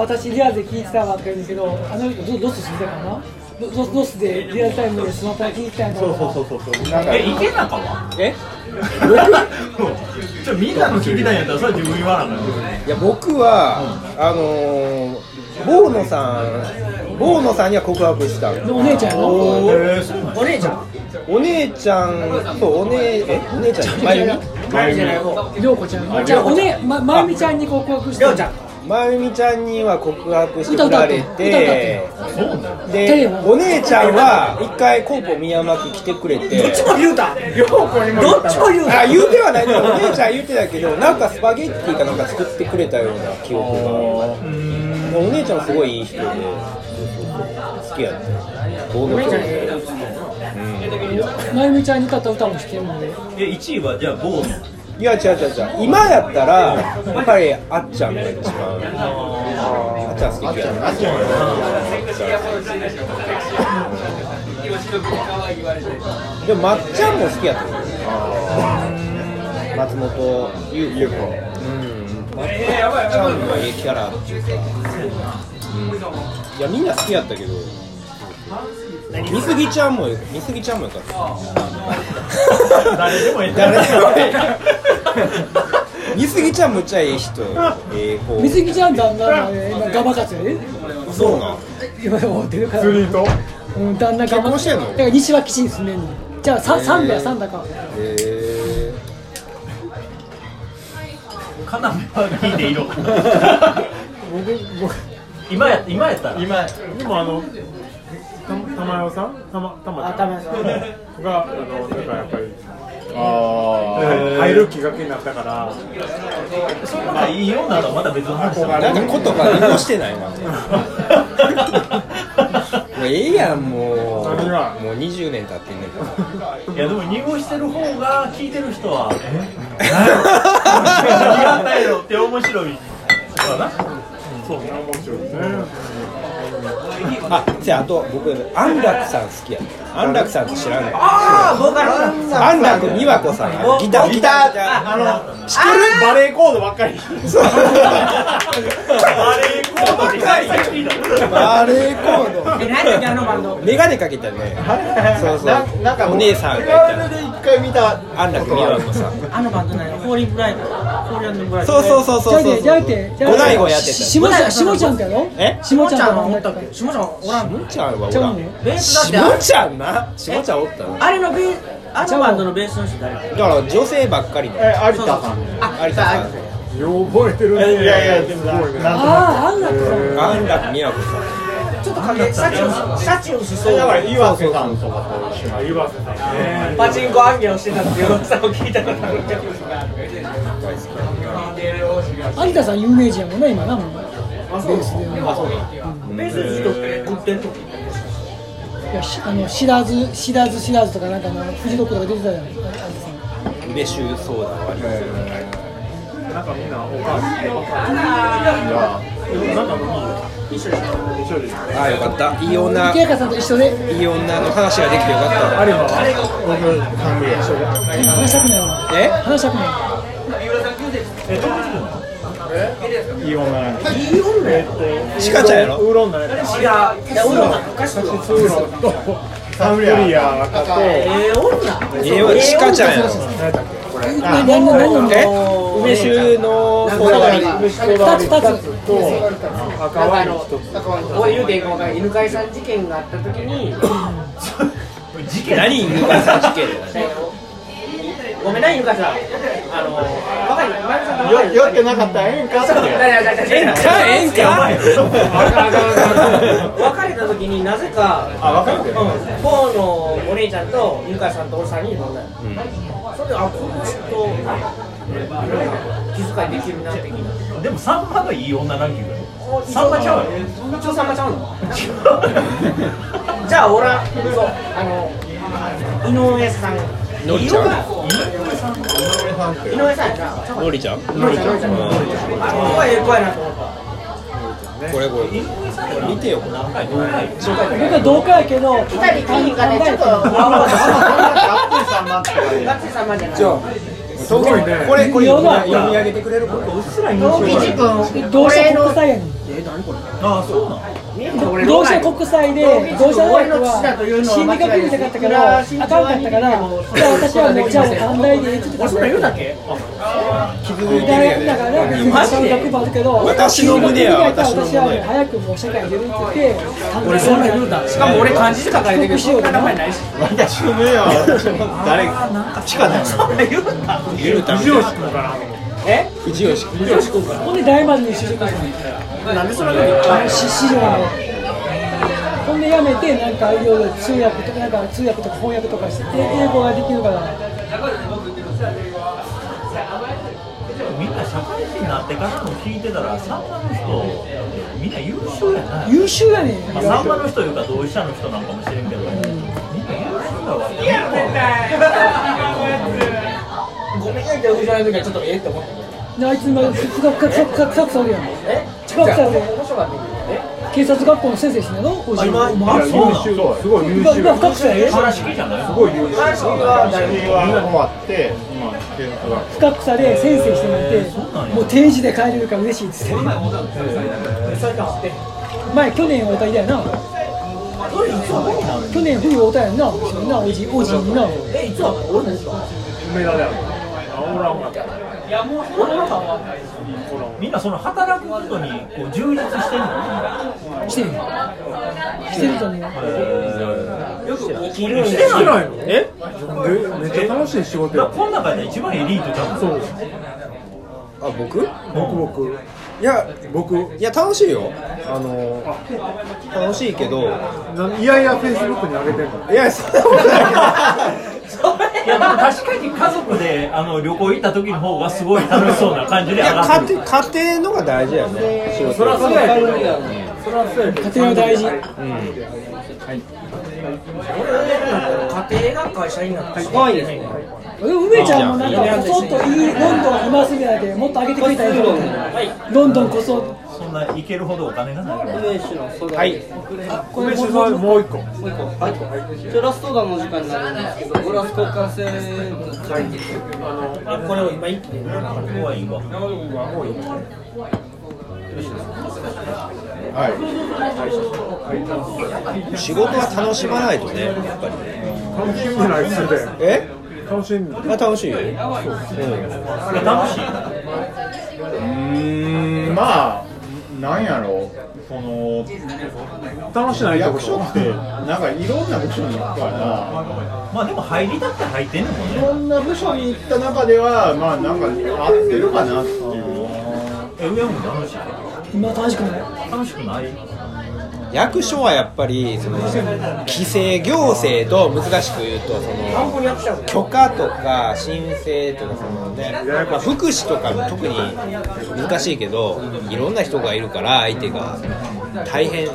Speaker 3: 私リアルで聞いてたわ」って言うんだけどあの人ロロスしてたかなロロロスでリアルタイムでスマパン聞いてたんやからそうそうそう
Speaker 6: え池中は
Speaker 5: え
Speaker 6: じゃあみんなの聞きたいんやったらそれは自分言わなあかんよ
Speaker 5: いや僕はあのーボーノさんボーノさんには告白した
Speaker 3: お姉ちゃんやろ
Speaker 8: お姉ちゃん
Speaker 5: お姉ちゃんそうお姉えお姉ちゃんまゆみ
Speaker 8: 前じゃない方
Speaker 3: りょうこちゃんのじゃあおねままゆみちゃんに告白して
Speaker 8: りょうちゃん
Speaker 5: まゆみちゃんには告白して
Speaker 3: 歌
Speaker 5: 振
Speaker 3: 歌
Speaker 5: ら
Speaker 3: って
Speaker 5: れ
Speaker 3: 歌歌ってテレ
Speaker 5: てで
Speaker 3: ビ
Speaker 5: お姉ちゃんは一回コーポ宮巻来てくれて
Speaker 8: 言うたどっちも言うた
Speaker 5: あ言うてはないけどお姉ちゃん言うてたけどなんかスパゲッティかなんか作ってくれたような記憶がお姉ちゃんすごいいい人で好きやったボーノさん
Speaker 3: まゆみちゃんに歌った歌もしてるもんね
Speaker 6: え1位はじゃあボーノ
Speaker 5: いや違う違う違う今やったらやっぱりあっちゃんが一番あっちゃん好きやなでもまっちゃんも好きやったよ松本優子うんまっちゃんがいいキャラっていうか、うんいやみんな好きやったけど美杉ちゃんも美杉ちゃんもよかった
Speaker 6: 誰でも ええ
Speaker 5: 誰でもええ 美杉ちゃんむっちゃいい人ええ子
Speaker 3: みずきちゃん旦那がね今ガバ活やで
Speaker 5: そうなん
Speaker 3: 今でも出るから釣りとうん旦那が
Speaker 5: 結婚してんの
Speaker 3: だから西脇基地に住んでんのじゃあさ三部や三だか
Speaker 5: え
Speaker 6: カナメは聞いていろ
Speaker 3: 僕僕
Speaker 6: 今や今やったら
Speaker 2: 今
Speaker 4: でもあの玉代さん玉玉
Speaker 8: あ
Speaker 4: ちゃん
Speaker 8: 玉代さん
Speaker 4: があのなんかやっぱり
Speaker 2: あー
Speaker 4: 入るきっかけになったから
Speaker 6: まあいいようなのはまた別の話だ
Speaker 5: なんか言葉濁してないなもうええやんもう
Speaker 4: 何が
Speaker 5: もう20年経ってんねんから
Speaker 6: いやでも濁してる方が聞いてる人は「え何やろ何があったんやろ」って面白いからな
Speaker 4: そうね面白いですね
Speaker 5: あ、じゃああと僕安楽さん好きやね安楽さんって知らない
Speaker 8: ああボーカルだ
Speaker 5: 安楽美和子さんやギターギターあの知ってるバレエコードばっかり
Speaker 6: バレーコードで開催していいの
Speaker 5: バレエコー
Speaker 8: え何だっけあのバンド
Speaker 5: ド眼鏡かけたねそうそう
Speaker 2: ななんか
Speaker 5: お姉さんがい
Speaker 2: 手
Speaker 5: た
Speaker 2: 軽で一回見た
Speaker 5: 安楽美和子さん
Speaker 8: あのバンド何ホーリーブライドホーリーブライド
Speaker 5: そうそうそうそうそう
Speaker 3: じゃあねじゃあねじゃあね
Speaker 5: 五代五やってた
Speaker 3: しもちゃんしもちゃんだろ
Speaker 5: え
Speaker 3: しもち
Speaker 8: ち
Speaker 3: ゃ
Speaker 8: ゃ
Speaker 3: ん
Speaker 8: ん
Speaker 3: とか
Speaker 8: は思
Speaker 3: 思っ
Speaker 8: ったた
Speaker 3: っ
Speaker 8: っ
Speaker 3: け
Speaker 8: けしもちゃんおらん
Speaker 5: し
Speaker 8: の
Speaker 5: もちゃんはお
Speaker 3: ちゃ
Speaker 5: ら
Speaker 3: うんね
Speaker 8: ベース
Speaker 5: して
Speaker 8: だっ
Speaker 5: も
Speaker 8: あ
Speaker 5: ちゃんなしもちゃんおったな
Speaker 8: あれのベーあのバンドのベースの人誰
Speaker 5: だから女性ばっかりね
Speaker 2: え有田さん
Speaker 5: 有田さん
Speaker 4: よう覚えてるね
Speaker 2: いやいやでもななんとな
Speaker 3: ああ安楽さん
Speaker 5: 安楽美和子さん
Speaker 8: ちょっと影シャチをシャチをしそう
Speaker 2: くだから岩瀬さんとかと一緒に
Speaker 4: 岩瀬さんね
Speaker 8: パチンコ暗芸をしてたっていう噂を聞いたことあるけど
Speaker 3: 有田さん有名人やもんな今なもんなベースで
Speaker 8: ベースずっと食ってんの
Speaker 3: いやしあの知らず知らず知らずとかなんかのフジロックとか出てたじゃん有田さん
Speaker 5: 嬉しそうだわ
Speaker 4: なんかみんなお母さんでもなんかもう一緒で一緒で
Speaker 5: ああよかったいい女
Speaker 3: 池谷さんと一緒で
Speaker 5: いい女の話ができてよかった
Speaker 4: 有馬は
Speaker 3: 話したくないわ
Speaker 5: え
Speaker 3: 話したくないわ
Speaker 2: いい女なんです
Speaker 5: ちかちゃんやろ
Speaker 4: ウーロンだね
Speaker 8: 違ういや女の歌手の
Speaker 4: ウーロンとサンフリア赤と
Speaker 8: ええ女
Speaker 5: ええわちかちゃんやろ
Speaker 3: 何何何何
Speaker 5: え梅酒のソーダ割り
Speaker 3: 二つ二つ
Speaker 4: と赤ワイン一つ
Speaker 8: おい言うていいか分からん犬飼さん事件があった時に
Speaker 6: 事件
Speaker 5: 何犬飼さん事件だよ
Speaker 8: ごめんな犬飼さんあのバカにバカに
Speaker 2: よ酔ってなかったらええんかって
Speaker 5: 演歌演歌
Speaker 8: 別れた時になぜか
Speaker 2: あ分かる
Speaker 8: うん、ポーのお姉ちゃんとゆかさんと俺さんに飲んだよ、それであこの人気遣いできるなって気になって
Speaker 6: でもサンマがいい女ランキングやろサンマちゃうやろ
Speaker 8: 一応さんまちゃうの じゃあ俺はそうあの井上さん
Speaker 5: のりちゃん
Speaker 8: 井上さんやな
Speaker 5: のりちゃんこ
Speaker 8: のりちゃんのりちゃんあここはええ子やなと思った
Speaker 5: れこれこれ見てよこれ
Speaker 3: 僕は同化やけど
Speaker 8: 二人金がねちょっと
Speaker 2: あっついさんなんとかで
Speaker 8: ガッツリさんまじゃない同
Speaker 4: すごいね
Speaker 5: これこれ
Speaker 3: 読み
Speaker 5: 読み上げてくれるこれ
Speaker 8: 期時分
Speaker 3: 同社国際やねん
Speaker 6: ああそうなん
Speaker 3: 同社国際で同社大学は心理学院じゃなかったからあかんかったからじゃあ私はもうじゃあ短大でええって言ってたから
Speaker 8: だっけ
Speaker 3: 大学だから別に3学部あるけど
Speaker 5: 私の胸は私の
Speaker 3: 私はもう
Speaker 5: 胸
Speaker 3: 早くもう社会に出るって言って俺
Speaker 8: そんなん言うたしかも俺漢字で書かれてるけどそんな名前ないし
Speaker 2: 私の目は私の誰か地下だよ
Speaker 8: 言うた
Speaker 5: 見るため
Speaker 4: 藤吉君かな
Speaker 5: 藤吉
Speaker 3: ほんで大丸に就職したんですよ
Speaker 8: なんでそれが
Speaker 3: あのし市場のほんでやめてなんかいろいろ通訳とかなんか通訳とか翻訳とかして英語ができるから
Speaker 6: みんな社会人になってからの聞いてたらサンマの人みんな優秀やな
Speaker 3: 優秀やねん
Speaker 6: まあ、サンマの人いうか同志社の人なんかもしれんけど、みんな優秀だわ
Speaker 8: ごめんって藤原の時はちょっとええって思った
Speaker 3: であいつ今深く深く深く深く深くされるやん
Speaker 8: え
Speaker 3: 近くされる
Speaker 8: 面白かったけどえ
Speaker 3: 警察学校の先生してんやろ今今今
Speaker 6: あそうなん
Speaker 4: 優秀すごい優秀
Speaker 3: 今深くされる
Speaker 6: 話聞いじゃない
Speaker 4: すごい優秀
Speaker 8: 男子は誰
Speaker 2: 私は困って今警察が
Speaker 3: 深くさで先生してもら
Speaker 6: そうなん
Speaker 3: って
Speaker 6: や
Speaker 3: もう定時で帰れるから嬉しいっつって
Speaker 8: それかもって
Speaker 3: 前去年太田いたやな去年冬太田やんなそんなおじおじにな
Speaker 8: えいつは俺なんですか
Speaker 4: 梅田だよあおらんかった
Speaker 8: いやもう俺の顔は
Speaker 6: みんなその働くことにこう充実してんの
Speaker 3: 来てるしてると思う
Speaker 8: 生きるん
Speaker 6: し
Speaker 8: で
Speaker 6: て
Speaker 4: 知
Speaker 6: ない
Speaker 4: ら
Speaker 6: の
Speaker 4: んよ
Speaker 5: え
Speaker 4: めめっちゃ楽しい仕事
Speaker 6: だ
Speaker 4: や
Speaker 6: からこの中で一番エリートじゃんそう
Speaker 5: あ僕
Speaker 4: 僕僕
Speaker 5: いや僕いや楽しいよあの楽しいけど
Speaker 4: ないやいやフェイスブックに上げてるの
Speaker 5: いやそんなことない
Speaker 6: いやでも確かに家族であの旅行行った時の方がすごい楽しそうな感じで
Speaker 5: い
Speaker 6: 上
Speaker 5: や
Speaker 6: がって
Speaker 5: 家
Speaker 6: る
Speaker 5: 庭家庭のが大事やね仕事
Speaker 6: そりゃそうやけど
Speaker 3: 家庭は大事
Speaker 8: 家庭が会社になってしまう
Speaker 3: でも梅ちゃんもなんかこそっといいロンドンがうますぎないでもっと上げてくれたらいいと思うロンドンこそ
Speaker 6: そんな行けるほどお金がないから
Speaker 5: はい
Speaker 3: これ
Speaker 4: 梅酒はもう一個
Speaker 13: じゃあラストダンの時間になるんですけど、グラス交換性
Speaker 8: あこれを今一気に
Speaker 6: 怖いわ
Speaker 5: 仕事は楽しまないとねやっぱり
Speaker 4: 楽しんでないそれで
Speaker 5: え
Speaker 4: 楽しんで
Speaker 5: まあ楽しいよ
Speaker 6: 楽しい
Speaker 2: ーんまあなんやろうその
Speaker 4: 楽しないとこ
Speaker 2: 役
Speaker 4: ろ
Speaker 2: 所ってなんかいろんな部署に行くから
Speaker 6: まあでも入りだって入ってんのもん
Speaker 2: い
Speaker 6: ね
Speaker 2: ろんな部署に行った中ではまあなんか合ってるかなっていう
Speaker 6: え上も楽しい
Speaker 3: 今楽しくない
Speaker 6: 楽しくない
Speaker 5: 役所はやっぱりその規制行政と難しく言うとその許可とか申請とかそのね、まあ、福祉とか特に難しいけどいろんな人がいるから相手が大変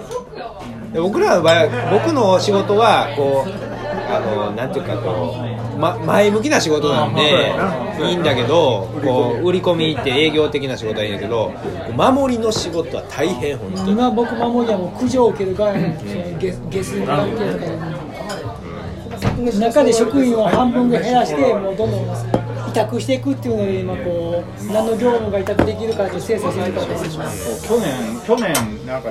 Speaker 5: で僕らの場合は僕の仕事はこうあのなんていうかこう、ま、前向きな仕事なんでいいんだけどこう売り込みって営業的な仕事はいいんだけど守りの仕事は大変本当に。
Speaker 3: 今僕守りはもう苦情を受けるから、ね、ゲスゲスの関係とかで中で職員を半分ぐらい減らしてもうどんどん委託していくっていうので今こう何の業務が委託できるかって精査されたりします
Speaker 2: 去年去年なんか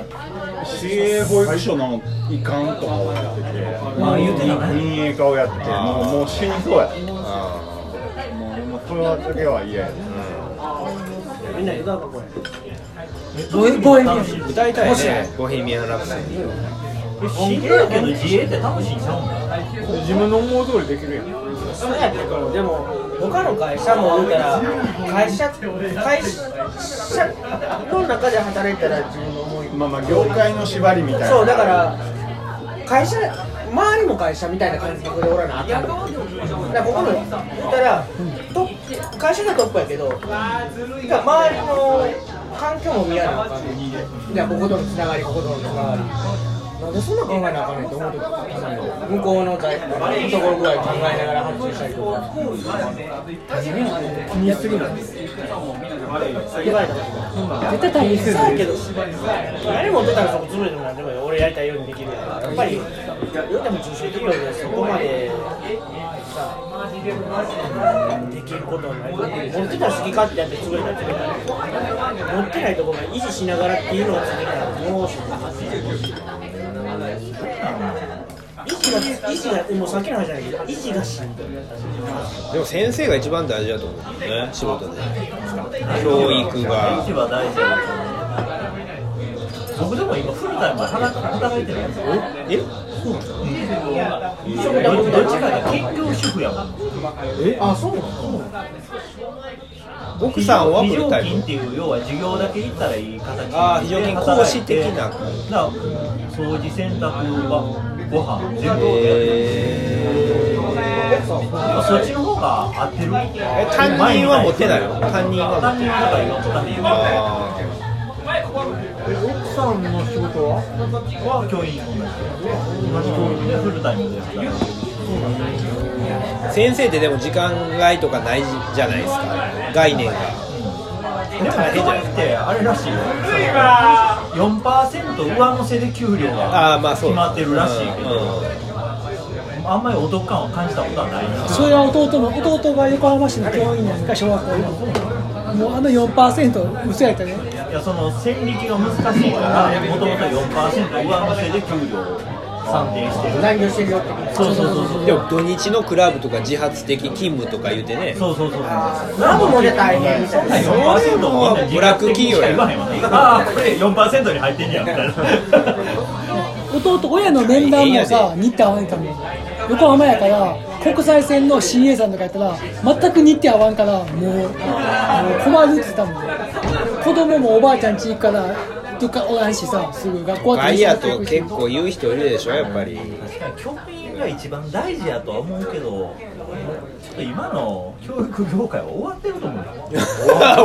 Speaker 2: 市営保育所の移管とかをやってて
Speaker 6: まあ言うてたね
Speaker 2: 民営化をやっててもうもう死にそうやもうもうそれだけは嫌や
Speaker 3: ボヘボヘミアン
Speaker 5: 歌いたいね、ボヘミアン・ラプソディ。
Speaker 6: えしんどいけど自衛って楽しいんちゃうんだよ
Speaker 4: 自分の思う通りできるやん
Speaker 8: そうやけどでも他の会社もあるから会社会社の中で働いたら自分の思い
Speaker 2: まあまあ業界の縛りみたいな
Speaker 8: そうだから会社周りも会社みたいな感じでここでおらなあかんのだからここの言ったらトップ会社がトップやけどだから周りの環境も見やなあかんのじゃあこことのつながりこことのつながりなんでそんな考えなあかんねんって思うとき向こうの在庫ところぐらい考えながら発注したりとか
Speaker 4: 気にしすぎない
Speaker 8: 言われたこと
Speaker 3: 絶対大変
Speaker 8: そうやけど、何持ってたらそこ潰れても何でもいい俺やりたいようにできるやん。やっぱり、言うても中小企業でそこまでさ、できることはない。持ってたら好き勝手やって潰れたら潰れたら持ってないところが維持しながらっていうのが続いたら、もうしょうがない。意志が、意志が、もうさっきの話じゃないけど、意志がしんどい。
Speaker 5: でも先生が一番大事だと思うね、仕事で。教育が。
Speaker 6: 一番大事や僕でも今フルタイムで働いてるやつ
Speaker 5: え
Speaker 6: どっちかが結局主婦やもん
Speaker 5: 奥さんはフ
Speaker 6: 非
Speaker 5: ル
Speaker 6: 常
Speaker 5: タイ
Speaker 6: 勤っ
Speaker 5: ム。
Speaker 6: ていう要は授業だけ行ったらいい形で
Speaker 5: ああ、非常に講師的
Speaker 6: だ
Speaker 5: な。
Speaker 6: から掃除洗濯はご飯全部
Speaker 5: え
Speaker 6: そっちの方が合ってる
Speaker 5: ー、え担任は持ってないの担任は持っ
Speaker 6: 担
Speaker 5: て
Speaker 6: 任
Speaker 5: ない。
Speaker 6: はだから今担任は
Speaker 5: あ
Speaker 4: 奥さんの仕事は
Speaker 6: は教員同じ同じ教員でフルタイムでやってる
Speaker 5: ー先生ってでも時間外とかないじゃないですか、概念が。
Speaker 6: でも教員ってあれらしいよその4%上乗せで給料
Speaker 5: ああ、
Speaker 6: が
Speaker 5: まあそう。
Speaker 6: 決まってるらしいけど
Speaker 5: うんうん
Speaker 6: あんまりお得感を感じたことはないな
Speaker 3: それは弟の弟が横浜市の教員なんか小学校のもうあの4%嘘やったね
Speaker 6: いやその線引きが難しいからもともと4%上乗せで給料を算定してる残業してるよってそうそうそうそう
Speaker 5: でも土日のクラブとか自発的勤務とか言うてね。
Speaker 6: そうそうそう
Speaker 8: 何ももで大変みたいな。
Speaker 6: 4%も
Speaker 5: ブラック企業や
Speaker 6: ああこれ4%に入ってんねやみたいな
Speaker 3: 弟親の面談もさ日程合わんかも横浜やから国際線の CA さんとかやったら全く日程合わんからもうもう困るって言ってたもんこ子供もおばあちゃん家行くからとかおらんしさすぐ学校
Speaker 5: ガイ
Speaker 3: 一緒
Speaker 5: ア
Speaker 3: に
Speaker 5: と結構言う人いるでしょやっぱり
Speaker 6: 確かに教員が一番大事やとは思うけどちょっと今の教育業界は終わってると思う
Speaker 5: 終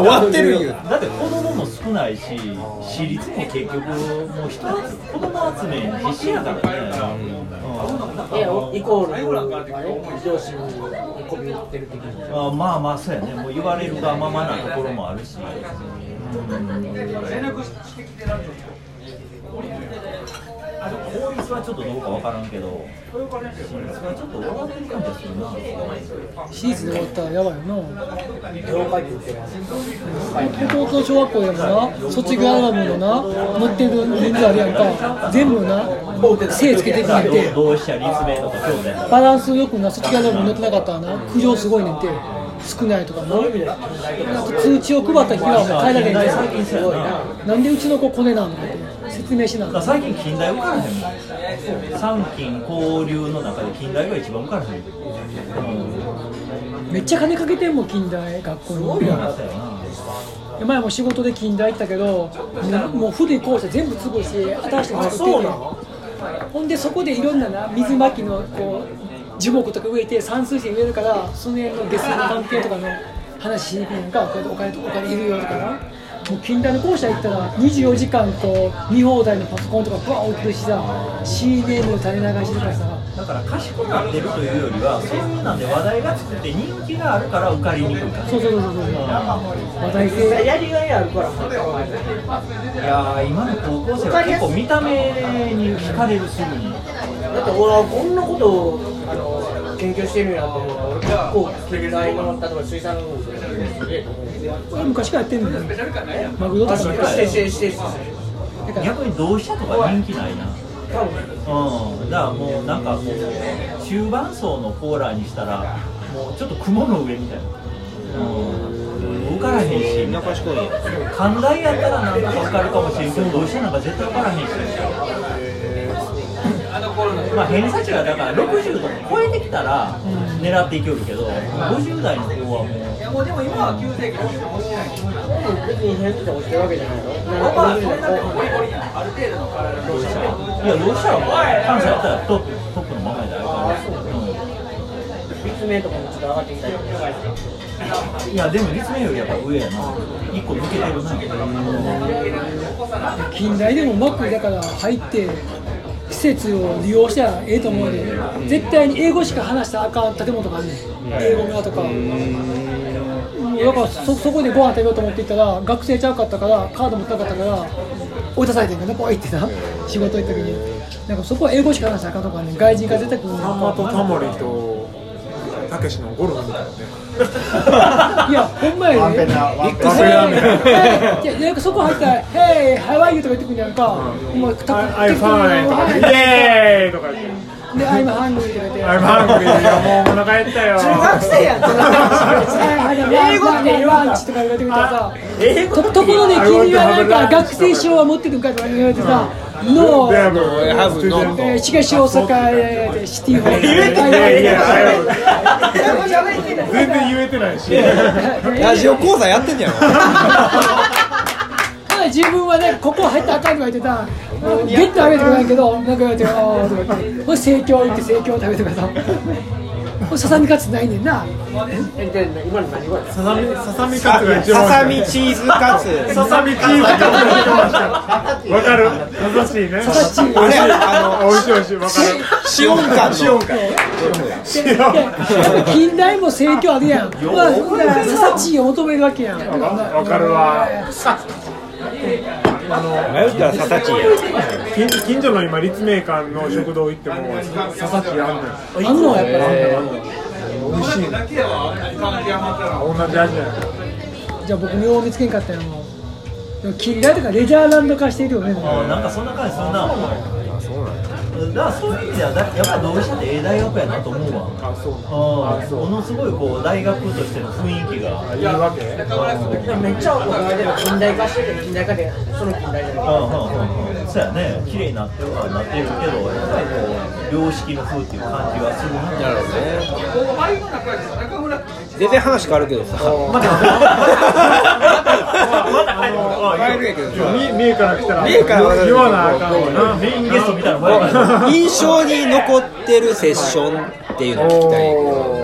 Speaker 5: わってる言う
Speaker 6: だって子供も少ないし私立も結局もう人集め子供集め必死やからね、
Speaker 7: イコール上司にこびってる的に
Speaker 6: あまあまあそうやねもう言われるがままなところもあるし、あの法律はちょっとどうかわからんけど、法律はちょっと終わってる感じがするな。
Speaker 3: 私立で終わったらやばいよな
Speaker 7: 業界って言って
Speaker 3: 弟の小学校でもな卒業アルバムのな載ってる人数あるやんか全部な精つけてくれて
Speaker 6: 同志社立命とか京都やったら
Speaker 3: バランスよくな卒業アルバム載ってなかったらな苦情すごいねんて少ないとかななんか通知を配った日はもう帰られへんて
Speaker 6: 最近そうやなだ
Speaker 3: なんでうちの子コネなのって説明しな
Speaker 6: から最近近代受からへんもん三金交流の中で近代が一番受からへん
Speaker 3: めっちゃ金かけてんもん近代学校に
Speaker 6: 話だよな
Speaker 3: 前も仕事で近代行ったけどもう古い校舎全部潰して新しいの作っててほんでそこでいろんなな水まきのこう樹木とか植えて散水池植えるからその辺の下水の関係とかの話しにくいんかこうやってお金とお金いるよとかなもう近代の校舎行ったら24時間こう見放題のパソコンとかブワー置いてるしさ CDM 垂れ流してるからさ
Speaker 6: だから賢くなってるというよりはそういうなんで話題がつくて人気があるから受かりにくい
Speaker 3: そうそうそうそうそう話題
Speaker 7: る
Speaker 3: 性
Speaker 7: やりがいあるから
Speaker 6: いやー今の高校生は結構見た目に惹かれるすぐに
Speaker 7: だって俺はこんなことをあの研究してるんやと思うから俺結構経済の例えば水産の方とかすげえと思う
Speaker 3: 俺昔からやってんのよマグロとか
Speaker 6: 確か
Speaker 7: してしてしてして
Speaker 3: だから
Speaker 6: 逆に同志社とか人気ないな
Speaker 7: 多分
Speaker 6: うん、だからもうなんかこう中盤層のコーラにしたらもうちょっと雲の上みたいな、うん、受からへんしみたいな寛大やったらなんか受かるかもしれんけどどうしてなんか絶対受からへんしまあ偏差値がだから60とか超えてきたら狙っていけるけど50代の方はもう
Speaker 7: 別に変なことしてるわけじゃないよ
Speaker 6: いやどうしたらもう関西やったらトップトップのままやであるから。
Speaker 7: 立命とかもちょっと上がってきたりとか
Speaker 6: いやでも立命よりやっぱ上やな一個抜けてるな
Speaker 3: 近代でもうまくだから入って施設を利用したらええと思うで、絶対に英語しか話したらあかん建物とかあんねん、英語村とか、もうだからそそこでご飯食べようと思って行ったら学生ちゃうかったからカード持ってなかったから追い出されてんかなこう行ってな仕事行った時になんかそこは英語しか話したらあかんとかあんねん外人が絶対来るねん
Speaker 4: さんまとタモリとたけしのゴルフみたいなね
Speaker 3: いやほんまや
Speaker 2: ワンペ
Speaker 3: ね
Speaker 2: ナワンペ
Speaker 3: い
Speaker 2: ナ
Speaker 3: やいやなんかそこ入ったら「Hey, how are you?」とか言ってくるんやんか「お前
Speaker 4: 「I- I'm fine」とか「イエーイ!」とか言って
Speaker 3: で、I'm hungry とか言って
Speaker 4: 「I'm hungry」いやもうお腹減ったよ
Speaker 7: やん
Speaker 3: 英語ってランチとか言われてみたらさとところで君はなんか学生証は持ってるんかとか言われてさ「No」
Speaker 4: でも
Speaker 5: ハブノー
Speaker 3: えー「しかし大阪シティホール」
Speaker 4: いやいや全然言えてないし
Speaker 5: ラジオ講座やってんじゃん
Speaker 3: ただ自分はねここ入ったらあかんとか言ってたゲットあげてくれないけどなんか言われて「あー」とか言ってほい盛況行って盛況食べてくれたほいささみカツないねんな
Speaker 7: 今の何
Speaker 4: ささみささみカツが一番
Speaker 5: ささみチーズカツ
Speaker 4: ささみチーズカツが一番美味しいわかる優しいね
Speaker 3: さし
Speaker 5: あれあ
Speaker 4: 美味しい美味しいわかる
Speaker 5: のシオン感の
Speaker 3: 近代も盛況あるやんほらほらささちいを求めるわけやん
Speaker 4: わかるわ
Speaker 5: 迷ったらサタチや
Speaker 4: 近近所の今立命館の食堂行ってもささきあんのよ
Speaker 3: あんのはやっぱり
Speaker 4: 同じ味やね
Speaker 3: じゃあ僕妙見つけんかったよもうでも近代とかレジャーランド化しているよねもう
Speaker 6: なんかそんな感じするなあそうなんだからそういう意味ではだやっぱりどうしたってええ大学やなと思うわあそうものすごいこう大学としての雰囲気が
Speaker 4: いいわけ
Speaker 7: めっちゃお金でも近代化してて近代化でその近代じゃない
Speaker 6: そうやね綺麗になってるはなってるけどやっぱりこう良識の風っていう感じがするな
Speaker 5: なるほどね全然話変わるけどさ
Speaker 10: ワイルやけどさ
Speaker 4: み三重から来たら
Speaker 10: 三重から
Speaker 4: 言わなあかんわな
Speaker 6: メインゲストみたいな前に
Speaker 5: 印象に残ってるセッションっていうのを聞きたいけど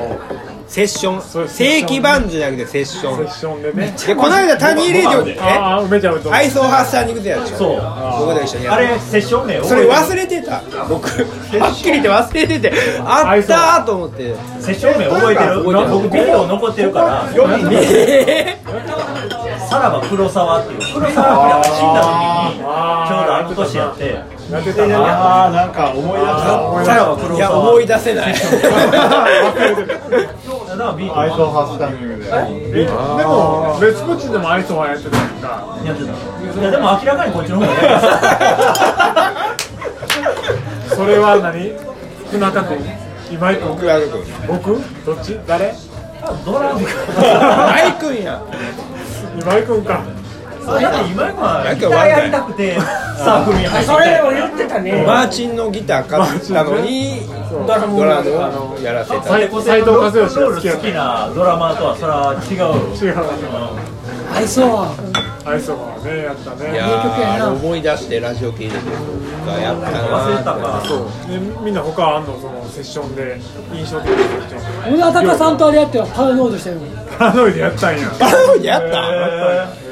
Speaker 5: セッション正規バンドじゃなくてセッシ
Speaker 4: セッ
Speaker 5: ョ
Speaker 4: ションで
Speaker 5: ン
Speaker 4: ね
Speaker 5: でこの間タニーレディオでね
Speaker 4: ああめちゃめちゃ
Speaker 5: アイスオーハースターに行くてやつ
Speaker 6: そう
Speaker 5: 僕と一緒にや
Speaker 6: あ
Speaker 5: る
Speaker 6: れセッション名
Speaker 5: それ忘れてた僕はっきり言って忘れててあったーと思って
Speaker 6: セッション名覚えてる僕ビデオ残ってるから
Speaker 5: え
Speaker 6: さらば黒沢っていう黒沢が死んだ時にちょうどあの年やって
Speaker 2: あーなんか思い出した
Speaker 5: ーいや思い出せない
Speaker 6: だからビー
Speaker 2: アイス
Speaker 6: ト
Speaker 2: をハッシュタグで
Speaker 4: でも別プチでもアイスはやってたやんか
Speaker 6: やってたいやでも明らかにこっちの方がやり
Speaker 4: それは何船田君今井君僕どっち誰
Speaker 6: やすいどうなんですか
Speaker 5: マイ君や
Speaker 4: 今井君か
Speaker 6: あだって今今ギターやりたくてサーフに入って
Speaker 7: それを言ってたね
Speaker 5: マーチンのギター買ったのにドラムをやらせた
Speaker 4: 斉藤和義が
Speaker 6: 好
Speaker 4: 好きやっ
Speaker 6: きなドラマーとはそれは違う
Speaker 4: た違うな
Speaker 3: ありそう
Speaker 4: アイスはねやった
Speaker 5: い
Speaker 4: ね
Speaker 5: やーあれ思い出してラジオ聞いてて僕がやったな
Speaker 6: 忘れたか
Speaker 4: そうでみんな他あんのそのセッションで印象的なセッション
Speaker 3: 小野高さんとあれやってはパラノードしたよ
Speaker 4: パラノイでやったんや
Speaker 5: あの時やった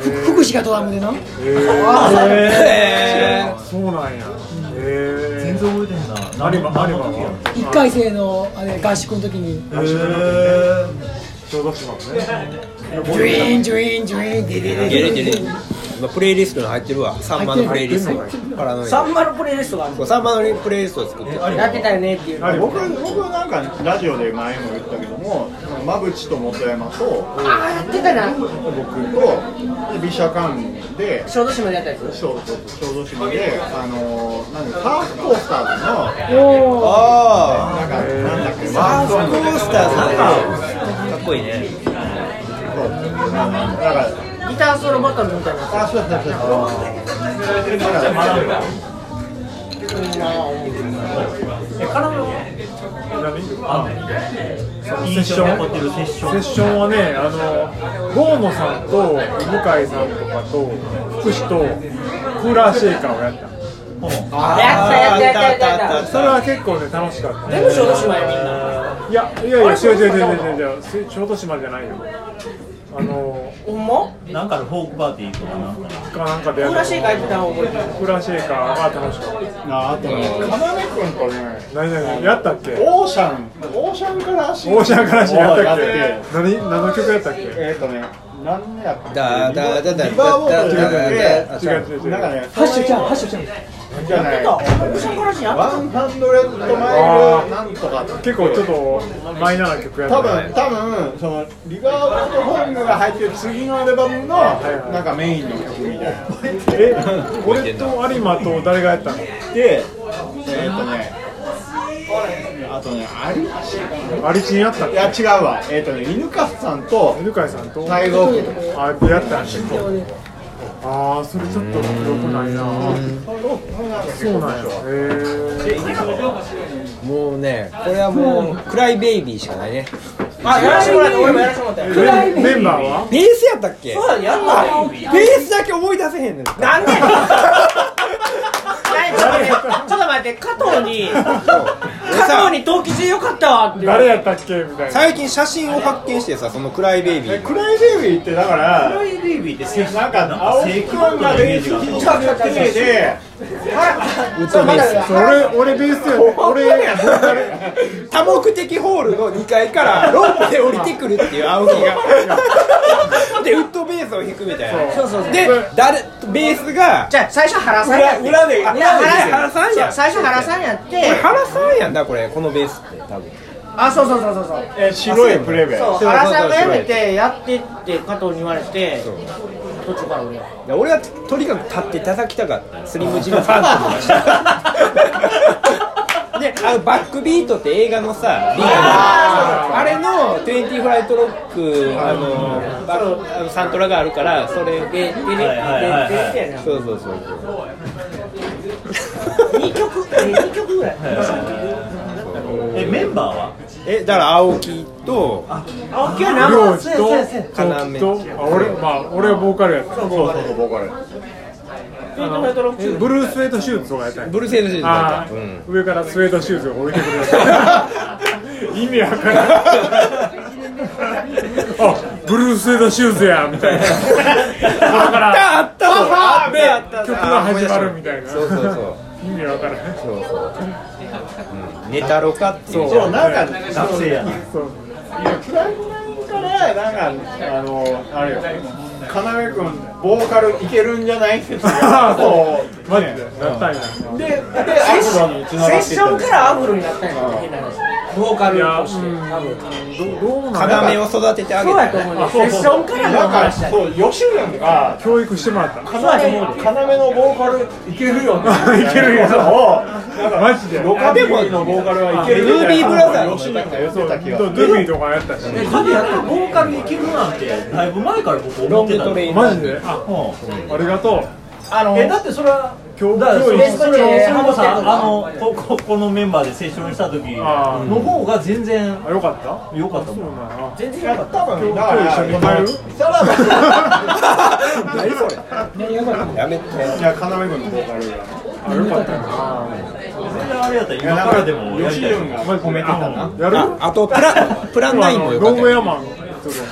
Speaker 3: ふ福士がドラムでな
Speaker 5: え
Speaker 4: そうなんやへ
Speaker 6: 全然覚えてへんな
Speaker 4: あればあれば
Speaker 6: 時や
Speaker 3: 一回生のあれ合宿の時に
Speaker 4: えー小豆島もね
Speaker 3: ジュイーンジュイーンジュイーンデデデ
Speaker 5: ー
Speaker 3: デ
Speaker 5: ゲレゲレ今プレイリストに入ってるわサンマのプレイリストパラノイ
Speaker 7: サンマのプレイリストがある
Speaker 5: そうサンマのプレイリストを作ってる
Speaker 7: やってたよねっていう
Speaker 4: あれ
Speaker 2: 僕
Speaker 4: 僕
Speaker 2: 僕はなんかラジオで前も言ったけども馬淵と元山と
Speaker 7: ああやってたな
Speaker 2: 僕とで美写館で
Speaker 7: 小豆島でやったやつ
Speaker 2: 小小豆島であのー、なんだハーフコースターズの
Speaker 5: あ
Speaker 2: なんかなんだっけ
Speaker 5: あ
Speaker 2: ワ
Speaker 5: サ
Speaker 2: ースワ
Speaker 5: ーフコースターさん
Speaker 6: かっこいいね
Speaker 2: だから
Speaker 7: ギターソロバトルみたいな
Speaker 2: あそうそうそうそうだから
Speaker 6: 学ぶわえカラメはあ印象に残ってるセッシ
Speaker 4: セッ
Speaker 6: ョン
Speaker 4: ションはね、あの、ゴーノさんと向井さんとかと、福士とクーラーシェイカーをやった。
Speaker 7: やったやったやったやったやっ
Speaker 4: それは結構ね、楽しかった
Speaker 7: た
Speaker 4: ね。
Speaker 7: 全部小豆島やみんない
Speaker 4: や、いやいや、違う違う違う違う違うせ、小豆島じゃないよ。あの、
Speaker 7: ほんま
Speaker 6: なんかのフォークパーティーとかなんか
Speaker 4: かなんかでや
Speaker 7: ク
Speaker 4: っ
Speaker 7: ラ
Speaker 4: た。
Speaker 7: シック入ってたの覚えてる
Speaker 4: クーラーシェイカーは楽しかった。
Speaker 2: ああとね要君とね
Speaker 4: 何何何やったっけ
Speaker 2: オーシャンオーシャンから足
Speaker 4: オーシャンからしやったっ
Speaker 2: やって
Speaker 4: け何、何の曲やったっけ違う
Speaker 2: えっ、ー、とね何やったっけ
Speaker 5: だだだだ
Speaker 2: リバーウォークじゃな
Speaker 5: だ
Speaker 2: く
Speaker 5: だ
Speaker 4: 違う
Speaker 2: て
Speaker 4: 違
Speaker 2: なんか
Speaker 4: う。
Speaker 2: ね
Speaker 3: ハッシュちゃんハッシュちゃん
Speaker 2: じゃないワンハンドレッドマイルなんとかって
Speaker 4: 結構ちょっとマイナーな曲やった。
Speaker 2: 多分多分そのリバーボードホームが入ってる次のアルバムのなんかメインの曲みたいな
Speaker 4: え、俺と有馬と誰がやったの
Speaker 2: でえっ、とねあとねアリチ
Speaker 4: アリチンやったっ
Speaker 2: い
Speaker 4: け
Speaker 2: や違うわえっ、とね犬飼さんと
Speaker 4: 犬飼さんと
Speaker 2: 大悟君
Speaker 4: あ、出会ったんですああ、それちょっと記録ないな。そうなんや。へえ。
Speaker 5: もうねこれはもうクライベイビーしかないね
Speaker 7: あやらしてもらった俺もやらしてもらったよ
Speaker 4: メンメンバーは？
Speaker 5: ベースやったっけ
Speaker 7: そうだやったよ
Speaker 5: ベースだけ思い出せへんねん
Speaker 7: なんでちょっと待ってちょっと待って加藤に加藤に同期中よかったわって
Speaker 4: 誰やったっけみたいな。
Speaker 5: 最近写真を発見してさそのクライベイビ
Speaker 2: え
Speaker 5: ー
Speaker 2: クライベイビーってだから
Speaker 6: イベイビーってセッショ
Speaker 2: な
Speaker 6: ン
Speaker 2: んか青木くんがベース弾いただけで
Speaker 4: それ俺ベースやね。俺ボーカル。
Speaker 5: 多目的ホールの2階からロープで降りてくるっていう青木がでウッドベースを弾くみたいな
Speaker 4: そう
Speaker 7: そうそう
Speaker 5: で誰ベースが
Speaker 7: じゃあ最初原さんや
Speaker 5: 裏
Speaker 7: っ
Speaker 5: 裏
Speaker 7: て
Speaker 5: であ
Speaker 7: いや原
Speaker 5: 原さんや
Speaker 7: 最初原さんやって
Speaker 5: これ原さんやんなこれこのベースって多分
Speaker 7: あそうそうそうそうそう
Speaker 2: え白いプレベ
Speaker 7: そう
Speaker 5: そう
Speaker 7: 原さんがやめて やってって加藤に言われて途中から俺が
Speaker 5: で俺はとにかく立って叩きたかったスリムジムさんってであのバックビートって映画のさビートあれの「20フライトロック」あのバックあのサントラがあるからそれで
Speaker 7: でで
Speaker 6: はいはいはいはい
Speaker 7: ででで
Speaker 5: そうそうそうそう
Speaker 7: 2曲え二曲ぐらい
Speaker 6: えメンバーは
Speaker 5: えだから青木と
Speaker 8: 青木はナンバーそうやそうやそうや
Speaker 5: 要
Speaker 4: とあ俺まあ俺はボーカルやった
Speaker 8: そうボーカル
Speaker 2: ボーカル
Speaker 8: ピート・メトロック
Speaker 4: えブルースウェートシューズとかやったんや
Speaker 5: ブルセルシーズだ
Speaker 4: あ
Speaker 5: った、うん
Speaker 4: ー、上からスウェートシューズが置いてくるやつ意味わからんあブルースウェートシューズやみたいなだから
Speaker 5: あったあったあった
Speaker 4: 曲が始まるみたいな
Speaker 5: そうそうそう
Speaker 4: 意味わからん
Speaker 5: そうそう、うん、ネタロカっていうじゃん
Speaker 2: なんか学生やな
Speaker 4: そう
Speaker 2: いやフランクからなんかあのあれよ要君ボーカルいけるんじゃないですかそう
Speaker 4: マジでなったんや
Speaker 2: ででアフロにつながってい
Speaker 8: セッ
Speaker 2: っ
Speaker 8: シ
Speaker 2: た
Speaker 8: ョ
Speaker 2: ん
Speaker 8: ン
Speaker 2: で
Speaker 8: か
Speaker 2: す
Speaker 8: らアフロになったんや変な話ボーカルとして多分
Speaker 5: 要を育ててあげ
Speaker 8: そうやと
Speaker 5: た
Speaker 8: 思うねセッションからの
Speaker 2: なんか
Speaker 8: 話だよ
Speaker 2: そう吉野が
Speaker 4: 教育してもらった
Speaker 2: 要のボーカルいけるよね
Speaker 4: いけるよ
Speaker 2: そうなんか
Speaker 4: マジで
Speaker 2: ロカビリーのボーカルはいける
Speaker 5: ルービーブラザー
Speaker 2: 吉野が寄せた気が
Speaker 4: ドゥビーとかやったし
Speaker 6: カビやったらボーカルいけるなんてだいぶ前から僕
Speaker 5: ロ
Speaker 6: 思
Speaker 5: ン
Speaker 6: ってた
Speaker 5: グト
Speaker 6: の
Speaker 5: レイン
Speaker 4: マジであ
Speaker 6: うん
Speaker 4: ありがとう
Speaker 2: あの
Speaker 6: えだってそれは
Speaker 4: 今日
Speaker 6: だからそ
Speaker 4: 今
Speaker 6: れ
Speaker 4: 日
Speaker 6: それそれこそあのこここのメンバーでセッションした時
Speaker 4: あー
Speaker 6: の方が全然
Speaker 4: あよかった
Speaker 6: 良かったもん
Speaker 4: そうなんや
Speaker 8: 全然良かった
Speaker 2: 多分だ
Speaker 4: 今
Speaker 2: から
Speaker 4: 日一緒に帰る
Speaker 2: さらば
Speaker 5: 何それやめて
Speaker 2: いや要君のボーカルが
Speaker 4: あよかったよ
Speaker 6: 全然あれやったら今からでもやりたい
Speaker 2: が
Speaker 4: マジであやる
Speaker 5: ああとプラプランナインもよか
Speaker 4: ロ
Speaker 5: っ
Speaker 4: ン
Speaker 5: た
Speaker 4: ウェ
Speaker 5: よ
Speaker 4: アマンと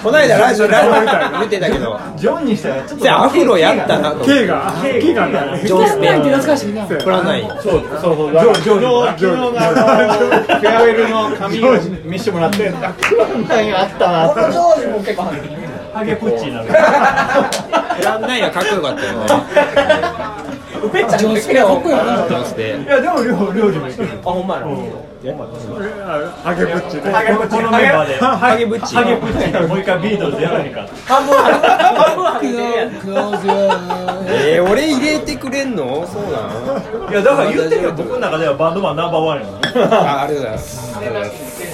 Speaker 5: この間ラジオラジオ見てたけど
Speaker 6: ジョンにしたらちょっ
Speaker 5: じゃあアフロやったなと思って
Speaker 4: K が K がね
Speaker 5: ジョンスペ
Speaker 3: ないって懐かしいな。
Speaker 4: そうや
Speaker 5: プランナイン
Speaker 2: そうそうそうだから昨日昨日のあのフェアウェルの髪を見せてもらってあこんなんあったなって
Speaker 8: 当時も結構ハゲ
Speaker 6: ハゲプッチになる
Speaker 5: プランナインはかっこよかったよね
Speaker 8: めっちゃ
Speaker 3: ジョンスペアかっこいいよな。
Speaker 5: ジョンスペ
Speaker 6: いやでも料料理もいける
Speaker 8: あほんまやな
Speaker 4: あハゲブッチね
Speaker 6: このメンバーでハ
Speaker 5: ハゲブッチ
Speaker 6: ゲプッチもう一回ビートルズやらへんか
Speaker 8: 半分半分ハゲてるやん
Speaker 5: えー、俺入れてくれんのそうなん
Speaker 6: いやだから言ってるよ僕の中ではバンドマンナンバーワンやな
Speaker 5: あありがとうございます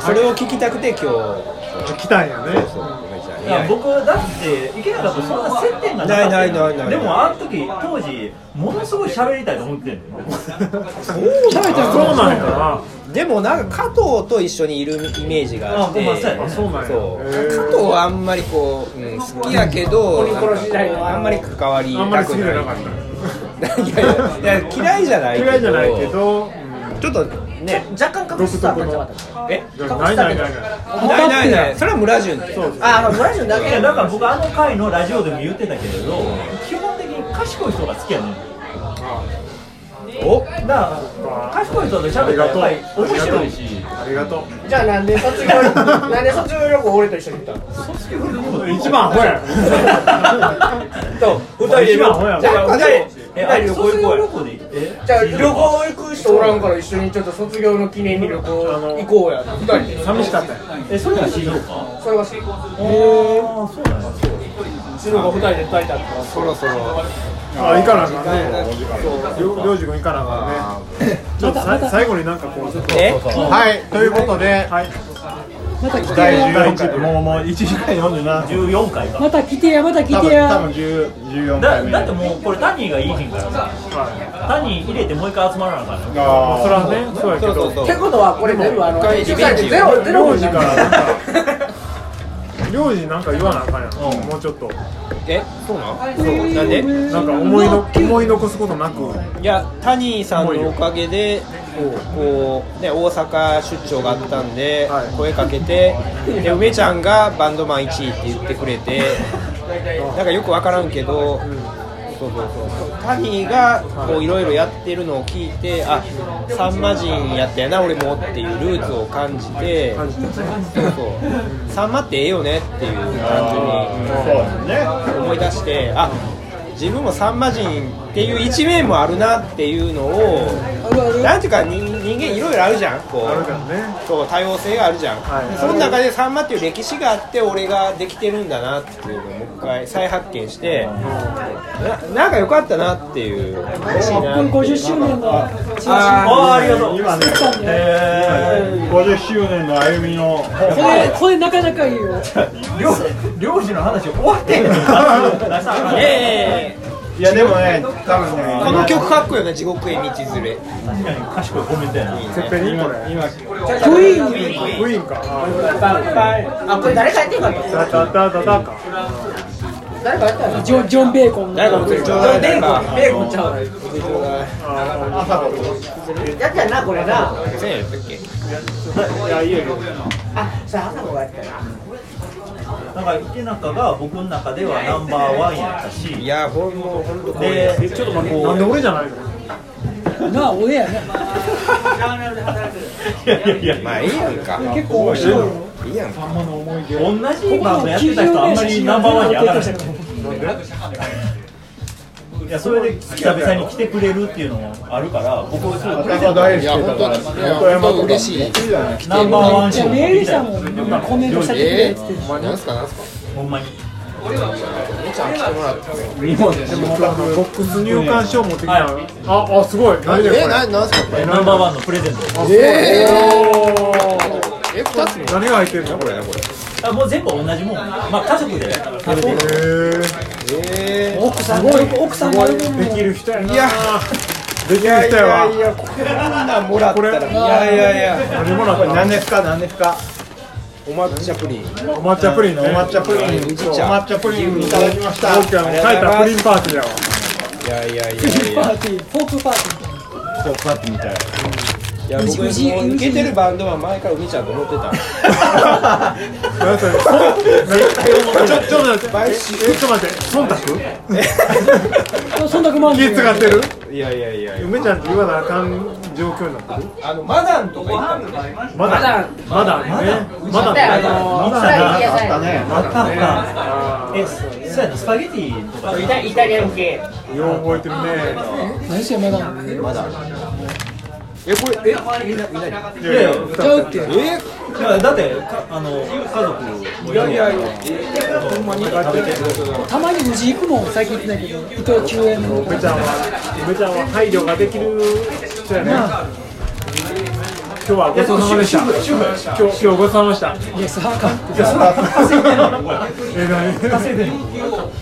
Speaker 5: それを聞きたくて今日
Speaker 4: 来たんやね
Speaker 5: めちゃ
Speaker 6: いや僕だって池永とそんな接点が
Speaker 5: な
Speaker 6: か
Speaker 5: い
Speaker 6: った
Speaker 5: ないないない
Speaker 6: でもあの時当時ものすごい喋りたいと思ってんのよ
Speaker 4: そうなんやな
Speaker 5: でもなんか加藤と一緒にいるイメージがあって
Speaker 6: あほんまそうやね
Speaker 4: そうなんや
Speaker 5: そう
Speaker 4: へー
Speaker 5: 加藤はあんまりこう、うん、好きやけどなんかこうあんまり関わり
Speaker 4: あんまり
Speaker 5: た
Speaker 4: 好
Speaker 5: く
Speaker 4: きじゃ
Speaker 5: な
Speaker 4: ないかった
Speaker 5: いやいやいや嫌いじゃないけど
Speaker 4: 嫌いじゃないけど
Speaker 5: ちょっとね
Speaker 8: 若干隠しスターになっちゃった
Speaker 5: え
Speaker 4: うんないないないない
Speaker 5: ないないないそれは村淳って
Speaker 8: ああ村重だ
Speaker 6: い
Speaker 8: け
Speaker 6: やだから僕あの回のラジオでも言ってたけれど基本的に賢い人が好きやねん
Speaker 5: お
Speaker 6: だから賢い人と喋ったらやっぱり面白いし
Speaker 4: ありがとう
Speaker 8: じゃあなんで 卒業 なんで卒業旅行俺と一緒に行ったの
Speaker 4: 一番アホや
Speaker 8: と二人で
Speaker 4: 一番アホや
Speaker 8: じゃあ二人で
Speaker 6: え
Speaker 8: 二
Speaker 6: あ
Speaker 8: 人で旅行
Speaker 6: 卒
Speaker 8: 行こ
Speaker 6: 業旅
Speaker 8: うよ
Speaker 6: 行でえ
Speaker 8: じゃあ旅行行く人おらんから一緒にちょっと卒業の記念に旅行行こうや二人で
Speaker 4: 寂しかったよ
Speaker 6: えそれが静岡
Speaker 8: それが静岡
Speaker 6: ああそうなんや
Speaker 8: 静岡二人で炊いたって
Speaker 5: そろそろ
Speaker 4: あ行かなあかんねりょりょうじくん行かなあかんねちょっとさ最後になんかこうちょっと
Speaker 5: え
Speaker 2: はいということで
Speaker 4: はい
Speaker 2: 第14回もうもう1時間47分
Speaker 6: 14回か
Speaker 3: また来てや、また
Speaker 2: 多
Speaker 3: 来て
Speaker 2: 分多分
Speaker 3: や。
Speaker 2: 10 14回
Speaker 6: だ
Speaker 2: 目
Speaker 6: だってもうこれタニーがいいひんからさ
Speaker 4: はい
Speaker 6: タニー入れてもう一回集まらなあかんね
Speaker 2: あー
Speaker 4: それはねそうやけ
Speaker 5: そう
Speaker 4: ど
Speaker 5: そうそう
Speaker 8: ってことはこれ全部あの
Speaker 5: 回リ
Speaker 8: 1
Speaker 5: ベン
Speaker 8: 回
Speaker 5: ジ
Speaker 8: でゼロゼロ
Speaker 4: 領
Speaker 8: 分
Speaker 4: 事
Speaker 8: にな
Speaker 4: か
Speaker 8: る
Speaker 4: らなんか領事なんか言わなあかんやん、もうちょっと
Speaker 5: えそうなんそうなんで
Speaker 4: なんか思いの思い残すことなく
Speaker 5: いや谷さんのおかげでこう、ね、大阪出張があったんで、
Speaker 4: はい
Speaker 5: 声かけてで梅ちゃんがバンドマン1位って言ってくれ てなんかよく分からんけど、そうそうそう谷がこういろいろやってるのを聞いてあさんま人やったやな俺もっていうルーツを感じて
Speaker 4: 感じて
Speaker 5: そうそうさんまってええよねっていう
Speaker 2: あ
Speaker 5: 感じに。
Speaker 2: ーそうですね
Speaker 5: 思い出してあ自分もサンマ人っていう一面もあるなっていうのをなんていうか人人間いろいろあるじゃんこ
Speaker 4: あるか
Speaker 5: う
Speaker 4: らね
Speaker 5: そう多様性があるじゃん、
Speaker 4: はい
Speaker 5: でその中でサンマっていう歴史があって俺ができてるんだなっていうのをもう一回再発見してななんか良かったなっていう嬉しいな
Speaker 3: これ50周年のチラ
Speaker 5: あ
Speaker 6: ああありがとう
Speaker 2: 今ね
Speaker 3: シ作ったんで。
Speaker 2: 50周年の歩みの
Speaker 3: これ、これなかなかいいよ。
Speaker 6: 漁漁師の話終わって んの出したらあかん
Speaker 5: ー
Speaker 6: ね
Speaker 5: え
Speaker 2: いやでもね多分ね
Speaker 5: ーこの曲かっこいいよね「地獄へ道連れ」いいね
Speaker 6: 確かに賢いコメントやな
Speaker 4: てっぺんにこ
Speaker 2: 今
Speaker 4: れ
Speaker 2: 今
Speaker 3: クイーンで
Speaker 4: クイーンか
Speaker 7: あ、これ誰がやってんかと。
Speaker 4: ダダダダダか
Speaker 7: 誰がやったの
Speaker 3: ジョンジョン・ベーコンの
Speaker 7: ベーコン、ベーコンちゃう。やったやな、これな。
Speaker 4: いやいいよいいよ
Speaker 7: あ、それ朝子がやったな。
Speaker 6: だから池中が僕の中ではナンバーワンやったし
Speaker 10: いやほんもうほんとこういう
Speaker 6: でちょっとこ
Speaker 4: なんで
Speaker 6: う
Speaker 4: 俺じゃないの
Speaker 3: なあ俺やね
Speaker 6: いやいやいや
Speaker 10: まあいいやんか
Speaker 3: 結構面白いの
Speaker 10: いいやんか
Speaker 6: 同じバンドやってた人あんまりナンバーワンに上がらないいやそれで久々に来てくれるっていうのもあるから僕はすごい
Speaker 2: 大
Speaker 14: いや
Speaker 2: 好きだ
Speaker 14: 本
Speaker 2: か
Speaker 14: 当いや
Speaker 2: ら
Speaker 14: 本当嬉しい。
Speaker 6: ナンバーワン
Speaker 3: じゃ
Speaker 6: 賞
Speaker 3: あメールした
Speaker 6: み
Speaker 3: もん今コメントしたってくれ
Speaker 14: え
Speaker 3: っつって
Speaker 14: ー、なんすかなんすか。
Speaker 6: たいなほんまに
Speaker 14: 姉ちゃん来てもらった。
Speaker 4: ボックス入館証持ってきたのああすごい何で
Speaker 14: え
Speaker 4: これ
Speaker 14: ー、ななんすかこれ。
Speaker 6: ナンバーワンのプレゼント
Speaker 14: えー、え二つも。
Speaker 4: 何が入ってんのこれ
Speaker 6: あもう全部同じもんまあ家族 で
Speaker 14: え
Speaker 3: 奥さんも奥さんも喜ぶもん
Speaker 4: できる人やない
Speaker 10: や
Speaker 4: できる人やわ
Speaker 10: やこんなんもらったらい
Speaker 4: こ
Speaker 10: やいやいや
Speaker 4: 何もらった
Speaker 2: 何ですか何ですか
Speaker 10: お抹茶プリン
Speaker 4: お抹茶プリンね
Speaker 2: お抹茶プリン
Speaker 10: う
Speaker 2: お
Speaker 10: んちっちゃ
Speaker 2: 抹茶プリンいただきました
Speaker 4: 僕あの書いたプリンパーティーやわ
Speaker 10: いやいやい
Speaker 3: フ
Speaker 10: やい
Speaker 3: ォ
Speaker 10: や
Speaker 3: ークパーティーフォークパーティーみたいない
Speaker 10: や僕もう受けてるバンドは前から梅ちゃんと思ってた
Speaker 4: 何それそんちょちょっと待ってえちょっと待って忖
Speaker 3: そそんなく満
Speaker 4: 度
Speaker 3: 足
Speaker 4: 気使ってる
Speaker 10: いやいやいや
Speaker 4: 梅ちゃんって言わなあかん状況になってる
Speaker 10: あのマダンとか行ったの
Speaker 4: まだまだねまだ
Speaker 7: あ
Speaker 4: ね
Speaker 7: の、
Speaker 6: ま
Speaker 7: イタリ
Speaker 6: だ
Speaker 7: ア
Speaker 2: あったね
Speaker 6: あったあったえそうやねスパゲティとか
Speaker 7: イタイタリアン系。
Speaker 4: よう覚えてるね
Speaker 3: 何してまだなんだ
Speaker 10: マダンえこれえみんなみんない
Speaker 6: やいや
Speaker 3: ちゃうって
Speaker 10: え
Speaker 6: いやだってかあの家族も
Speaker 10: いやいやいやえほんまに食べてる
Speaker 3: たまにうち行くもん最近行ってないけど伊藤救援の
Speaker 4: 梅ちゃんは梅ちゃんは配慮ができる人やね今日はごちそうさまでした今日今日ごちそうさまでした
Speaker 3: いやさあかんって
Speaker 4: え何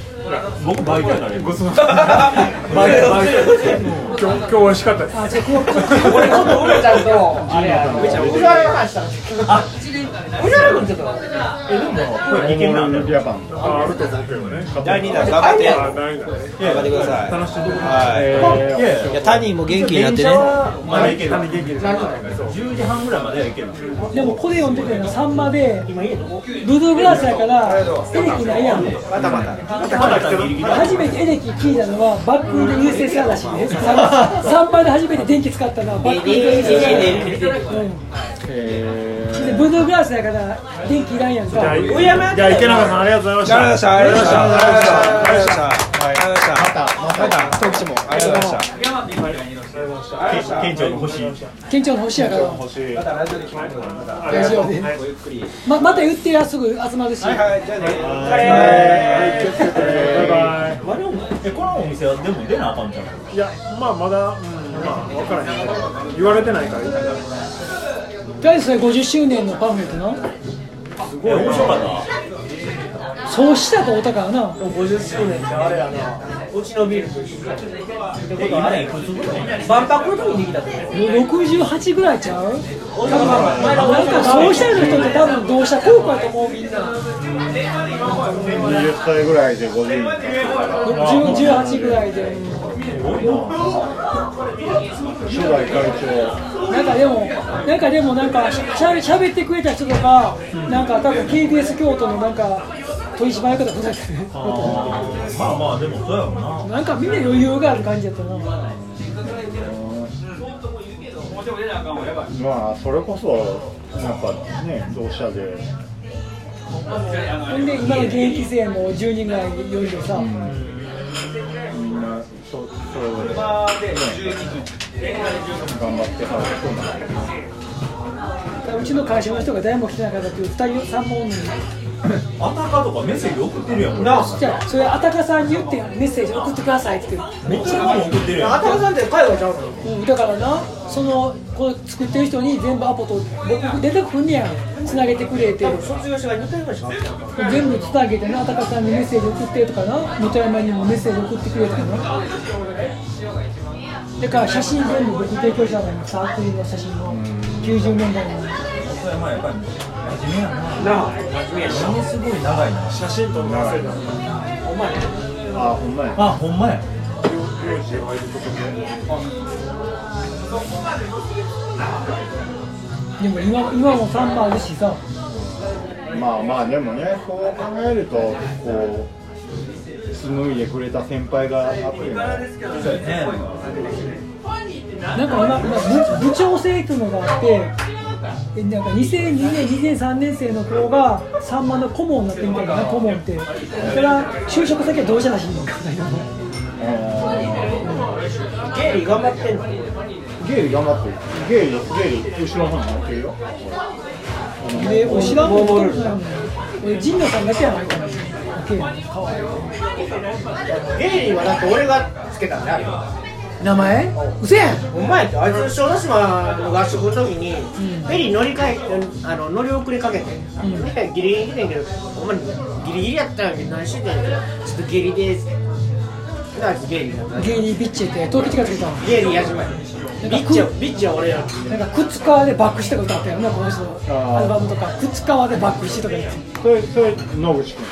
Speaker 6: 僕バイトやから
Speaker 4: ごちそうさまでした今日今日美味しかったです
Speaker 3: あじゃあこうこ
Speaker 7: 俺ちょっと梅ちゃんと、あれや、梅ちゃん、藤原の話したんですけど。あ、藤原君ちょっと。
Speaker 6: イケメンなんだよ
Speaker 2: アパン
Speaker 4: ああると思うけどね
Speaker 10: 第2弾頑張って
Speaker 4: ああないない
Speaker 10: 頑張ってください
Speaker 4: 楽しんでください
Speaker 10: はい
Speaker 4: え
Speaker 6: いやい
Speaker 10: いやタニーも元気になってね
Speaker 6: やまだいける
Speaker 4: 元気です
Speaker 6: 10時半ぐらいまではいける
Speaker 3: うでもこれ読んでたのサンマでブルーグラスやからエレキないやん
Speaker 10: またまた
Speaker 3: 初めてエレキ聞いたのはバックで USSR ら しいねサンサンマで初めて電気使ったのはバックで USSR うんでブルーグラスやから電気いらんやんか
Speaker 4: じゃあ池永さんありがとうございました
Speaker 10: ありがとうございましたありがとうございましたありがとうございました
Speaker 2: また
Speaker 10: また一口もありがとうございました
Speaker 6: 県庁の星
Speaker 3: 県庁の星やから
Speaker 10: またラジオで決まるからまた
Speaker 3: ラジオままた言ってやすぐ集まるし
Speaker 10: はいじゃあね
Speaker 4: はい気をつけてバイバイ
Speaker 6: あれお前えこのお店はでも出なあかんじゃん
Speaker 4: いや、まあまだ、うん、まあ分からへんけど言われてないからいいかな
Speaker 3: とりあえずそれ50周年のパンフレットな
Speaker 6: すごい面白かった
Speaker 3: そうしたとおたからな
Speaker 7: 50周年ってあれやな。うちのビールと一緒に。
Speaker 6: え今いくつぐらい
Speaker 7: 万博の時にできたと思う。
Speaker 3: 68ぐらいちゃう
Speaker 7: 大阪万博
Speaker 3: なんかそうしたいの人って多分どうした効果やと思うみんな
Speaker 2: 20歳ぐらいで50
Speaker 3: 10 18ぐらいで
Speaker 2: 初代会長
Speaker 3: なんかでもなんかでもなんかしゃしゃべってくれた人とかなんか多分 KBS 京都のなんか取締役とかふざけてる
Speaker 6: まあまあでもそうやろな
Speaker 3: なんかみんな余裕がある感じやったな
Speaker 2: まあそれこそなんかね同社で
Speaker 3: ほんで今の現役勢も10人ぐらいよりもさ、
Speaker 2: みんなそそれぞれ、ね、頑張ってはる
Speaker 3: うちの会社の人が誰も来てなかったっていう2人3本に
Speaker 6: あたかとかメッセージ送ってるやんな
Speaker 3: じゃあそれあたかさんに言ってメッセージ送ってくださいって言っ
Speaker 6: めっちゃ多分送ってるやん
Speaker 7: あたかさんって海外ちゃうの
Speaker 3: て、うん、だからなそのこれ作ってる人に全部アポと僕出てくんねやんつなげてくれて
Speaker 7: 卒業してから2回ぐらいしか会ってない
Speaker 3: 全部つなげてなあたかさんにメッセージ送ってとかな元山にもメッセージ送ってくれとかなだから写真全部僕提供したのにサークルの写真の QR 90年代に
Speaker 10: やっぱり真面目やな
Speaker 7: なあ真面目やし
Speaker 10: ものすごい長いな
Speaker 4: 写真撮って忘れたの
Speaker 7: お前
Speaker 2: あほんまや
Speaker 6: あほんまや
Speaker 4: 幼児がいるとこ
Speaker 3: でも今今もサンバあるしさ
Speaker 2: まあまあでもねそう考えるとこう紡いでくれた先輩があっても
Speaker 6: そうやね
Speaker 3: なんか今今部部長制というのがあってえなんか2002年2003年生の子がサンマの顧問になってみたいな顧問ってだから就職先は同社だしいのか
Speaker 7: 経理頑張ってんの
Speaker 2: ゲイリ頑張ってるゲイリゲイリ後ろの方に乗ってるよ
Speaker 3: でお知らんも太くなるのえ神野さんだけやないかな経理の顔
Speaker 7: 経理はだって俺がつけたんだよ
Speaker 3: 名前うせやん
Speaker 7: お前ってあいつ小豆島の合宿の時にフェリー乗り換えあの乗り遅れかけて、でギリギリ来てんけどお前ギリギリやったんやけど何してたんやけどちょっとゲリですであいつゲリだった
Speaker 3: 芸人ビッチって東吉がつけたの
Speaker 7: ゲリやじまいビッチはビッチは俺や
Speaker 3: なんか「くつかわ」でバックしてとか歌ったよなこの人のアルバムとか「くつかわ」でバックしてとか言って
Speaker 2: それそれ野口君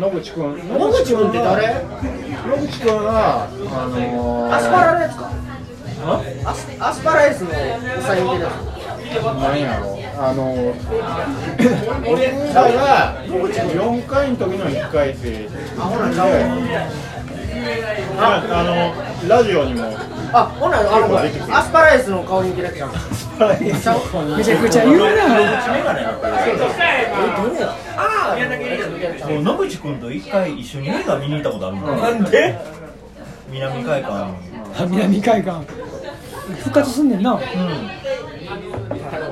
Speaker 2: 野口君
Speaker 7: 野口君って誰
Speaker 2: 野口君はあのー、
Speaker 7: アスパラのやつかアスアスパラエースのサイン入れた
Speaker 2: 何やろあの俺らが4回の時の1回生でああのラジオにも
Speaker 7: あほなあのアスパラエースの顔に入れたやつやん
Speaker 3: めちゃくちゃ言うな
Speaker 6: もう野口君と一回一緒に映画見に行ったことあるのなんで南海岸
Speaker 3: 南海岸復活すんねんな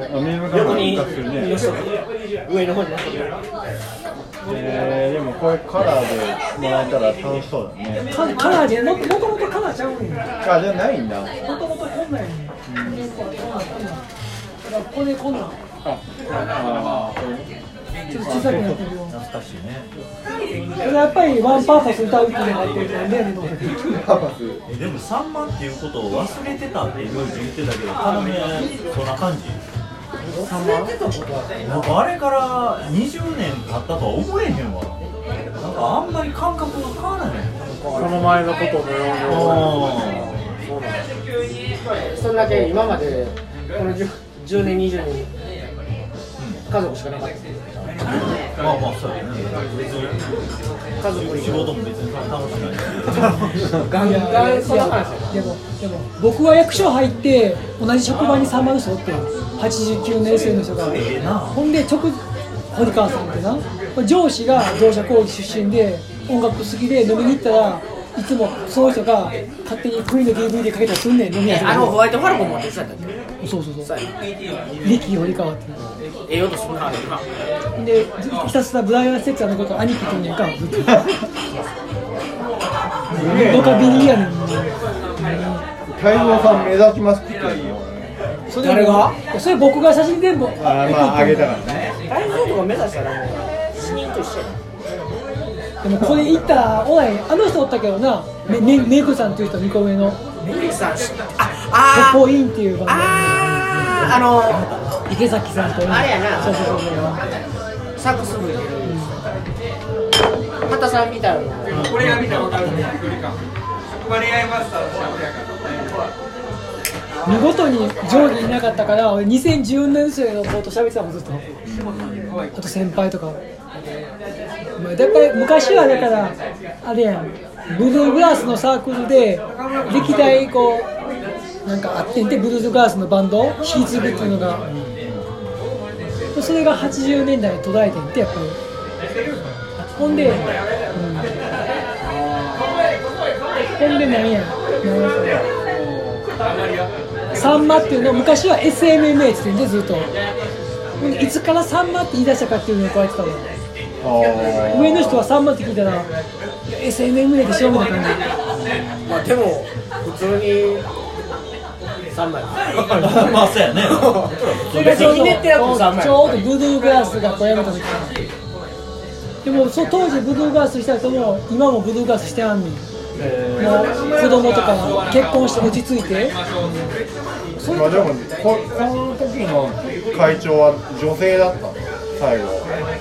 Speaker 2: 横に
Speaker 7: 上の方に乗ってる
Speaker 2: えー、でもこれカラーでもらえたら楽しそうだね
Speaker 3: カカラーでももともとカラーちゃうんや
Speaker 2: あじゃないんだ
Speaker 3: もともとこんなんやねんだからここでこんなん
Speaker 2: あー
Speaker 3: ちょっと小さくなってるよ
Speaker 6: 懐かしいね
Speaker 3: ただやっぱりワンパーパス歌うっていうのがあってるからねでも
Speaker 6: えでも三万っていうことを忘れてたって今言ってたけどカラメそんな感じなんかあれから20年経ったとは思えへんわなんかあんまり感覚が変わらへん
Speaker 4: その前のことのように
Speaker 6: あ
Speaker 7: そんだけ今までこの 10, 10年20年家族しかなかった
Speaker 6: ーまあまあそうやね別に
Speaker 7: 家族に
Speaker 6: 仕事も別に楽しくないし
Speaker 3: ガンガンその話でもでも僕は役所入って同じ職場に3万の人おって89年生の人が
Speaker 6: ええな
Speaker 3: ほんで直堀川さんってな上司が同社工技出身で音楽好きで飲みに行ったらいつもその人が勝手にクイーンの DVD かけたりすんねん飲み屋とかで
Speaker 7: あのホワイトファルコン持ってきたんだっけ
Speaker 3: そうそうそうリキ堀川っていう
Speaker 7: ええ音するなあれな
Speaker 3: でずひたすらブライアン・セッツァーのことを兄貴とんねんかずっとドカビリやねん
Speaker 2: 太蔵さん目立ちますって言ってるよ
Speaker 3: それがそれ僕が写真全部
Speaker 2: あーまああげたからね
Speaker 7: 大丈夫が目指したらもう死人と一緒や
Speaker 3: でもここで行ったらおいあの人おったけどなめめめぐさんっていう人2個上の
Speaker 7: メリーさん知ってあ
Speaker 3: ポ
Speaker 7: あ
Speaker 3: ポインっていう
Speaker 7: あ
Speaker 3: バン
Speaker 7: ああの
Speaker 3: ド池崎さんと
Speaker 7: あれやな
Speaker 3: そうそうそうそう
Speaker 7: サックス部にいる畑さんみたいな
Speaker 14: これが見たことあるね。職場恋愛マスターのシャブやから。
Speaker 3: 見事に上下いなかったから俺2010年生の子と喋ってたもんずっとあと先輩とかまあやっぱり昔はだからあれやんブルーグラスのサークルで歴代こうなんかあってんてブルーグラスのバンド引き継ぐっていうのがそれが80年代に途絶えてんてやっぱりほんで、うんほんで何や何やそれサンマっていうのを昔は SMMA って言ってんでずっとほんでいつからサンマって言い出したかっていうのをこうやってたの
Speaker 2: あ
Speaker 3: 上の人はサンマって聞いたら SMMA でしょみたいな感
Speaker 7: まあでも普通に3枚
Speaker 6: まあそうやね
Speaker 3: じそれがちょうど
Speaker 7: ひねってやつ三枚
Speaker 3: ちょうどブルーグラスがこうやめた時でもそう当時ブルーグラスした人も今もブルーグラスしてあんねんう子供とかも結婚して落ち着いて
Speaker 2: まあでもここの時の会長は女性だったの最後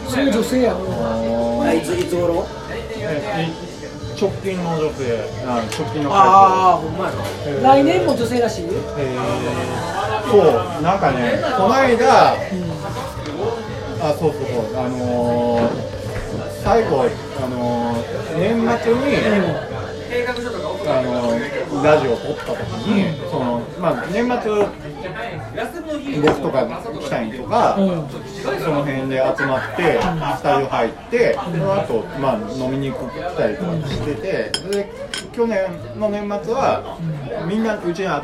Speaker 3: そういう女性やろ
Speaker 2: あ
Speaker 14: いついつ頃
Speaker 2: えい直近の女性あ直近の会長
Speaker 14: ああほんまやな
Speaker 3: 来年も女性らしい
Speaker 2: えーそうなんかねこの間あそうそうそうあのー最後あのー年末に、あのーラジオ撮った時に、そのまあ年末僕とか北にとか、
Speaker 3: うん
Speaker 2: その辺で集まって、スタジオ入って、その後、まあ飲みに行ったりとかしてて、で去年の年末は、みんなうちに集ま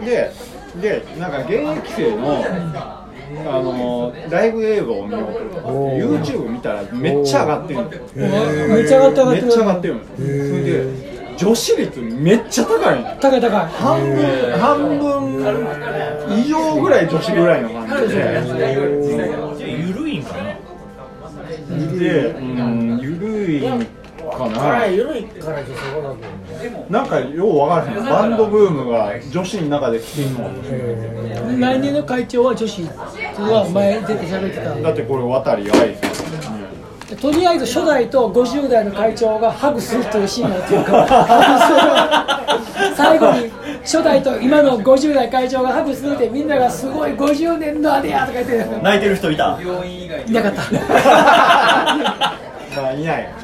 Speaker 2: って、で、でなんか現役生の、あのライブ映像を見ようと思って、YouTube 見たら、めっちゃ上がってるの
Speaker 3: めちゃ上がって上がって
Speaker 2: めっちゃ上がってるのそれで、女子率めっちゃ高いの。
Speaker 3: 高い高い
Speaker 2: 半分半分以上ぐらい女子ぐらいの感じで。
Speaker 6: 緩いんかな
Speaker 2: で、うん、ゆるいかな。
Speaker 7: 緩いから女性なんだよね
Speaker 2: なんかようわからへん。バンドブームが女子の中で来てんの。
Speaker 3: 来年の会長は女子それは前出て喋ってた
Speaker 2: だってこれ渡り愛さん。
Speaker 3: とりあえず初代と50代の会長がハグするというシーンになってるからハグする最後に初代と今の50代会長がハグするってみんながすごい50年のあれやとか言って
Speaker 6: 泣いてる人いた
Speaker 3: いなかった
Speaker 2: まあいないよね。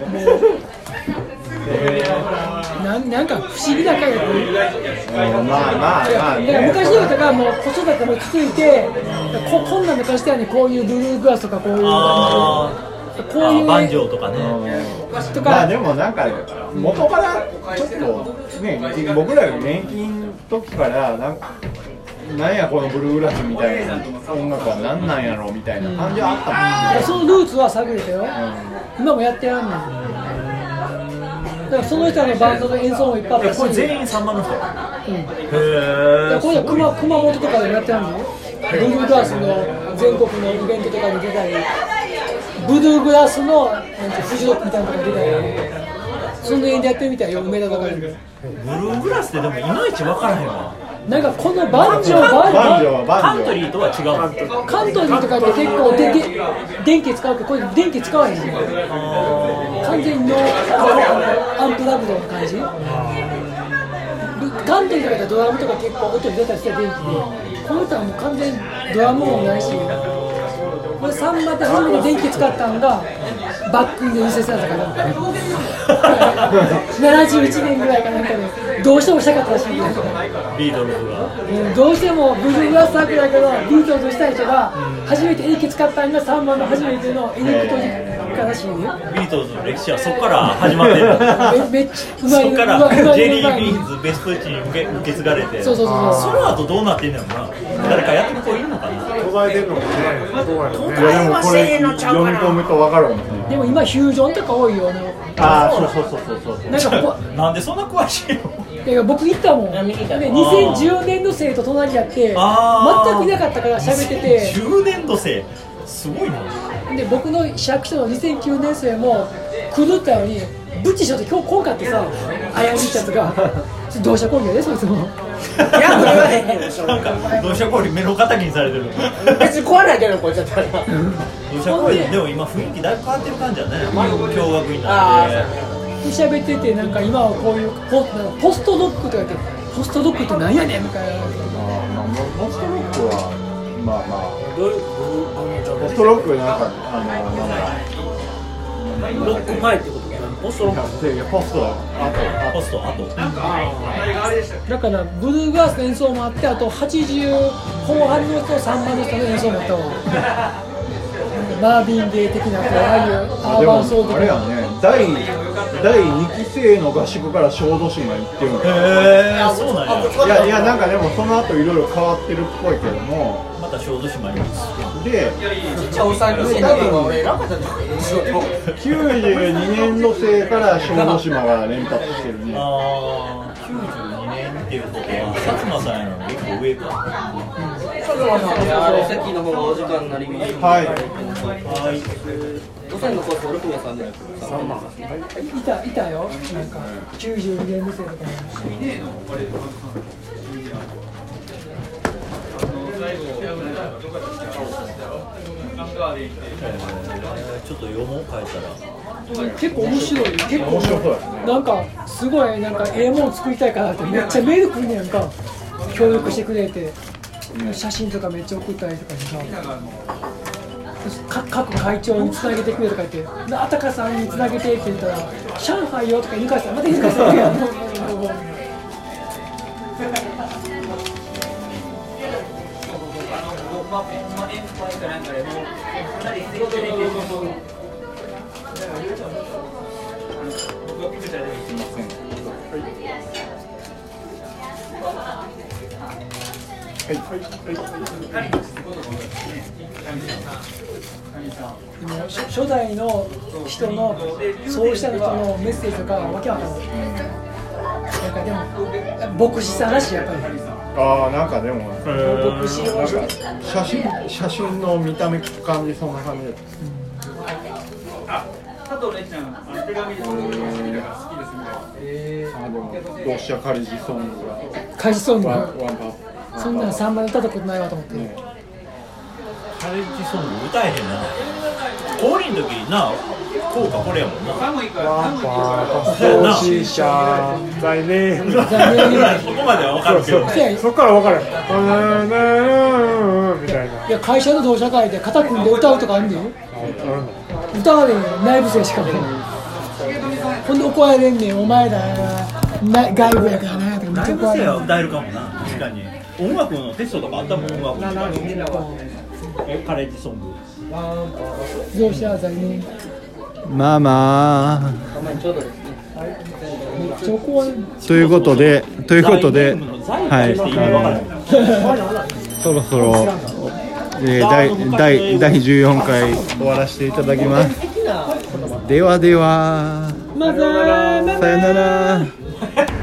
Speaker 3: なんなんか不思議な会だったね
Speaker 2: うんまあまあまあ
Speaker 3: だから
Speaker 2: ね。
Speaker 3: 昔の人がもう子育てもきついてここんな昔だよねこういうブルーグラスとかこういう
Speaker 6: あ
Speaker 3: こう
Speaker 6: あ
Speaker 3: いう
Speaker 6: バンジョーとかね
Speaker 3: ーと
Speaker 2: まあ
Speaker 3: か
Speaker 2: でもなんか元からちょっとね僕らが年金の時からなんかなんやこのブルーグラスみたいな音楽は何なんやろみたいな感じはあった
Speaker 3: そのルーツは探れたよ、今もやってやんのだからその人のバンドの演奏もいっぱいあった
Speaker 6: え
Speaker 3: し
Speaker 6: これ全員3番の人
Speaker 3: うん
Speaker 6: へ
Speaker 3: これ熊熊本とかでやってはんのブルーグラスの全国のイベントとかに出たりブルーグラスのなんてフジロックみたいなとこに出たりその辺でやってるみたいよ梅田とかでも
Speaker 6: ブルーグラスってでもいまいち分からへんわ
Speaker 3: なんかこのバンジョーバン
Speaker 2: バン
Speaker 3: ジ
Speaker 2: ジョーは
Speaker 3: ョ
Speaker 6: カ
Speaker 2: バンジ
Speaker 6: ン
Speaker 2: ョ
Speaker 6: ト
Speaker 2: ー
Speaker 6: リーとは違うの
Speaker 3: ー関東にとかって結構でで電気使うけどこれ電気使わへんの完全にノーアンプラグドの感じガンデンとかやったらドラムとか結構音入れたりして電気でこの歌はもう完全にドラムもないしこれ3番で初めて電気使ったのがバックンで見せたとかなんか71年ぐらいかなんかでどうしてもしたかったらしいんですよ
Speaker 6: ビートルズが
Speaker 3: うんどうしてもブルーグラスサークルだけどビートルズしたい人が初めて電気使ったのが3番の初めてのエレクトリックからしいね
Speaker 6: ビートルズの歴史はそこから始まってる
Speaker 3: めめっちゃうまい
Speaker 6: そこ
Speaker 3: う
Speaker 6: から
Speaker 3: まいうまい
Speaker 6: ジェ
Speaker 3: う
Speaker 6: リ
Speaker 3: ま
Speaker 6: ー・
Speaker 3: い
Speaker 6: ビーンズベストチに受け受け継がれて
Speaker 3: そうそうそうそう
Speaker 6: その後どうなってんのやろな誰かやってる子いるのかな
Speaker 2: 途絶えてるのもね。いやでもこれ読み込むとわかるもんね。
Speaker 3: でも今ヒュージョンとか多いよね
Speaker 2: ああそうそうそうそうそう。
Speaker 3: なんか ここ
Speaker 6: なんでそんな詳しいの
Speaker 3: いや僕行ったもんで2010年の生と隣やって全くいな
Speaker 6: あー
Speaker 3: かったから喋ってて
Speaker 6: 10年度生すごいな
Speaker 3: で僕の市役所の2009年生も狂ったようにブッチしようって今日こうかってさあやみちゃとか 同社工業でそいつも
Speaker 7: いやこれはね
Speaker 6: なんか土砂降り目の敵にされてる
Speaker 7: 別に壊ないけどこれちょっと
Speaker 6: 土砂降りでも今雰囲気だいぶ変わってる感じやね驚愕になって
Speaker 3: 喋っててなんか今はこういうポなんかポストドックとか言ってポストドックってなんやねんみたいな
Speaker 2: まあモストロックはまあまあ。モストロックなんかあのなん
Speaker 7: ロック前ってことかなポストロック
Speaker 2: だ。いやポストあ
Speaker 6: ポストあと
Speaker 3: だからブルーグラスの演奏もあってあと80後半の人と3番の人の演奏もあったわマービン・ゲイ的なこうああいう
Speaker 2: と。あ
Speaker 3: アー
Speaker 2: で
Speaker 3: バンソウル
Speaker 2: もあれ
Speaker 3: と
Speaker 2: や
Speaker 3: か
Speaker 2: ね第第二期生の合宿から小豆島行ってるの。
Speaker 6: へえそうなんや
Speaker 2: いやいやなんかでもその後いろいろ変わってるっぽいけども
Speaker 6: また小豆島に
Speaker 2: で
Speaker 5: お酒してたのは俺偉かったと思う
Speaker 2: 92年度生から小豆島が連発してるね
Speaker 6: ああ92年っていうことは薩摩さんやの結構上か
Speaker 7: そう
Speaker 14: お席の方がお時間になりますので
Speaker 2: はい
Speaker 14: 五千のコース六名さんで三万
Speaker 3: いたいたよなんか92ゲーム制とか
Speaker 6: ちょっと読もう書いたら
Speaker 3: 結構面白い結構面白いなんかすごいなんかええもん作りたいからってめっちゃメール来るねやんか協力してくれて写真とかめっちゃ送ったりとかしてさか各会長につなげてくれとか言って、あたかさんにつなげてって言ったら、上海よとか、犬飼さん、また犬飼さんやん。初初代の人のそうした人のメッセージとかわけわかんないなんかでも牧師さんらしいやっぱり
Speaker 2: ああなんかでも
Speaker 3: 牧師をして
Speaker 2: 写真写真の見た目聞く感じそんな感じだったロシアカリジソングが
Speaker 3: カジソング
Speaker 2: ワンワンパ
Speaker 3: そんなの3番歌ったことないわと思って、
Speaker 6: カレッジソング歌えへんな高2の時にな効果これやもんな
Speaker 2: ーパシーシャー
Speaker 4: 在ね
Speaker 3: 残念
Speaker 6: ぐらいそこまでは分かるけど
Speaker 3: いやい
Speaker 4: そっから分かるみたいな
Speaker 3: や会社の同社会で肩組んで歌うとかあるんだよ歌われへんよ内部生しかもほんで怒られんねんお前らはな外部やからなとかめっ
Speaker 6: ラ
Speaker 3: ちゃ
Speaker 6: イブ
Speaker 3: 怒ら
Speaker 6: 生
Speaker 3: れる
Speaker 6: は歌えるかもな確かに音楽のテストとかあったもん音楽の時間えカレッジソング
Speaker 3: 同社罪ね
Speaker 2: ママ
Speaker 3: めっちゃ怒られる
Speaker 2: ということでということで
Speaker 6: は
Speaker 2: はい
Speaker 6: い
Speaker 2: そろそろ、えー第第第14回終わらせていただきますではでは
Speaker 3: まだ
Speaker 2: さよなら